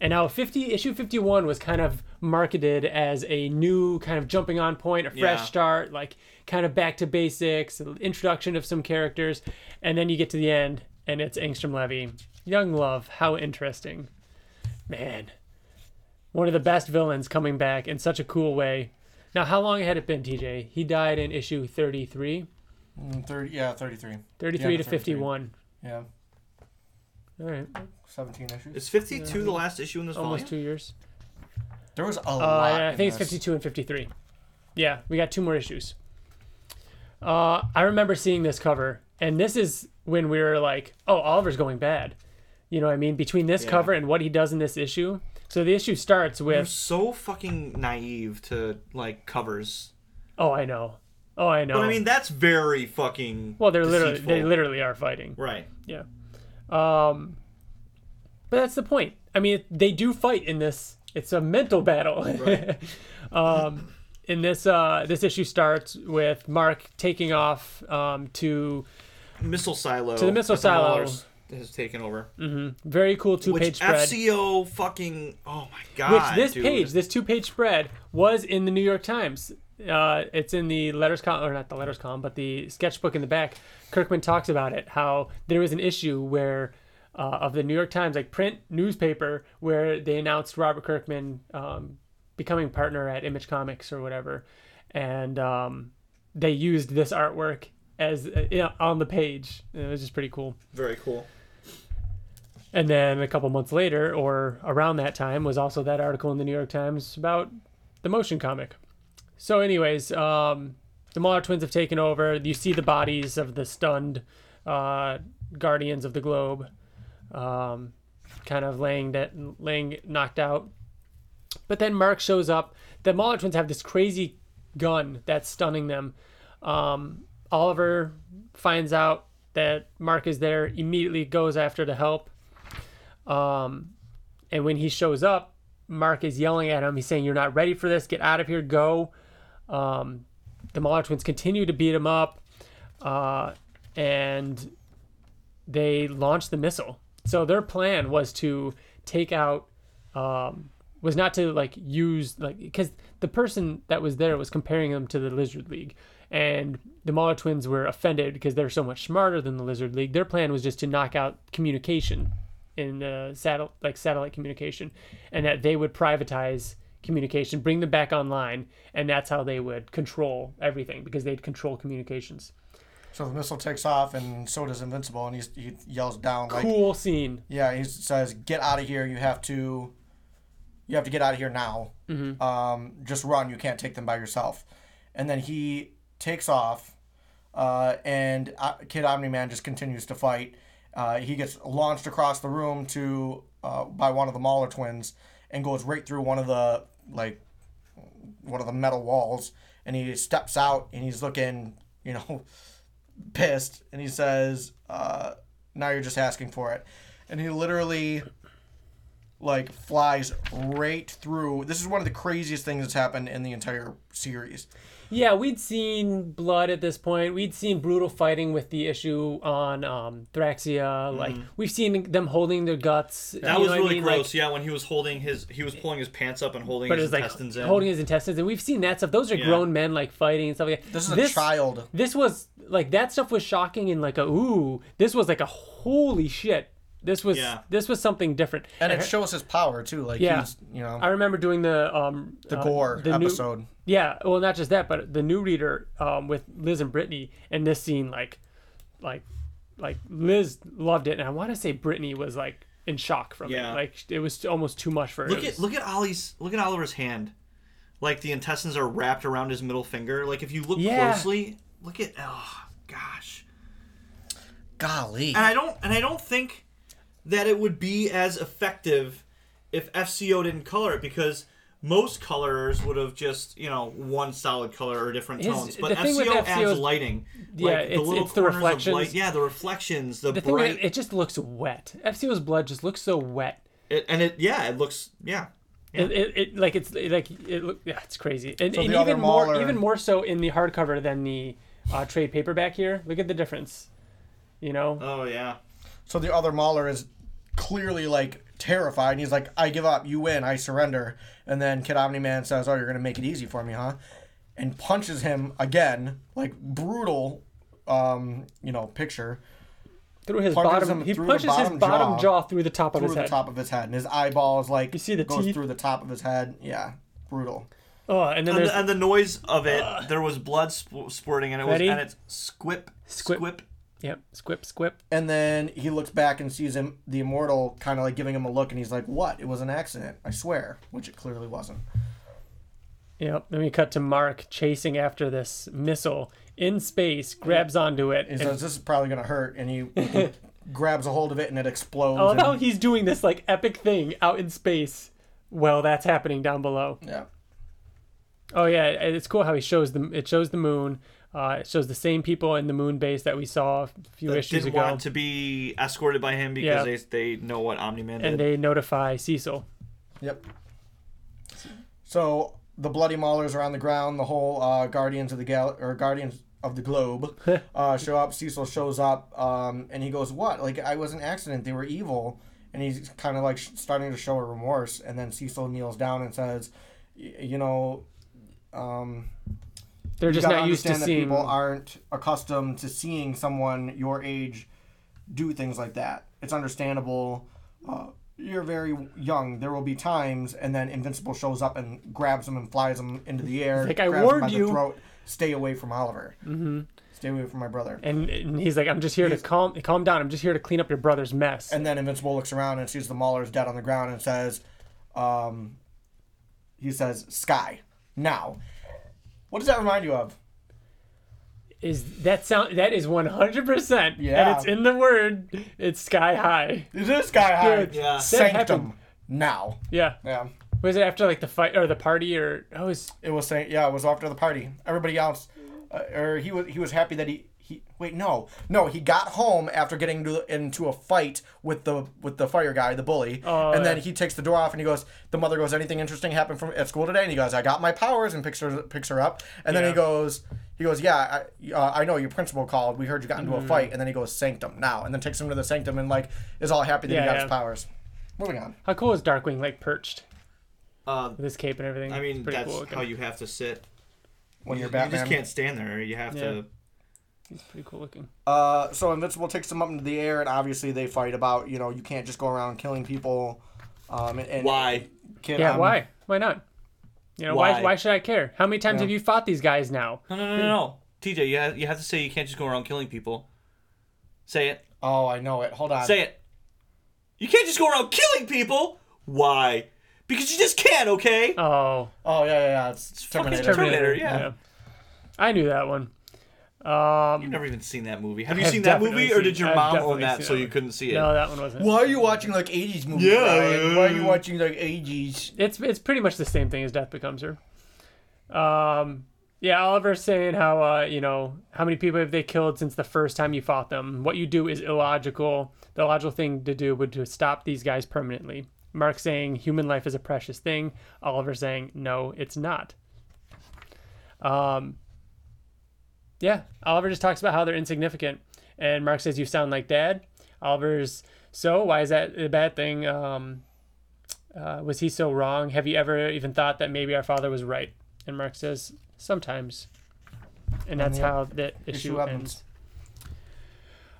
S2: And now 50 issue 51 was kind of marketed as a new kind of jumping on point, a fresh
S3: Yeah.
S2: start, like kind of back to basics, introduction of some characters, and then you get to the end and it's Angstrom Levy. Young love, how interesting. Man one of the best villains coming back in such a cool way. Now, how long had it been, TJ? He died in issue 33,
S4: Mm, Thirty, yeah, thirty-three.
S2: 33
S4: Yeah,
S2: to
S4: 33.
S2: 51.
S4: Yeah,
S2: All right,
S4: seventeen issues.
S3: Is 52 the last issue in this
S2: almost
S3: volume?
S2: two years.
S4: There was a
S2: Uh,
S4: lot.
S2: yeah, I
S4: in
S2: think it's
S4: this.
S2: 52 and 53. Yeah, we got two more issues. Uh, I remember seeing this cover, and this is when we were like, oh, Oliver's going bad. You know what I mean? Between this
S3: Yeah.
S2: cover and what he does in this issue. So the issue starts
S3: They're
S2: with,
S3: so fucking naive to like covers.
S2: oh, I know. Oh, I know.
S3: But I mean, that's very fucking.
S2: well, they're literally,
S3: deceitful.
S2: they literally are fighting.
S3: Right.
S2: Yeah. Um, but that's the point. I mean, they do fight in this. It's a mental battle. *laughs* um, in this, uh, this issue starts with Mark taking off um, to
S3: Missile silo.
S2: the missile
S3: that the
S2: silo.
S3: Maulers has taken over.
S2: very cool
S3: Which
S2: two-page spread.
S3: FCO fucking. Oh my
S2: Which
S3: god.
S2: this
S3: dude.
S2: page, this two-page spread, was in the New York Times. Uh, it's in the letters column, or not the letters column, but the sketchbook in the back. Kirkman talks about it. How there was an issue where, uh, of the New York Times, like print newspaper, where they announced Robert Kirkman um, becoming partner at Image Comics or whatever, and um, they used this artwork as uh, yeah, on the page. And it was just pretty cool.
S3: Very cool.
S2: And then a couple months later, or around that time, was also that article in the New York Times about the motion comic. So, anyways, um, the Mahler twins have taken over. You see the bodies of the stunned uh, guardians of the globe, um, kind of laying that laying knocked out. But then Mark shows up. The Mahler twins have this crazy gun that's stunning them. Um, Oliver finds out that Mark is there, immediately goes after to help. Um, and when he shows up, Mark is yelling at him. He's saying, "You're not ready for this. Get out of here. Go." Um, the Mahler twins continue to beat him up, uh, and they launch the missile. So their plan was to take out, um, was not to like use like because the person that was there was comparing them to the Lizard League, and the Mahler twins were offended because they're so much smarter than the Lizard League. Their plan was just to knock out communication in uh, satellite like satellite communication, and that they would privatize communication, bring them back online, and that's how they would control everything because they'd control communications.
S4: So the missile takes off, and so does Invincible, and he's, he yells down like,
S2: Cool scene.
S4: "Yeah!" He says, "Get out of here! You have to, you have to get out of here now. Um, just run. You can't take them by yourself." And then he takes off, uh, and uh, Kid Omni Man just continues to fight. Uh, he gets launched across the room to uh, by one of the Mauler twins, and goes right through one of the like one of the metal walls and he steps out and he's looking, you know, pissed and he says, uh, now you're just asking for it. And he literally like flies right through. This is one of the craziest things that's happened in the entire series.
S2: Yeah, we'd seen blood at this point. We'd seen brutal fighting with the issue on um, Thraxia. Like we've seen them holding their guts.
S3: Mm-hmm. That
S2: you
S3: was
S2: know what I
S3: really
S2: mean? Like,
S3: gross. yeah, when he was holding his, he was pulling his pants up and holding
S2: but it was
S3: his
S2: like
S3: intestines in.
S2: holding his intestines, and we've seen that stuff. Those are grown men like fighting and stuff like that.
S4: This is a child.
S2: This was like that stuff was shocking and like a ooh. This was like a holy shit. This was
S3: Yeah.
S2: this was something different.
S4: and
S2: I *laughs*
S4: it
S2: heard-
S4: shows his power too. Like
S2: Yeah.
S4: he's you know
S2: I remember doing the um
S4: the
S2: uh,
S4: gore
S2: the new-
S4: episode.
S2: yeah, well, not just that, but the new reader um, with Liz and Brittany, and this scene, like, like, like Liz loved it, and I want to say Brittany was like in shock from
S3: Yeah.
S2: it. Like it was almost too much for her.
S3: Look
S2: It
S3: at
S2: was-
S3: look at Ollie's look at Oliver's hand. Like the intestines are wrapped around his middle finger. Like if you look
S2: Yeah.
S3: closely, look at oh gosh.
S4: Golly,
S3: And I don't and I don't think that it would be as effective if FCO didn't color it because most colorers would have just you know one solid color or different
S2: His-
S3: tones, but
S2: the thing
S3: FCO,
S2: with FCO
S3: adds
S2: 's-
S3: lighting.
S2: Yeah,
S3: like,
S2: it's- it's the
S3: corners of
S2: reflections.
S3: light- yeah, the reflections, the,
S2: the thing
S3: bright,
S2: with it, it just looks wet. FCO's blood just looks so wet.
S3: it- and it yeah, it looks yeah.
S2: It, it, it like it's it, like it look yeah it's crazy and,
S4: So
S2: and
S4: the other
S2: even more
S4: Mauler-
S2: even more so in the hardcover than the uh, trade paperback here look at the difference you
S4: Uh,
S2: know
S3: Oh yeah,
S4: so the other Mauler is clearly like terrified, and he's like, "I give up. You win. I surrender." And then Kid Omni Man says, "Oh, you're gonna make it easy for me, huh?" And punches him again, like brutal, um, you know, picture
S2: through his
S4: punches
S2: bottom
S4: him
S2: he
S4: through the
S2: punches
S4: bottom
S2: his bottom
S4: jaw,
S2: jaw through the top of
S4: through
S2: his
S4: the
S2: head
S4: top of his head, and his eyeball is like
S2: You see the
S4: goes
S2: teeth?
S4: through the top of his head. Yeah, brutal.
S2: oh and then
S3: and
S2: there's
S3: the, uh, and the noise of it, there was blood sp- squirting, and it
S2: Ready?
S3: was and it's squip
S2: Squip.
S3: squip.
S2: yep squip squip
S4: And then he looks back and sees him, the immortal, kind of like giving him a look, and he's like, "What? It was an accident, I swear," which it clearly wasn't.
S2: Yep. Then we cut to Mark chasing after this missile in space, grabs onto it.
S4: He
S2: And,
S4: says, "This is probably gonna hurt," and he,
S2: *laughs*
S4: he grabs a hold of it, and it explodes.
S2: I love how
S4: and-
S2: he's doing this like epic thing out in space. Well, that's happening down below.
S4: yeah,
S2: Oh yeah, and it's cool how he shows the it shows the moon. Uh, it shows the same people in the moon base that we saw a few
S3: They
S2: issues
S3: didn't
S2: ago,
S3: want to be escorted by him
S2: Yeah.
S3: because they, they know what Omni Man did.
S2: and they notify Cecil.
S4: yep. So the bloody maulers are on the ground. The whole uh, Guardians of the Gal or Guardians of the Globe uh, show up. Cecil shows up, um, and he goes, "What? Like I was an accident. They were evil." And he's kind of like sh- starting to show a remorse. And then Cecil kneels down and says, y- "You know." Um,
S2: They're just
S4: you gotta
S2: not used to
S4: understand that
S2: seeing.
S4: people aren't accustomed to seeing someone your age do things like that. It's understandable. Uh, you're very young. There will be times, and then Invincible shows up and grabs him and flies him into the air.
S2: Like, I
S4: grabs him
S2: warned
S4: by the
S2: you.
S4: throat. Stay away from Oliver. Mm-hmm. Stay away from my brother.
S2: and, and he's like, "I'm just here to calm calm down. I'm just here to clean up your brother's mess."
S4: And then Invincible looks around and sees the Mauler's dead on the ground and says, um, "He says Sky now." What does that remind you of?
S2: is that sound? That is 100. percent
S4: Yeah.
S2: and it's in the word. It's sky high.
S4: Is it Sky High?
S2: Dude, Yeah. that happened.
S4: Sanctum now.
S2: Yeah.
S4: Yeah.
S2: Was it after like the fight or the party or oh was
S4: It was saying, yeah, it was after the party. Everybody else, uh, or he was he was happy that he he wait no no he got home after getting into, into a fight with the with the fire guy the bully
S2: Oh,
S4: and then
S2: yeah.
S4: he takes the door off and he goes the mother goes anything interesting happened from at school today and he goes I got my powers and picks her picks her up and then he
S2: Yeah.
S4: goes he goes yeah I, uh, I know your principal called we heard you got into
S2: Mm-hmm.
S4: a fight and then he goes sanctum now and then takes him to the sanctum and like is all happy that
S2: Yeah,
S4: he got
S2: yeah.
S4: his powers. Moving on.
S2: how cool is Darkwing like perched
S3: Uh,
S2: with his cape and everything?
S3: I mean,
S2: It's pretty
S3: that's
S2: cool looking.
S3: how you have to sit.
S4: When you're
S3: you
S4: Batman,
S3: just can't stand there. You have
S2: Yeah.
S3: to.
S2: He's pretty cool looking.
S4: Uh, so Invincible takes them up into the air, and obviously they fight about you know you can't just go around killing people. Um, and, and
S3: Why?
S4: Kid,
S2: Yeah,
S4: um,
S2: why? Why not? You know why?
S3: Why?
S2: Why should I care? How many times have you fought these guys now?
S3: No, no, no,
S2: *laughs*
S3: no. TJ, you have, you have to say you can't just go around killing people. Say it.
S4: Oh, I know it. Hold on.
S3: Say it. You can't just go around killing people. Why? Because you just can't. Okay.
S2: Oh,
S4: Oh yeah, yeah, yeah. It's,
S3: fucking
S4: Terminator.
S3: Terminator. yeah.
S2: I knew that one. Um,
S3: You've never even seen that movie. Have you
S2: have
S3: seen that
S2: definitely
S3: movie, or did
S2: seen-
S3: your
S2: I've
S3: mom
S2: definitely
S3: own that
S2: seen
S3: so
S2: that
S3: you
S2: one.
S3: couldn't see it?
S2: no, that one wasn't.
S4: Why are you watching like '80s movies?
S3: Yeah.
S4: Ryan? Why are you watching like '80s?
S2: It's it's pretty much the same thing as Death Becomes Her. Um, yeah, Oliver's saying how uh, you know how many people have they killed since the first time you fought them. What you do is illogical. The logical thing to do would to stop these guys permanently. Mark saying human life is a precious thing. Oliver saying no, it's not. Um, yeah, Oliver just talks about how they're insignificant, and Mark says you sound like dad. Oliver's so why is that a bad thing? Um, uh, was he so wrong? Have you ever even thought that maybe our father was right? And Mark says, sometimes. and that's
S4: yep.
S2: how that issue,
S4: Issue ends.
S2: ends.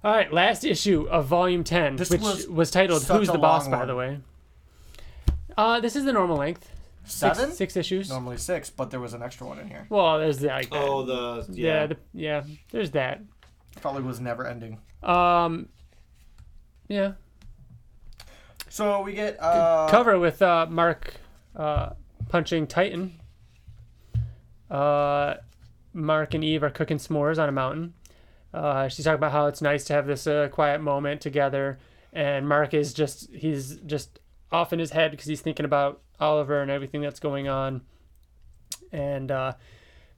S2: All right, last issue of Volume Ten,
S4: This
S2: which was,
S4: was
S2: titled
S4: such
S2: "Who's
S4: a
S2: the Boss,"
S4: long
S2: by
S4: one.
S2: the way. Uh, this is the normal length, six,
S4: Seven?
S2: six issues.
S4: Normally six, but there was an extra one in here.
S2: Well, there's the, like,
S3: Oh, the
S2: yeah,
S3: yeah.
S2: the, yeah, there's that.
S4: Probably was never ending.
S2: Um, yeah,
S4: So we get uh,
S2: cover with uh, Mark uh, punching Titan. Uh, Mark and Eve are cooking s'mores on a mountain. Uh, she's talking about how it's nice to have this uh, quiet moment together, and Mark is just he's just off in his head because he's thinking about Oliver and everything that's going on, and. Uh,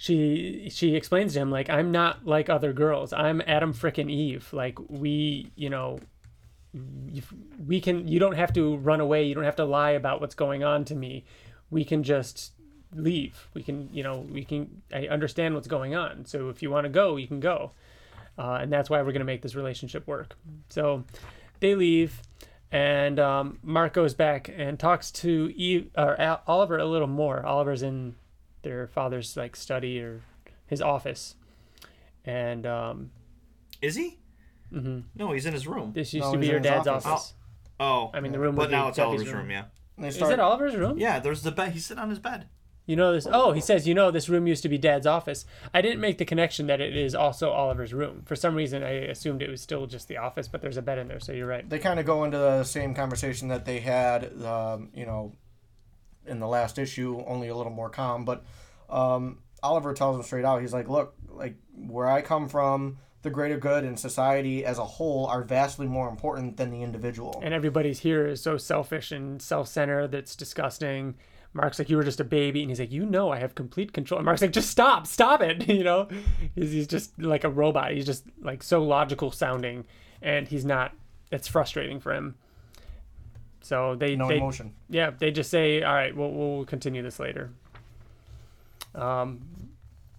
S2: she she explains to him like I'm not like other girls. I'm Adam frickin' Eve. Like we, you know, we can you don't have to run away you don't have to lie about what's going on to me we can just leave we can you know we can i understand what's going on so if you want to go you can go uh, and that's why we're going to make this relationship work so they leave and um, mark goes back and talks to Eve, or Al- oliver a little more oliver's in their father's like study or his office and um,
S3: Is he? Mm-hmm. No, he's in his room.
S2: this used
S4: No,
S2: to be
S4: he's in
S2: your
S4: his
S2: dad's office,
S4: office.
S3: Oh,
S2: i mean the room
S3: but
S2: was
S3: now
S2: the
S3: it's
S2: deputy's
S3: Oliver's room. Yeah.
S4: They
S2: is
S4: start,
S2: it oliver's room
S3: Yeah, there's the bed. He's sitting on his bed.
S2: You know this. Oh, he says, you know, this room used to be Dad's office. I didn't make the connection that it is also Oliver's room. For some reason, I assumed it was still just the office, but there's a bed in there, so you're right.
S4: they kind of go into the same conversation that they had, um, you know, in the last issue, only a little more calm. But um, Oliver tells him straight out, he's like, "Look, like where I come from, the greater good and society as a whole are vastly more important than the individual."
S2: And everybody's here is so selfish and self centered that's disgusting. Mark's like, you were just a baby. And he's like, you know, I have complete control. And Mark's like, just stop, stop it. *laughs* You know, he's, he's just like a robot. He's just like so logical sounding, and he's not, it's frustrating for him. So they,
S4: no
S2: they,
S4: emotion.
S2: Yeah, they just say, "All right, we'll we'll continue this later." Um,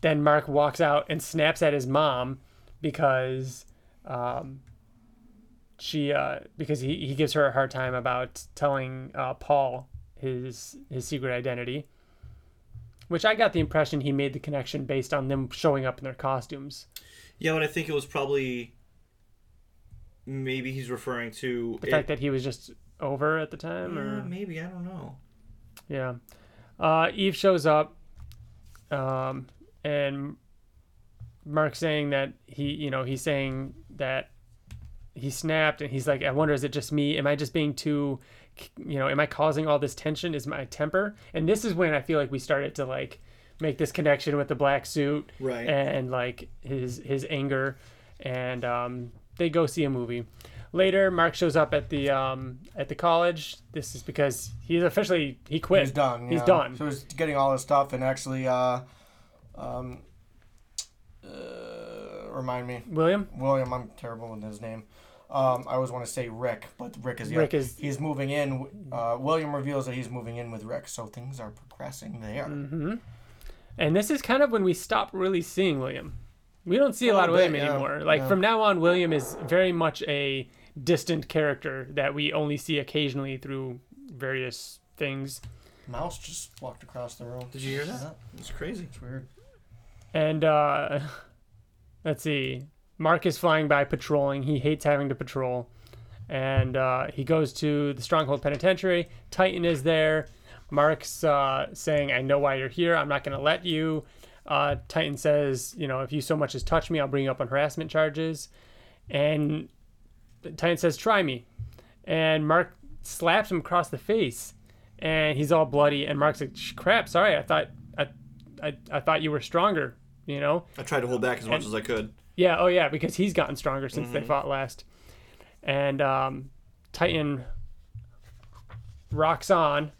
S2: then Mark walks out and snaps at his mom because um, she uh, because he, he gives her a hard time about telling uh, Paul his his secret identity. Which I got the impression he made the connection based on them showing up in their costumes.
S3: Yeah, but I think it was probably maybe he's referring to
S2: The fact that he was just over at the time, or
S3: Uh, maybe I don't know.
S2: Yeah. Uh, Eve shows up, um, and Mark's saying that he, you know, he's saying that he snapped, and he's like, I wonder, is it just me? Am I just being too, you know, am I causing all this tension? Is my temper? And this is when I feel like we started to like make this connection with the black suit,
S3: Right.
S2: And like his his anger, and um, they go see a movie. Later, Mark shows up at the um, at the college. This is because he's officially he quit.
S4: He's done.
S2: He's
S4: yeah.
S2: done.
S4: So he's getting all his stuff and actually, uh, um, uh, remind me,
S2: William,
S4: William. I'm terrible with his name. Um, I always want to say Rick, but Rick is the
S2: Rick
S4: other-
S2: is-
S4: he's moving in. Uh, William reveals that he's moving in with Rick, so things are progressing there.
S2: Mm-hmm. and this is kind of when we stop really seeing William. We don't see a lot of William
S4: little bit, yeah,
S2: anymore. Like
S4: yeah.
S2: from now on, William is very much a distant character that we only see occasionally through various things.
S4: Mouse just walked across the room.
S3: Did you hear that?
S4: Yeah,
S3: It's crazy.
S4: it's weird.
S2: And uh, *laughs* let's see. Mark is flying by patrolling. He hates having to patrol. And uh, he goes to the Stronghold Penitentiary. Titan is there. Mark's uh, saying, I know why you're here. I'm not going to let you. Uh, Titan says, You know, if you so much as touch me, I'll bring you up on harassment charges. And Titan says, Try me. And Mark slaps him across the face. And he's all bloody. And Mark's like, "Sh- Crap, sorry. I thought. I, I, I thought you were stronger, you know?
S3: I tried to hold back as much as I could.
S2: Yeah, oh yeah, because he's gotten stronger since they fought last. And um, Titan rocks on.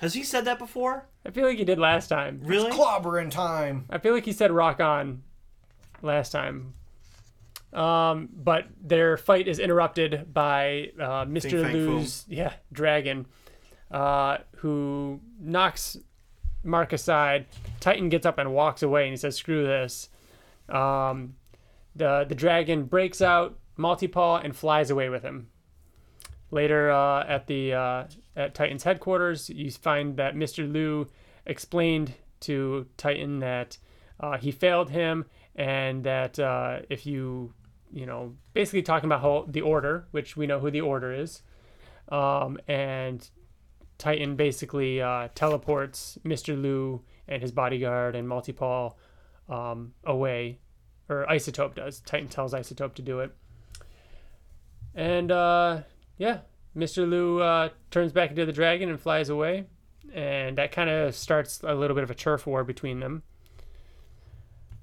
S3: Has he said that before?
S2: I feel like he did last time.
S3: Really?
S4: Clobber in time.
S2: I feel like he said rock on last time. Um, but their fight is interrupted by uh, Mr.
S3: Fang
S2: Lu's yeah, dragon, uh, who knocks Mark aside. Titan gets up and walks away and he says, Screw this. Um, the, the dragon breaks out Multipaw and flies away with him. Later uh, at the uh, at Titan's headquarters, you find that Mr. Liu explained to Titan that uh, he failed him, and that uh, if you, you know, basically talking about how the order, which we know who the order is, um, and Titan basically uh, teleports Mr. Liu and his bodyguard and Multipaul um, away, or Isotope does. Titan tells Isotope to do it. And uh, yeah, Mr. Liu uh, turns back into the dragon and flies away. And that kind of starts a little bit of a turf war between them.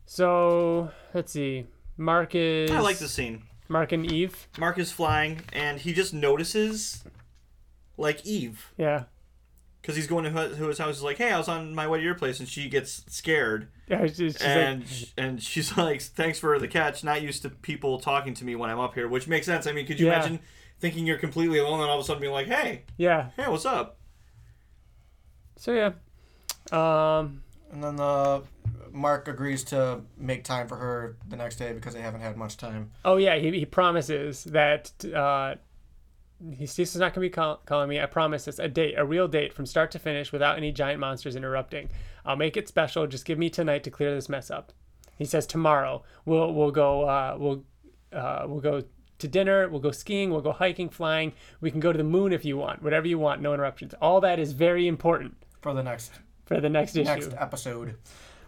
S2: So let's see. Mark is.
S3: I like this scene.
S2: Mark and Eve.
S3: Mark is flying, and he just notices, like Eve,
S2: Yeah. *laughs*
S3: because he's going to hu- to his house. He's like, "Hey, I was on my way to your place," and she gets scared,
S2: Yeah, it's just- she's like-
S3: and sh- and she's *laughs* like, "Thanks for the catch. Not used to people talking to me when I'm up here," which makes sense. I mean, could you
S2: Yeah.
S3: imagine thinking you're completely alone and all of a sudden being like, "Hey,
S2: yeah.
S3: hey, what's up?"
S2: So yeah. Um,
S4: And then the Mark agrees to make time for her the next day because they haven't had much time.
S2: Oh yeah, he, he promises that uh, he's he's not gonna be call- calling me. I promise it's a date, a real date from start to finish, without any giant monsters interrupting. I'll make it special. Just give me tonight to clear this mess up. He says tomorrow we'll we'll go uh, we'll uh, we'll go to dinner. We'll go skiing. We'll go hiking, flying. We can go to the moon if you want. Whatever you want, no interruptions. All that is very important
S4: For the next
S2: for the next issue.
S4: next episode.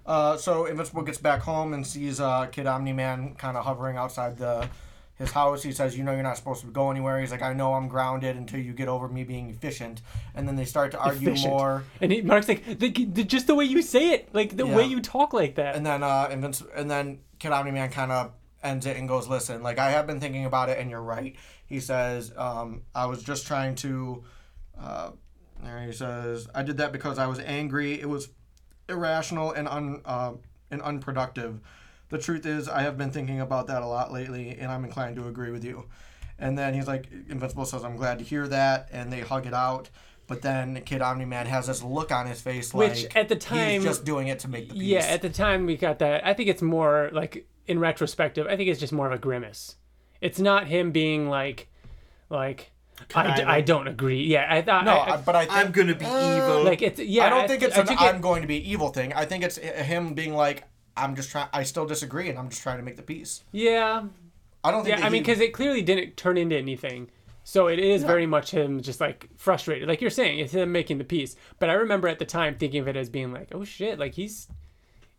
S4: Uh, so Invincible gets back home and sees uh, Kid Omni Man kind of hovering outside the his house. He says, "You know, you're not supposed to go anywhere." He's like, "I know I'm grounded until you get over me being efficient." And then they start to argue
S2: Efficient.
S4: more.
S2: And he, Mark's like, the, the, just the way you say it, like the
S4: Yeah.
S2: way you talk like that.
S4: And then uh, Invinci- and then Kid Omni Man kind of ends it and goes, "Listen, like I have been thinking about it, and you're right." He says, um, "I was just trying to." Uh, there he says, "I did that because I was angry. It was irrational and un uh, and unproductive. The truth is, I have been thinking about that a lot lately, and I'm inclined to agree with you." And then he's like, Invincible says, "I'm glad to hear that," and they hug it out. But then Kid Omni Man has this look on his face,
S2: Which,
S4: like
S2: at the time-
S4: he's just doing it to make the peace.
S2: Yeah, at the time we got that. I think it's more like in retrospective. I think it's just more of a grimace. It's not him being like, like I, d-
S3: Conniving.
S2: I don't agree. Yeah, I thought.
S4: No,
S2: I, Uh,
S4: I, but I think,
S3: I'm gonna be evil.
S2: like it's yeah.
S4: I don't think it's
S2: I
S4: an
S2: took
S4: I'm
S2: it,
S4: going to be evil thing. I think it's h- him being like, I'm just trying. I still disagree, and I'm just trying to make the peace.
S2: yeah,
S4: I don't think.
S2: yeah.
S4: that
S2: I mean,
S4: he-
S2: because it clearly didn't turn into anything. So it is very much him just like frustrated, like you're saying, it's him making the peace. But I remember at the time thinking of it as being like, oh shit, like he's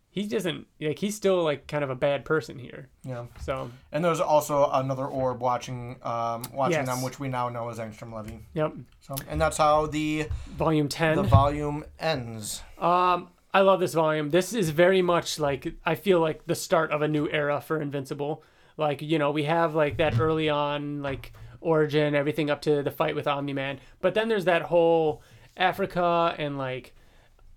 S2: he doesn't like he's still like kind of a bad person here.
S4: yeah.
S2: So
S4: And there's also another orb watching, um, watching
S2: Yes.
S4: them, which we now know is Angstrom Levy.
S2: yep,
S4: So, and that's how the
S2: volume ten.
S4: the volume ends.
S2: Um, I love this volume. This is very much like I feel like the start of a new era for Invincible. Like you know, we have like that early on like origin, everything up to the fight with Omni Man, but then there's that whole Africa and like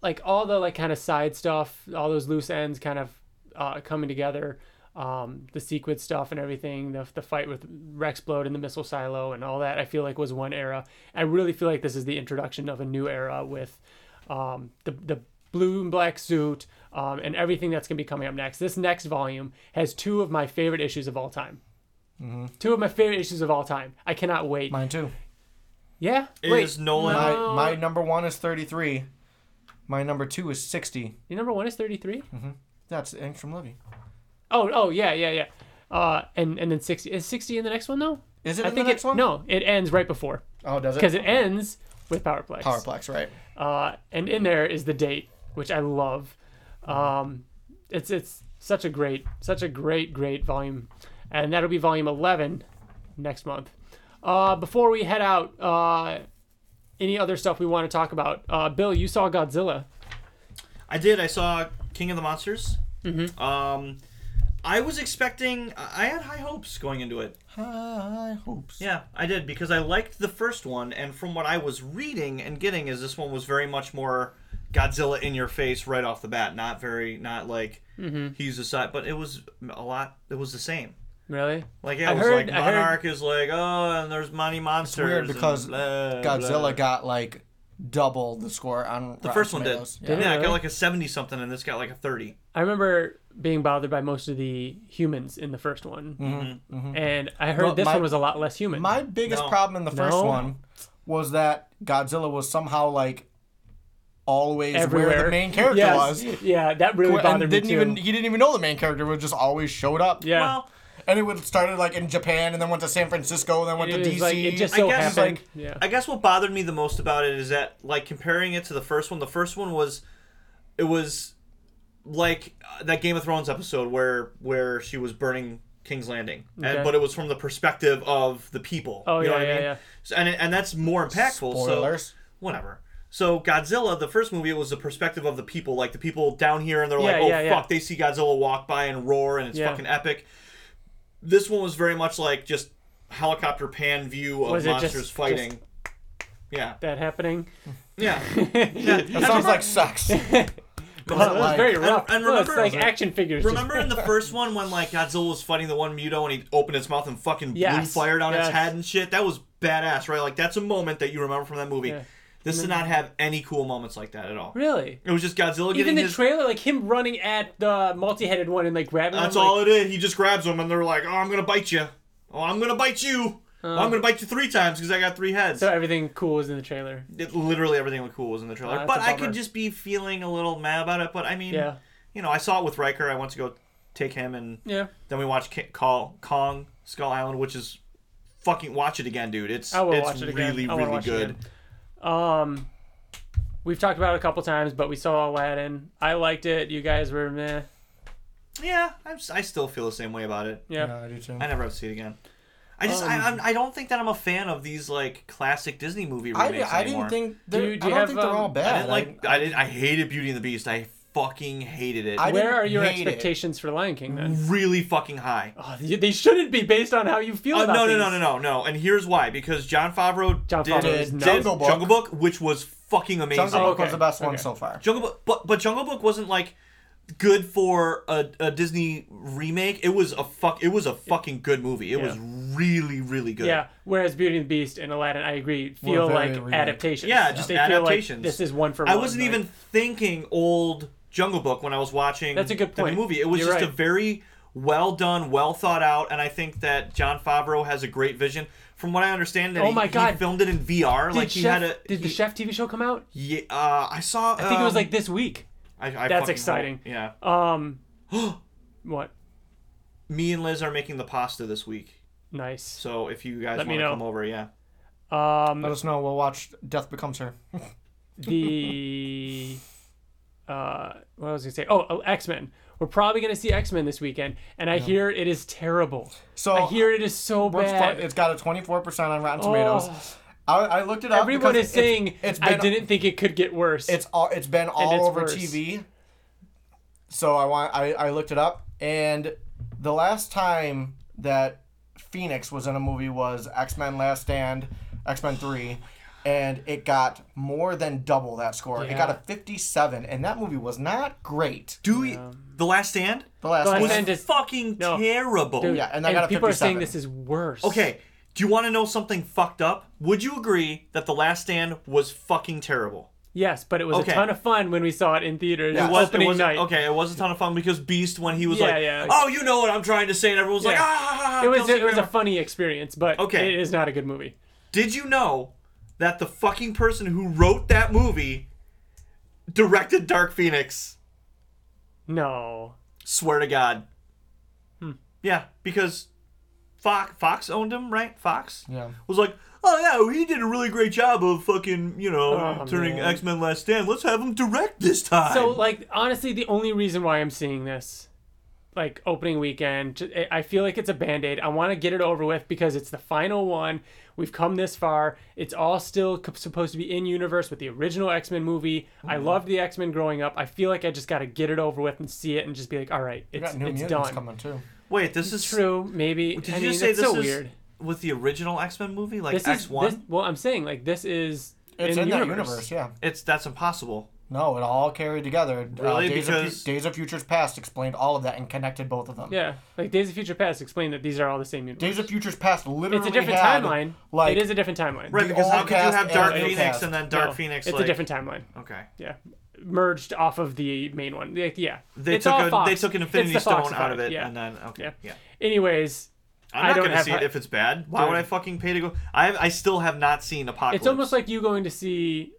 S2: like all the like kind of side stuff, all those loose ends kind of uh, coming together. Um, the sequence stuff and everything, the, the fight with Rexplode and the missile silo and all that, I feel like was one era. I really feel like this is the introduction of a new era with um, the, the blue and black suit um, and everything that's going to be coming up next. This next volume has two of my favorite issues of all time. Two of my favorite issues of all time. I cannot wait.
S4: Mine too.
S2: yeah.
S3: is Nolan?
S4: My, my number one is 33. My number two is 60.
S2: Your number one is 33?
S4: That's Angstrom Levy.
S2: Oh, oh yeah, yeah, yeah. Uh, and and then sixty is sixty in the next one though.
S4: Is it
S2: I
S4: in
S2: think
S4: the next
S2: it
S4: one?
S2: no, it ends right before
S4: Oh, does it?
S2: because it ends with Powerplex.
S4: Powerplex, right?
S2: Uh, and in there is the date, which I love. Um, it's it's such a great such a great great volume, and that'll be volume eleven next month. Uh, before we head out, uh, any other stuff we want to talk about? Uh, Bill, you saw Godzilla.
S3: I did. I saw King of the Monsters. Mm-hmm. Um, I was expecting. I I had high hopes going into it.
S4: High hopes.
S3: Yeah, I did because I liked the first one, and from what I was reading and getting, is this one was very much more Godzilla in your face right off the bat. Not very, not like
S2: Mm-hmm.
S3: he's a side, but it was a lot. It was the same.
S2: Really?
S3: Like yeah,
S2: I
S3: it was
S2: heard-
S3: like
S2: I heard-
S3: Monarch is like oh, and there's money monsters.
S4: weird
S3: and
S4: because
S3: blah,
S4: Godzilla
S3: blah.
S4: got like double the score on
S3: uh, the first one did.
S4: Yeah.
S3: Yeah,
S2: Did it
S3: it
S2: really?
S3: got like a seventy something, and this got like a thirty.
S2: I remember being bothered by most of the humans in the first one,
S3: Mm-hmm.
S2: and I heard
S4: Well,
S2: this
S4: my-
S2: one was a lot less human.
S4: My biggest
S3: No.
S4: problem in the first
S2: No?
S4: one was that Godzilla was somehow like always where
S2: everywhere.
S4: the main character
S2: Yes.
S4: was.
S2: Yeah, that really
S4: And
S2: bothered me
S4: didn't
S2: too.
S4: even he didn't even know the main character was just always showed up.
S2: yeah.
S3: Well,
S4: And it would started like in Japan and then went to San Francisco and then went
S2: it
S4: to
S2: was
S4: DC.
S2: like it just
S3: I
S2: so
S3: guess,
S2: happened.
S4: like,
S2: yeah.
S3: I guess what bothered me the most about it is that like comparing it to the first one, the first one was it was like uh, that Game of Thrones episode where where she was burning King's Landing,
S2: Okay.
S3: and, but it was from the perspective of the people.
S2: Oh,
S3: you know
S2: yeah,
S3: what I
S2: yeah,
S3: mean?
S2: yeah.
S3: So, and and that's more impactful. So
S4: Spoilers.
S3: *laughs* whatever. So Godzilla, the first movie, it was the perspective of the people, like the people down here, and they're
S2: Yeah,
S3: like, "Oh
S2: yeah, yeah.
S3: fuck!" They see Godzilla walk by and roar, and it's
S2: Yeah.
S3: fucking epic. This one was very much like just helicopter pan view of
S2: Was it just-
S3: monsters fighting.
S2: just-
S3: Yeah,
S2: that happening. *laughs*
S3: yeah.
S4: That sounds like sex.
S2: Wow, that was
S4: like-
S2: uh, very rough.
S3: and
S2: Well, it's like
S3: remember-
S2: action figures. just-
S3: Remember in the first one when like Godzilla was fighting the one Muto and he opened his mouth and fucking blew
S2: Yes,
S3: fire down
S2: yes.
S3: his head and shit? That was badass, right? Like that's a moment that you remember from that movie.
S2: Yeah.
S3: This did not have any cool moments like that at all.
S2: really?
S3: It was just Godzilla getting
S2: Even the
S3: his.
S2: trailer, like him running at the multi-headed one and like grabbing.
S3: that's
S2: him,
S3: all
S2: Like,
S3: it is. He just grabs him and they're like, "Oh, I'm gonna bite you. Oh, I'm gonna bite you. oh, I'm gonna bite you three times because I got three heads."
S2: Uh-huh. so everything cool is in the trailer.
S3: it, literally everything was cool was in the
S2: Oh,
S3: trailer.
S2: that's
S3: but
S2: a
S3: I
S2: bummer.
S3: could just be feeling a little mad about it. But I mean,
S2: Yeah.
S3: you know, I saw it with Riker. I went to go take him and
S2: Yeah.
S3: Then we watched Ki- Call Kong Skull Island, which is fucking watch it again, dude. It's
S2: I will
S3: it's
S2: watch it again.
S3: really
S2: I wanna
S3: really
S2: watch it
S3: good.
S2: again. Um, we've talked about it a couple times, but we saw Aladdin. I liked it. You guys were meh.
S3: Yeah, I'm, si still feel the same way about it.
S2: Yeah. Um,
S4: I do too.
S3: I never have to see it again. I just I, I'm, I don't think that I'm a fan of these like classic Disney movie remakes
S4: I, I
S3: anymore.
S4: didn't think
S2: Do
S4: they're,
S2: you- do
S4: I
S2: you
S4: don't
S2: have,
S4: think they're
S2: um,
S4: all
S3: I
S4: bad.
S3: didn't like I didn't I hated Beauty and the Beast. I fucking hated it.
S4: I didn't
S2: Where are your
S4: hate it.
S2: expectations for Lion King then?
S3: really fucking high.
S2: Oh, they they shouldn't be based on how you feel
S3: Uh,
S2: about
S3: no, no,
S2: these.
S3: no, no, no, no. And here's why: because John Favreau
S2: Jon
S3: did,
S2: Favreau
S3: did
S2: is nuts.
S4: Jungle Book.
S3: Jungle Book, which was fucking amazing.
S4: Jungle Book was
S2: Okay,
S4: the best one
S2: okay.
S4: so far.
S3: Jungle Book, but but Jungle Book wasn't like good for a, a Disney remake. It was a fuck. It was a fucking good movie. It was really really good.
S2: Yeah. Whereas Beauty and the Beast and Aladdin, I agree, feel
S4: very
S2: like
S4: remake.
S2: adaptations.
S3: Yeah, just
S2: they Feel like
S3: adaptations.
S2: this is one for
S3: I
S2: one,
S3: wasn't
S2: like-
S3: even thinking old Jungle Book when I was watching.
S2: That's a good
S3: the new
S2: point.
S3: movie. It was
S2: You're
S3: just a
S2: right.
S3: very well done, well thought out, and I think that John Favreau has a great vision. From what I understand, that
S2: Oh
S3: he,
S2: my
S3: he
S2: God.
S3: filmed it in VR.
S2: Did
S3: like he
S2: Chef-
S3: had a.
S2: Did the
S3: he-
S2: Chef TV show come out?
S3: Yeah, uh, I saw.
S2: I think it was like this week. that's exciting.
S3: yeah,
S2: Um, what?
S3: me and Liz are making the pasta this week.
S2: Nice.
S3: So if you
S2: Let
S3: guys want
S2: me
S3: to
S2: know.
S3: come over, yeah.
S2: Um,
S4: Let us know. We'll watch Death Becomes Her.
S2: the *laughs* uh, what was I gonna say? Oh, X Men. We're probably gonna see X Men this weekend, and I hear it is terrible.
S4: So
S3: Oh,
S2: I hear it is so
S4: what's
S2: bad. Oh.
S4: fu- it's got a 24% on Rotten Tomatoes. I, I looked it up.
S2: Everyone
S4: because
S2: is saying
S4: it's, it's been,
S2: I didn't think it could get worse.
S4: It's all. It's been all
S2: it's
S4: over
S2: worse.
S4: TV. So I want. I, I looked it up, and the last time that Phoenix was in a movie was X Men: Last Stand, X Men Three,
S2: Oh
S4: and it got more than double that score. It got a
S2: Yeah.
S4: fifty-seven, and that movie was not great.
S3: Do we? The Last Stand
S4: The last
S2: The Um, Last
S4: one.
S3: was
S2: Stand is-
S3: fucking
S2: no.
S3: terrible.
S2: Dude,
S4: yeah, and I got a
S2: people are saying
S4: 57.
S2: this is worse.
S3: Okay, do you want to know something fucked up? Would you agree that The Last Stand was fucking terrible?
S2: Yes, but it was
S3: Okay.
S2: a ton of fun when we saw it in theaters.
S4: Yeah. It
S3: Was- it
S2: opening
S3: was-
S2: night.
S3: Okay, it was a ton of fun because Beast, when he was
S2: Yeah,
S3: like,
S2: yeah.
S3: "Oh, you know what I'm trying to say," and everyone was like,
S2: Yeah.
S3: "Ah!" ha, ha, ha,
S2: It was
S3: Kelsey
S2: it was a
S3: Grammer."
S2: funny experience, but
S3: Okay.
S2: it is not a good movie.
S3: Did you know that the fucking person who wrote that movie directed Dark Phoenix?
S2: No.
S3: Swear to God.
S2: Hmm.
S3: Yeah, because Fox Fox owned him, right? Fox
S4: Yeah.
S3: was like, oh yeah, well, he did a really great job of fucking you know
S2: Oh,
S3: turning
S2: man.
S3: X Men Last Stand. Let's have him direct this time.
S2: So like honestly, the only reason why I'm seeing this, like opening weekend, ju- I- I feel like it's a band aid. I want to get it over with because it's the final one. We've come this far. It's all still c- supposed to be in universe with the original X Men movie. I
S4: Mm-hmm.
S2: loved the X Men growing up. I feel like I just got to get it over with and see it and just be like, all right,
S4: We
S2: it's
S4: got New
S2: it's
S4: Mutants
S2: done.
S4: coming too.
S3: wait, this is
S2: True, maybe.
S3: Did
S2: I
S3: you
S2: mean,
S3: just say
S2: it's
S3: this
S2: so
S3: is
S2: weird.
S3: with the original X Men movie, like
S2: This
S3: X
S2: is this,
S3: One?
S2: well, I'm saying like this is
S4: It's in,
S2: the
S4: that universe. Yeah.
S3: It's that's impossible.
S4: No, it all carried together.
S3: Really?
S4: Uh, Days,
S3: Because-
S4: of, Fu- Days of Futures Past explained all of that and connected both of them.
S2: Yeah, like Days of Future Past explained that these are all the same universe.
S4: Days of Futures Past literally
S2: it's a different
S4: had,
S2: timeline.
S4: Like
S2: it is a different timeline.
S3: Right,
S4: The
S3: because how
S4: old
S3: could you
S4: cast
S3: have
S4: and
S3: Dark
S4: the new
S3: Phoenix
S4: cast.
S3: and then Dark
S2: No,
S3: Phoenix?
S2: It's
S3: like,
S2: a different timeline.
S3: Okay.
S2: Yeah, merged off of the main one. Like, yeah,
S3: They
S2: It's
S3: took
S2: all
S3: a,
S2: Fox.
S3: they took an
S2: It's the
S3: Infinity
S2: Fox
S3: Stone out of
S2: effect,
S3: it,
S2: Yeah.
S3: and then okay,
S2: Yeah.
S3: yeah.
S2: Anyways,
S3: I'm
S2: I
S3: not
S2: don't
S3: gonna
S2: have
S3: see it
S2: hi-
S3: if it's bad. Why would I fucking pay to go? I I still have not seen Apocalypse.
S2: it's almost like you going to see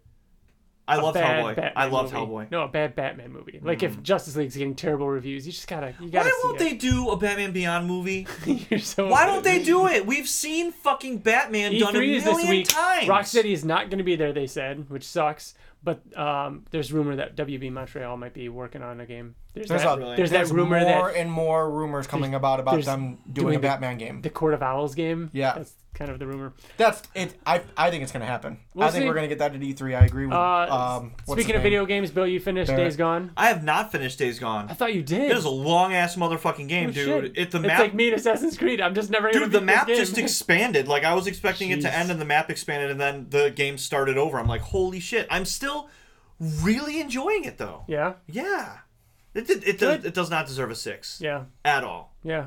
S3: I
S2: a
S3: love
S2: bad
S3: Hellboy.
S2: Batman
S3: I love
S2: movie.
S3: Hellboy. Mm-hmm.
S2: No, a bad Batman movie. Like if Justice League's getting terrible reviews, you just gotta you gotta
S3: Why won't
S2: see
S3: they do a Batman Beyond movie?
S2: it. *laughs* You're so
S3: Why don't they do it? We've seen fucking Batman
S2: E3
S3: done a
S2: E is
S3: million
S2: this week.
S3: times.
S2: Rocksteady is not going to be there, they said, which sucks. But um, there's rumor that WB Montreal might be working on a game. There's,
S4: There's
S2: that,
S4: a-
S2: there's that rumor
S4: more
S2: that
S4: and more rumors coming about about
S2: there's
S4: them doing,
S2: doing
S4: a
S2: the-
S4: Batman game.
S2: the Court of Owls game.
S4: Yeah.
S2: that's kind of the rumor.
S4: That's it. I I think it's gonna happen.
S2: We'll
S4: I think
S2: see.
S4: we're gonna get that at E3. I agree with.
S2: Uh,
S4: um, what's
S2: speaking of
S4: his name?
S2: video games, Bill, you finished
S4: Barrett.
S2: Days Gone.
S3: I have not finished Days Gone.
S2: I thought you did.
S3: It is a long ass motherfucking game,
S2: Oh,
S3: dude.
S2: shit.
S3: It the
S2: it's
S3: map,
S2: like me and Assassin's Creed. I'm just never gonna
S3: dude. The
S2: beat this
S3: map
S2: game. *laughs*
S3: just expanded. Like I was expecting it
S2: Jeez.
S3: to end, and the map expanded, and then the game started over. I'm like, holy shit! I'm still really enjoying it though.
S2: yeah,
S3: Yeah. It did, it, does, it does not deserve a six
S2: yeah,
S3: at all.
S2: yeah.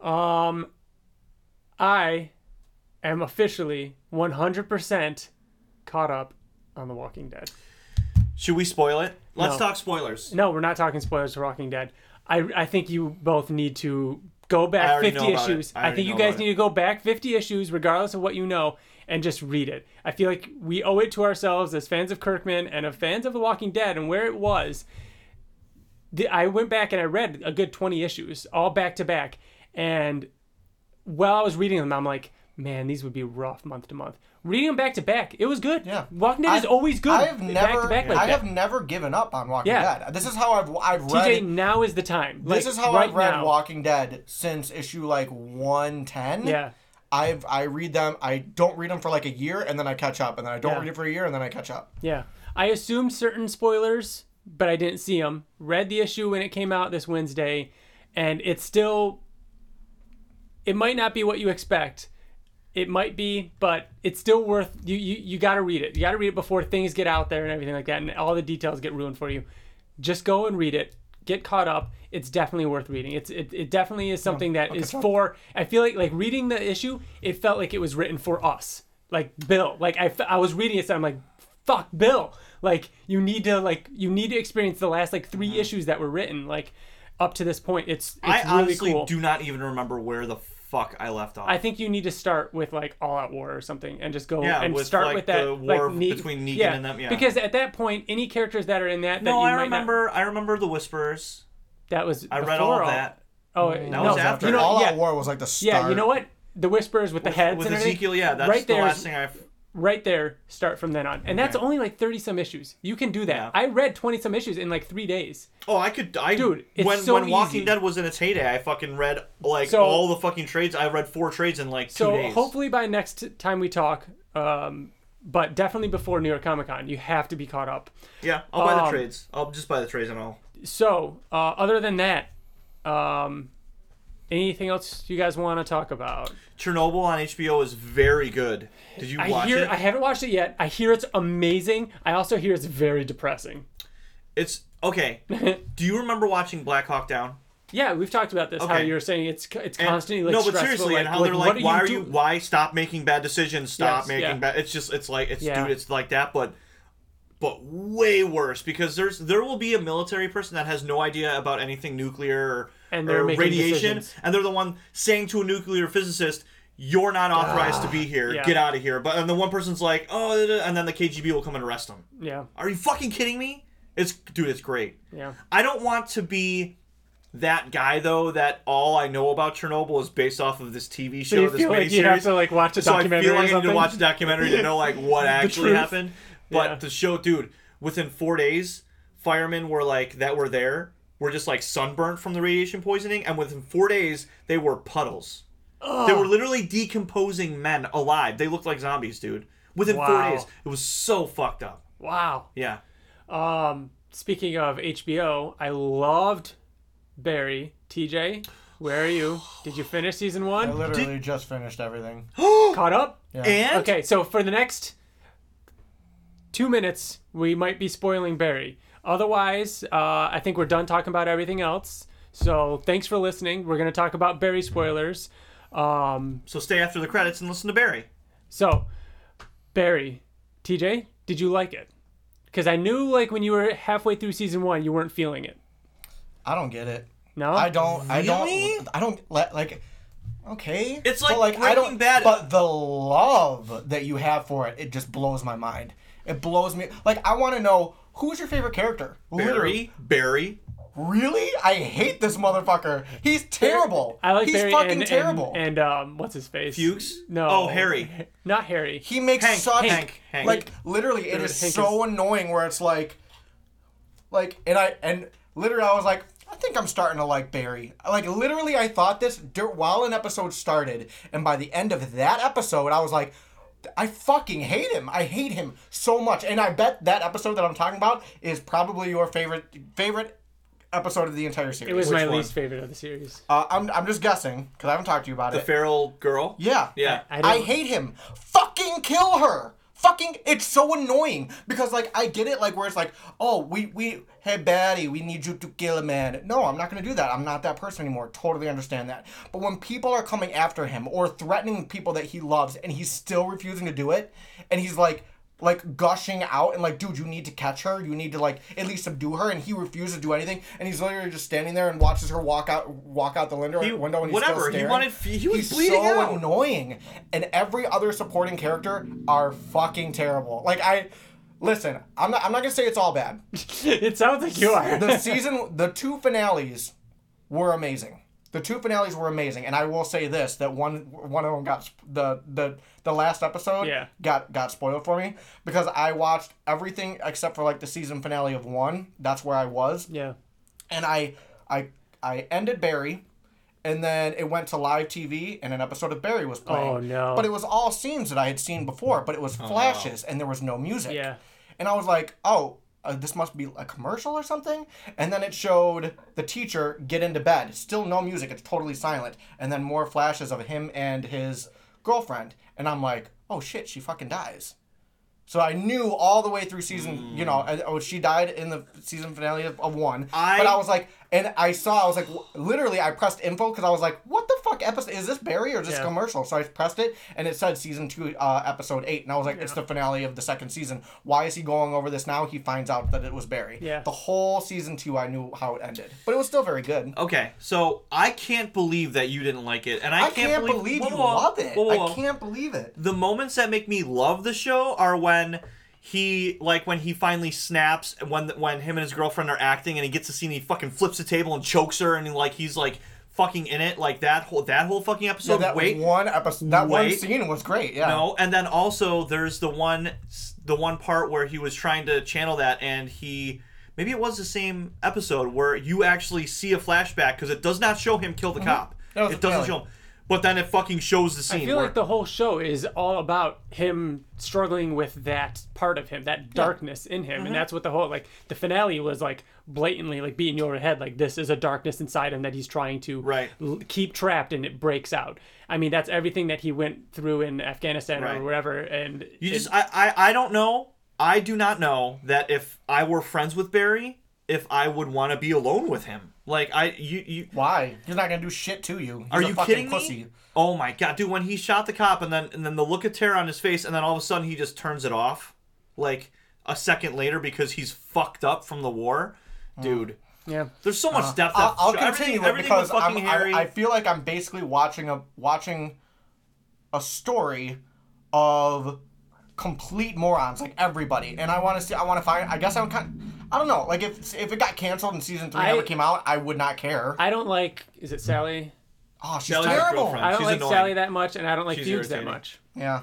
S2: Um, I am officially 100% caught up on The Walking Dead.
S3: Should we spoil it?
S2: No.
S3: Let's talk spoilers.
S2: No, we're not talking spoilers for Walking Dead. I I think you both need to go
S3: I
S2: back
S3: already
S2: 50
S3: know about it.
S2: issues.
S3: I
S2: I,
S3: already
S2: think you
S3: know
S2: guys
S3: about it.
S2: need to go back 50 issues, regardless of what you know, and just read it. I feel like we owe it to ourselves as fans of Kirkman and of fans of The Walking Dead and where it was. The, I went back and I read a good 20 issues, all back to back. And while I was reading them, I'm like, man, these would be rough month to month. Reading them back to back, it was good.
S4: Yeah.
S2: Walking Dead is
S4: I've-
S2: always good.
S4: I have
S2: back
S4: never.
S2: to back like
S4: I
S2: that.
S4: have never given up on Walking
S2: Yeah.
S4: Dead. This is how I've I've read.
S2: TJ, now is the time.
S4: this
S2: Like,
S4: is how
S2: right
S4: I've read
S2: now.
S4: Walking Dead since issue like one ten.
S2: Yeah.
S4: I've I read them. I don't read them for like a year, and then I catch up, and then I don't
S2: Yeah.
S4: read it for a year, and then I catch up.
S2: Yeah. I assumed certain spoilers, but I didn't see them. Read the issue when it came out this Wednesday, and it's still. It might not be what you expect. It might be, but it's still worth you. You, you got to read it. You got to read it before things get out there and everything like that, and all the details get ruined for you. Just go and read it. Get caught up. It's definitely worth reading. It's it, it definitely is something that is for. I feel like like reading the issue. It felt like it was written for us, like Bill. Like I, f- I was reading it, so I'm like, fuck bill like you need to like you need to experience the last like 3 issues that were written like up to this point it's, it's
S3: Mm-hmm. I
S2: really
S3: honestly
S2: cool
S3: do not even remember where the fuck I left off.
S2: i think you need to start with like all out war or something and just go
S3: Yeah,
S2: and
S3: with,
S2: start
S3: like,
S2: with that
S3: the war
S2: like, Ne-
S3: between Negan and them, yeah.
S2: because at that point any characters that are in that
S3: no,
S2: that you might
S3: I
S2: not-
S3: remember. I remember the Whisperers.
S2: that was
S3: I read
S2: before
S3: all of that.
S2: oh that no,
S3: was after.
S2: you know,
S4: All
S2: yeah,
S4: Out War was like the start.
S2: yeah you know what the whispers with the heads
S3: with
S2: and everything,
S3: Ezekiel. Yeah, that's
S2: right
S3: the
S2: there is-
S3: last thing I.
S2: right there start from then on and that's
S3: Okay.
S2: only like 30 some issues you can do that
S3: Yeah.
S2: i read 20 some issues in like three days
S3: Oh, I could. I
S2: Dude, it's
S3: when
S2: so
S3: when Walking
S2: easy.
S3: Dead was in its heyday, I fucking read like
S2: So-
S3: all the fucking trades. I read four trades in like two
S2: so
S3: days.
S2: hopefully by next time we talk um but definitely before new york comic-con you have to be caught up
S3: yeah, I'll buy
S2: um,
S3: the trades. I'll just buy the trades and all.
S2: so uh other than that um anything else you guys want to talk about
S3: Chernobyl on HBO is very good. Did you
S2: i
S3: watch
S2: hear
S3: it?
S2: i haven't watched it yet i hear it's amazing i also hear it's very depressing
S3: It's
S2: *laughs*
S3: okay. Do you remember watching Black Hawk Down?
S2: yeah we've talked about this how
S3: Okay.
S2: you were saying it's it's
S3: And-
S2: constantly like
S3: no, but
S2: stressful,
S3: seriously,
S2: like,
S3: and how they're like,
S2: what
S3: why are
S2: do-
S3: you? Why stop making bad decisions? Stop
S2: Yes,
S3: making
S2: yeah.
S3: bad. It's just, it's like, it's
S2: Yeah.
S3: dude, it's like that, but, but way worse because there's there will be a military person that has no idea about anything nuclear or,
S2: And they're
S3: or
S2: making
S3: radiation,
S2: decisions.
S3: and they're the one saying to a nuclear physicist. You're not authorized to be here.
S2: Ah, yeah.
S3: Get out of here. But and the one person's like, oh, da- da," and then the KGB will come and arrest him.
S2: yeah
S3: Are you fucking kidding me? It's dude, it's great.
S2: yeah
S3: I don't want to be that guy though that all I know about Chernobyl is based off of this TV show,
S2: so you
S3: this
S2: feel like
S3: miniseries.
S2: you have to like watch a
S3: so I
S2: documentary
S3: feel like
S2: or
S3: I need
S2: something
S3: to watch a documentary to know
S2: *laughs*
S3: like what actually
S2: truth.
S3: happened. But
S2: Yeah.
S3: the show, dude, within four days, firemen were like that were there were just like sunburnt from the radiation poisoning, and within four days they were puddles. They were literally decomposing men alive. They looked like zombies, dude. Within
S2: Wow.
S3: four days, it was so fucked up.
S2: wow
S3: Yeah.
S2: Um, speaking of HBO, I loved Barry. TJ, where are you? Did you finish season
S4: I
S2: one?
S4: literally just finished everything.
S2: Caught up?
S3: And
S2: Okay, so for the next two minutes, we might be spoiling Barry. Otherwise, uh, I think we're done talking about everything else. So thanks for listening. We're going to talk about Barry spoilers. Um,
S3: so stay after the credits and listen to Barry.
S2: so, Barry, TJ, did you like it? Because I knew, like, when you were halfway through season one, you weren't feeling it.
S4: I don't get it.
S2: No?
S4: I don't. I
S3: Oh, Really?
S4: don't. I don't let like. Okay.
S3: It's
S4: But,
S3: like Breaking Bad.
S4: But the love that you have for it, it just blows my mind. It blows me. Like I want to know who's your favorite character. Literally.
S3: Barry, Barry,
S4: Really? I hate this motherfucker. He's terrible.
S2: I like
S4: He's
S2: Barry
S4: fucking
S2: and, and-
S4: terrible.
S2: And, um, what's his face?
S3: Fuchs.
S2: No.
S3: Oh, Harry.
S2: Not Harry.
S4: he makes
S3: Hank,
S4: such
S3: Hank, Hank.
S4: like literally it
S2: Dude,
S4: is
S2: Hank
S4: so annoying where it's like like and I and literally I was like I think I'm starting to like Barry. Like literally I thought this dur- while an episode started and by the end of that episode I was like I fucking hate him. I hate him so much. And I bet that episode that I'm talking about is probably your favorite favorite episode of the entire series.
S2: it was my
S3: one?
S2: least favorite of the series. *laughs*
S4: uh, I'm I'm just guessing cuz I haven't talked to you about
S3: the
S4: it.
S3: feral girl.
S4: Yeah.
S3: Yeah.
S2: I don't-
S4: I, hate him. Fucking kill her. Fucking it's so annoying because like I get it like where it's like, "Oh, we we hey baddie, we need you to kill a man." No, I'm not going to do that. I'm not that person anymore. Totally understand that. But when people are coming after him or threatening people that he loves and he's still refusing to do it and he's like like gushing out and like dude you need to catch her you need to like at least subdue her and he refuses to do anything and he's literally just standing there and watches her walk out walk out the window
S3: He-
S4: window and he's
S3: whatever,
S4: still
S3: he
S4: staring.
S3: wanted- he was
S4: he's
S3: bleeding
S4: so
S3: out.
S4: annoying and every other supporting character are fucking terrible like i listen i'm not i'm not gonna say it's all bad
S2: it sounds like
S4: *laughs*
S2: you are.
S3: *laughs*
S4: the season the two finales were amazing the two finales were amazing and i will say this that one one of them got sp- the the the last episode
S2: Yeah.
S4: got got spoiled for me because i watched everything except for like the season finale of one that's where i was
S2: yeah.
S4: and I I I ended Barry, and then it went to live TV, and an episode of Barry was playing.
S2: Oh, no.
S4: But it was all scenes that I had seen before, but it was flashes, and there was no music.
S2: Yeah.
S4: And I was like, oh. Uh, this must be a commercial or something and then it showed the teacher get into bed still no music it's totally silent and then more flashes of him and his girlfriend and i'm like oh shit she fucking dies so i knew all the way through season you know I, oh she died in the season finale of, of one
S3: I-
S4: but i was was like, and I saw, I was like, w- literally, I pressed info because I was like, what the fuck episode is this Barry or is this
S2: Yeah.
S4: commercial? So I pressed it, and it said season two, uh, episode eight, and I was like, it's the finale of the second season. Why is he going over this now? He finds out that it was Barry.
S2: Yeah.
S4: The whole season two, I knew how it ended, but it was still very good.
S3: Okay, so I can't believe that you didn't like it, and I,
S4: I can't, believe,
S3: Whoa,
S4: you
S3: whoa,
S4: love it.
S3: whoa, whoa.
S4: I can't believe it.
S3: The moments that make me love the show are when he, like, when he finally snaps, and when when him and his girlfriend are acting, and he gets to scene, he fucking flips the table and chokes her, and like he's like fucking in it, like that whole that whole fucking episode.
S4: that
S3: wait,
S4: one episode, that one
S3: wait.
S4: scene was great. Yeah.
S3: No, and then also there's the one the one part where he was trying to channel that and he maybe it was the same episode where you actually see a flashback because it does not show him kill the cop.
S4: Mm-hmm. That was
S3: It
S4: a
S3: doesn't
S4: failing.
S3: show him. But then it fucking shows the scene.
S2: I feel
S3: where-
S2: like the whole show is all about him struggling with that part of him, that darkness in him,
S3: Uh-huh.
S2: and that's what the whole like the finale was like blatantly like beating you over the head. Like this is a darkness inside him that he's trying to
S3: Right.
S2: l- keep trapped, and it breaks out. I mean, that's everything that he went through in Afghanistan
S3: Right.
S2: or wherever, and
S3: You
S2: it-
S3: just I, I I don't know. I do not know that if I were friends with Barry, if I would want to be alone with him. Like I you you
S4: Why? He's not gonna do shit to you. He's
S3: Are
S4: a
S3: you
S4: fucking
S3: kidding
S4: pussy.
S3: me? Oh my god, dude! When he shot the cop, and then and then the look of terror on his face, and then all of a sudden he just turns it off, like a second later because he's fucked up from the war, dude.
S2: yeah,
S3: There's so much depth.
S4: I'll, Mm.
S3: that
S4: Uh-huh. I'll
S3: show-
S4: continue
S3: everything,
S4: it
S3: everything
S4: because
S3: with
S4: I'm,
S3: fucking Harry.
S4: I, I feel like I'm basically watching a watching a story of complete morons, like everybody. And I want to see. I want to find. I guess I'm kind. I don't know. Like if if it got canceled and season three
S2: I-
S4: never came out, I would not care.
S2: I don't like. Is it Sally?
S4: oh, she's
S3: Sally's
S4: terrible.
S3: girlfriend.
S2: I don't
S3: She's
S2: like
S3: annoying.
S2: Sally that much, and I don't like
S3: She's
S2: Fuchs that
S3: irritating.
S2: much.
S4: Yeah.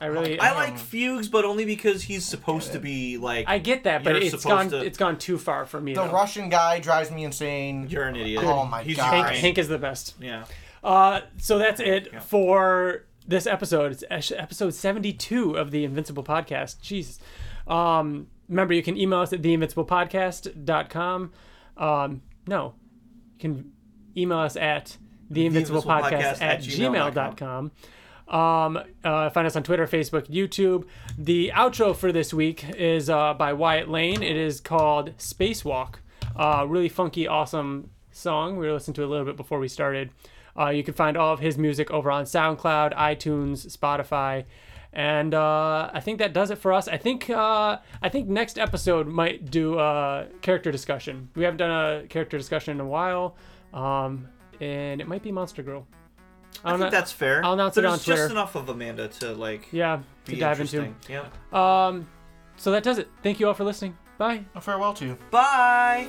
S2: I really.
S3: I like Fugues, but only because he's supposed to be like.
S2: I get that, but
S3: You're
S2: it's
S3: supposed
S2: gone.
S3: to-
S2: It's gone too far for me.
S4: The
S2: though.
S4: Russian guy drives me insane.
S3: You're an idiot.
S4: Oh my
S3: he's
S4: God.
S2: Hank,
S3: Ukrainian.
S2: Hank is the best.
S3: Yeah.
S2: Uh, so that's it for this episode. It's es- episode 72 of the Invincible Podcast. Jesus. Um, remember, you can email us at theinvinciblepodcast.com. Um, no, you can email us at theinvinciblepodcast at gmail.com. Um, uh, find us on Twitter, Facebook, YouTube. The outro for this week is uh, by Wyatt Lane. It is called Spacewalk. Uh, really funky, awesome song. We were listening to it a little bit before we started. Uh, you can find all of his music over on SoundCloud, iTunes, Spotify, and uh, I think that does it for us. I think uh, I think next episode might do a character discussion. We haven't done a character discussion in a while, um, and it might be Monster Girl.
S3: I
S2: don't
S3: think
S2: know-
S3: that's fair.
S2: I'll announce it
S3: There's
S2: on Twitter.
S3: just enough of Amanda to like.
S2: yeah,
S3: Be
S2: to dive into.
S3: interesting. Yeah.
S2: Um, So that does it. Thank you all for listening. Bye.
S4: A Oh, farewell to you.
S3: Bye.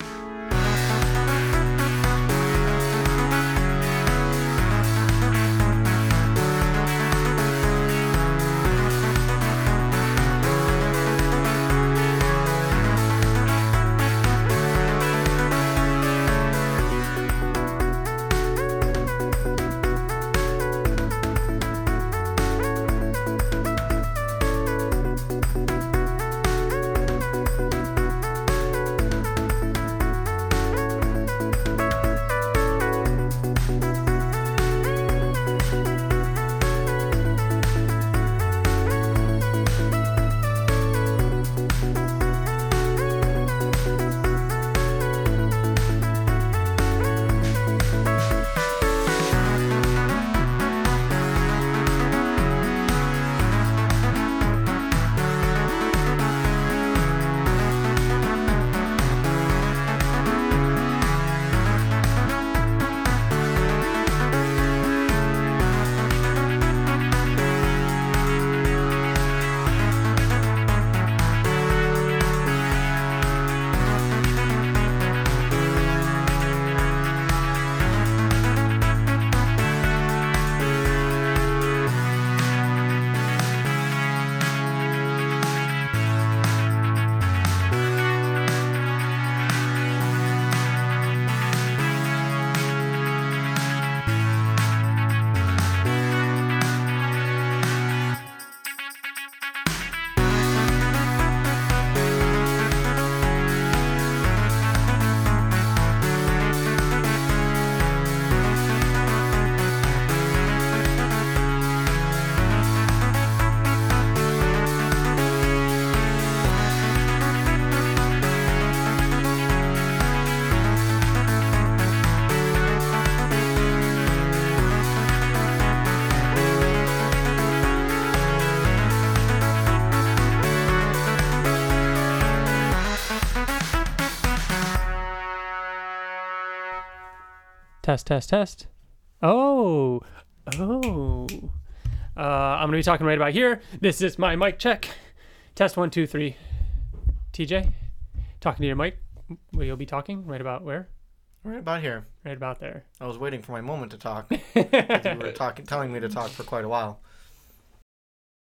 S2: Test, test, test. Oh, oh. Uh, I'm gonna be talking right about here. This is my mic check. Test one, two, three. TJ, talking to your mic. Where you'll be talking right about where?
S4: Right about here.
S2: Right about there.
S3: *laughs*
S4: I was waiting for my moment to talk. you were talking, telling me to talk for quite a while.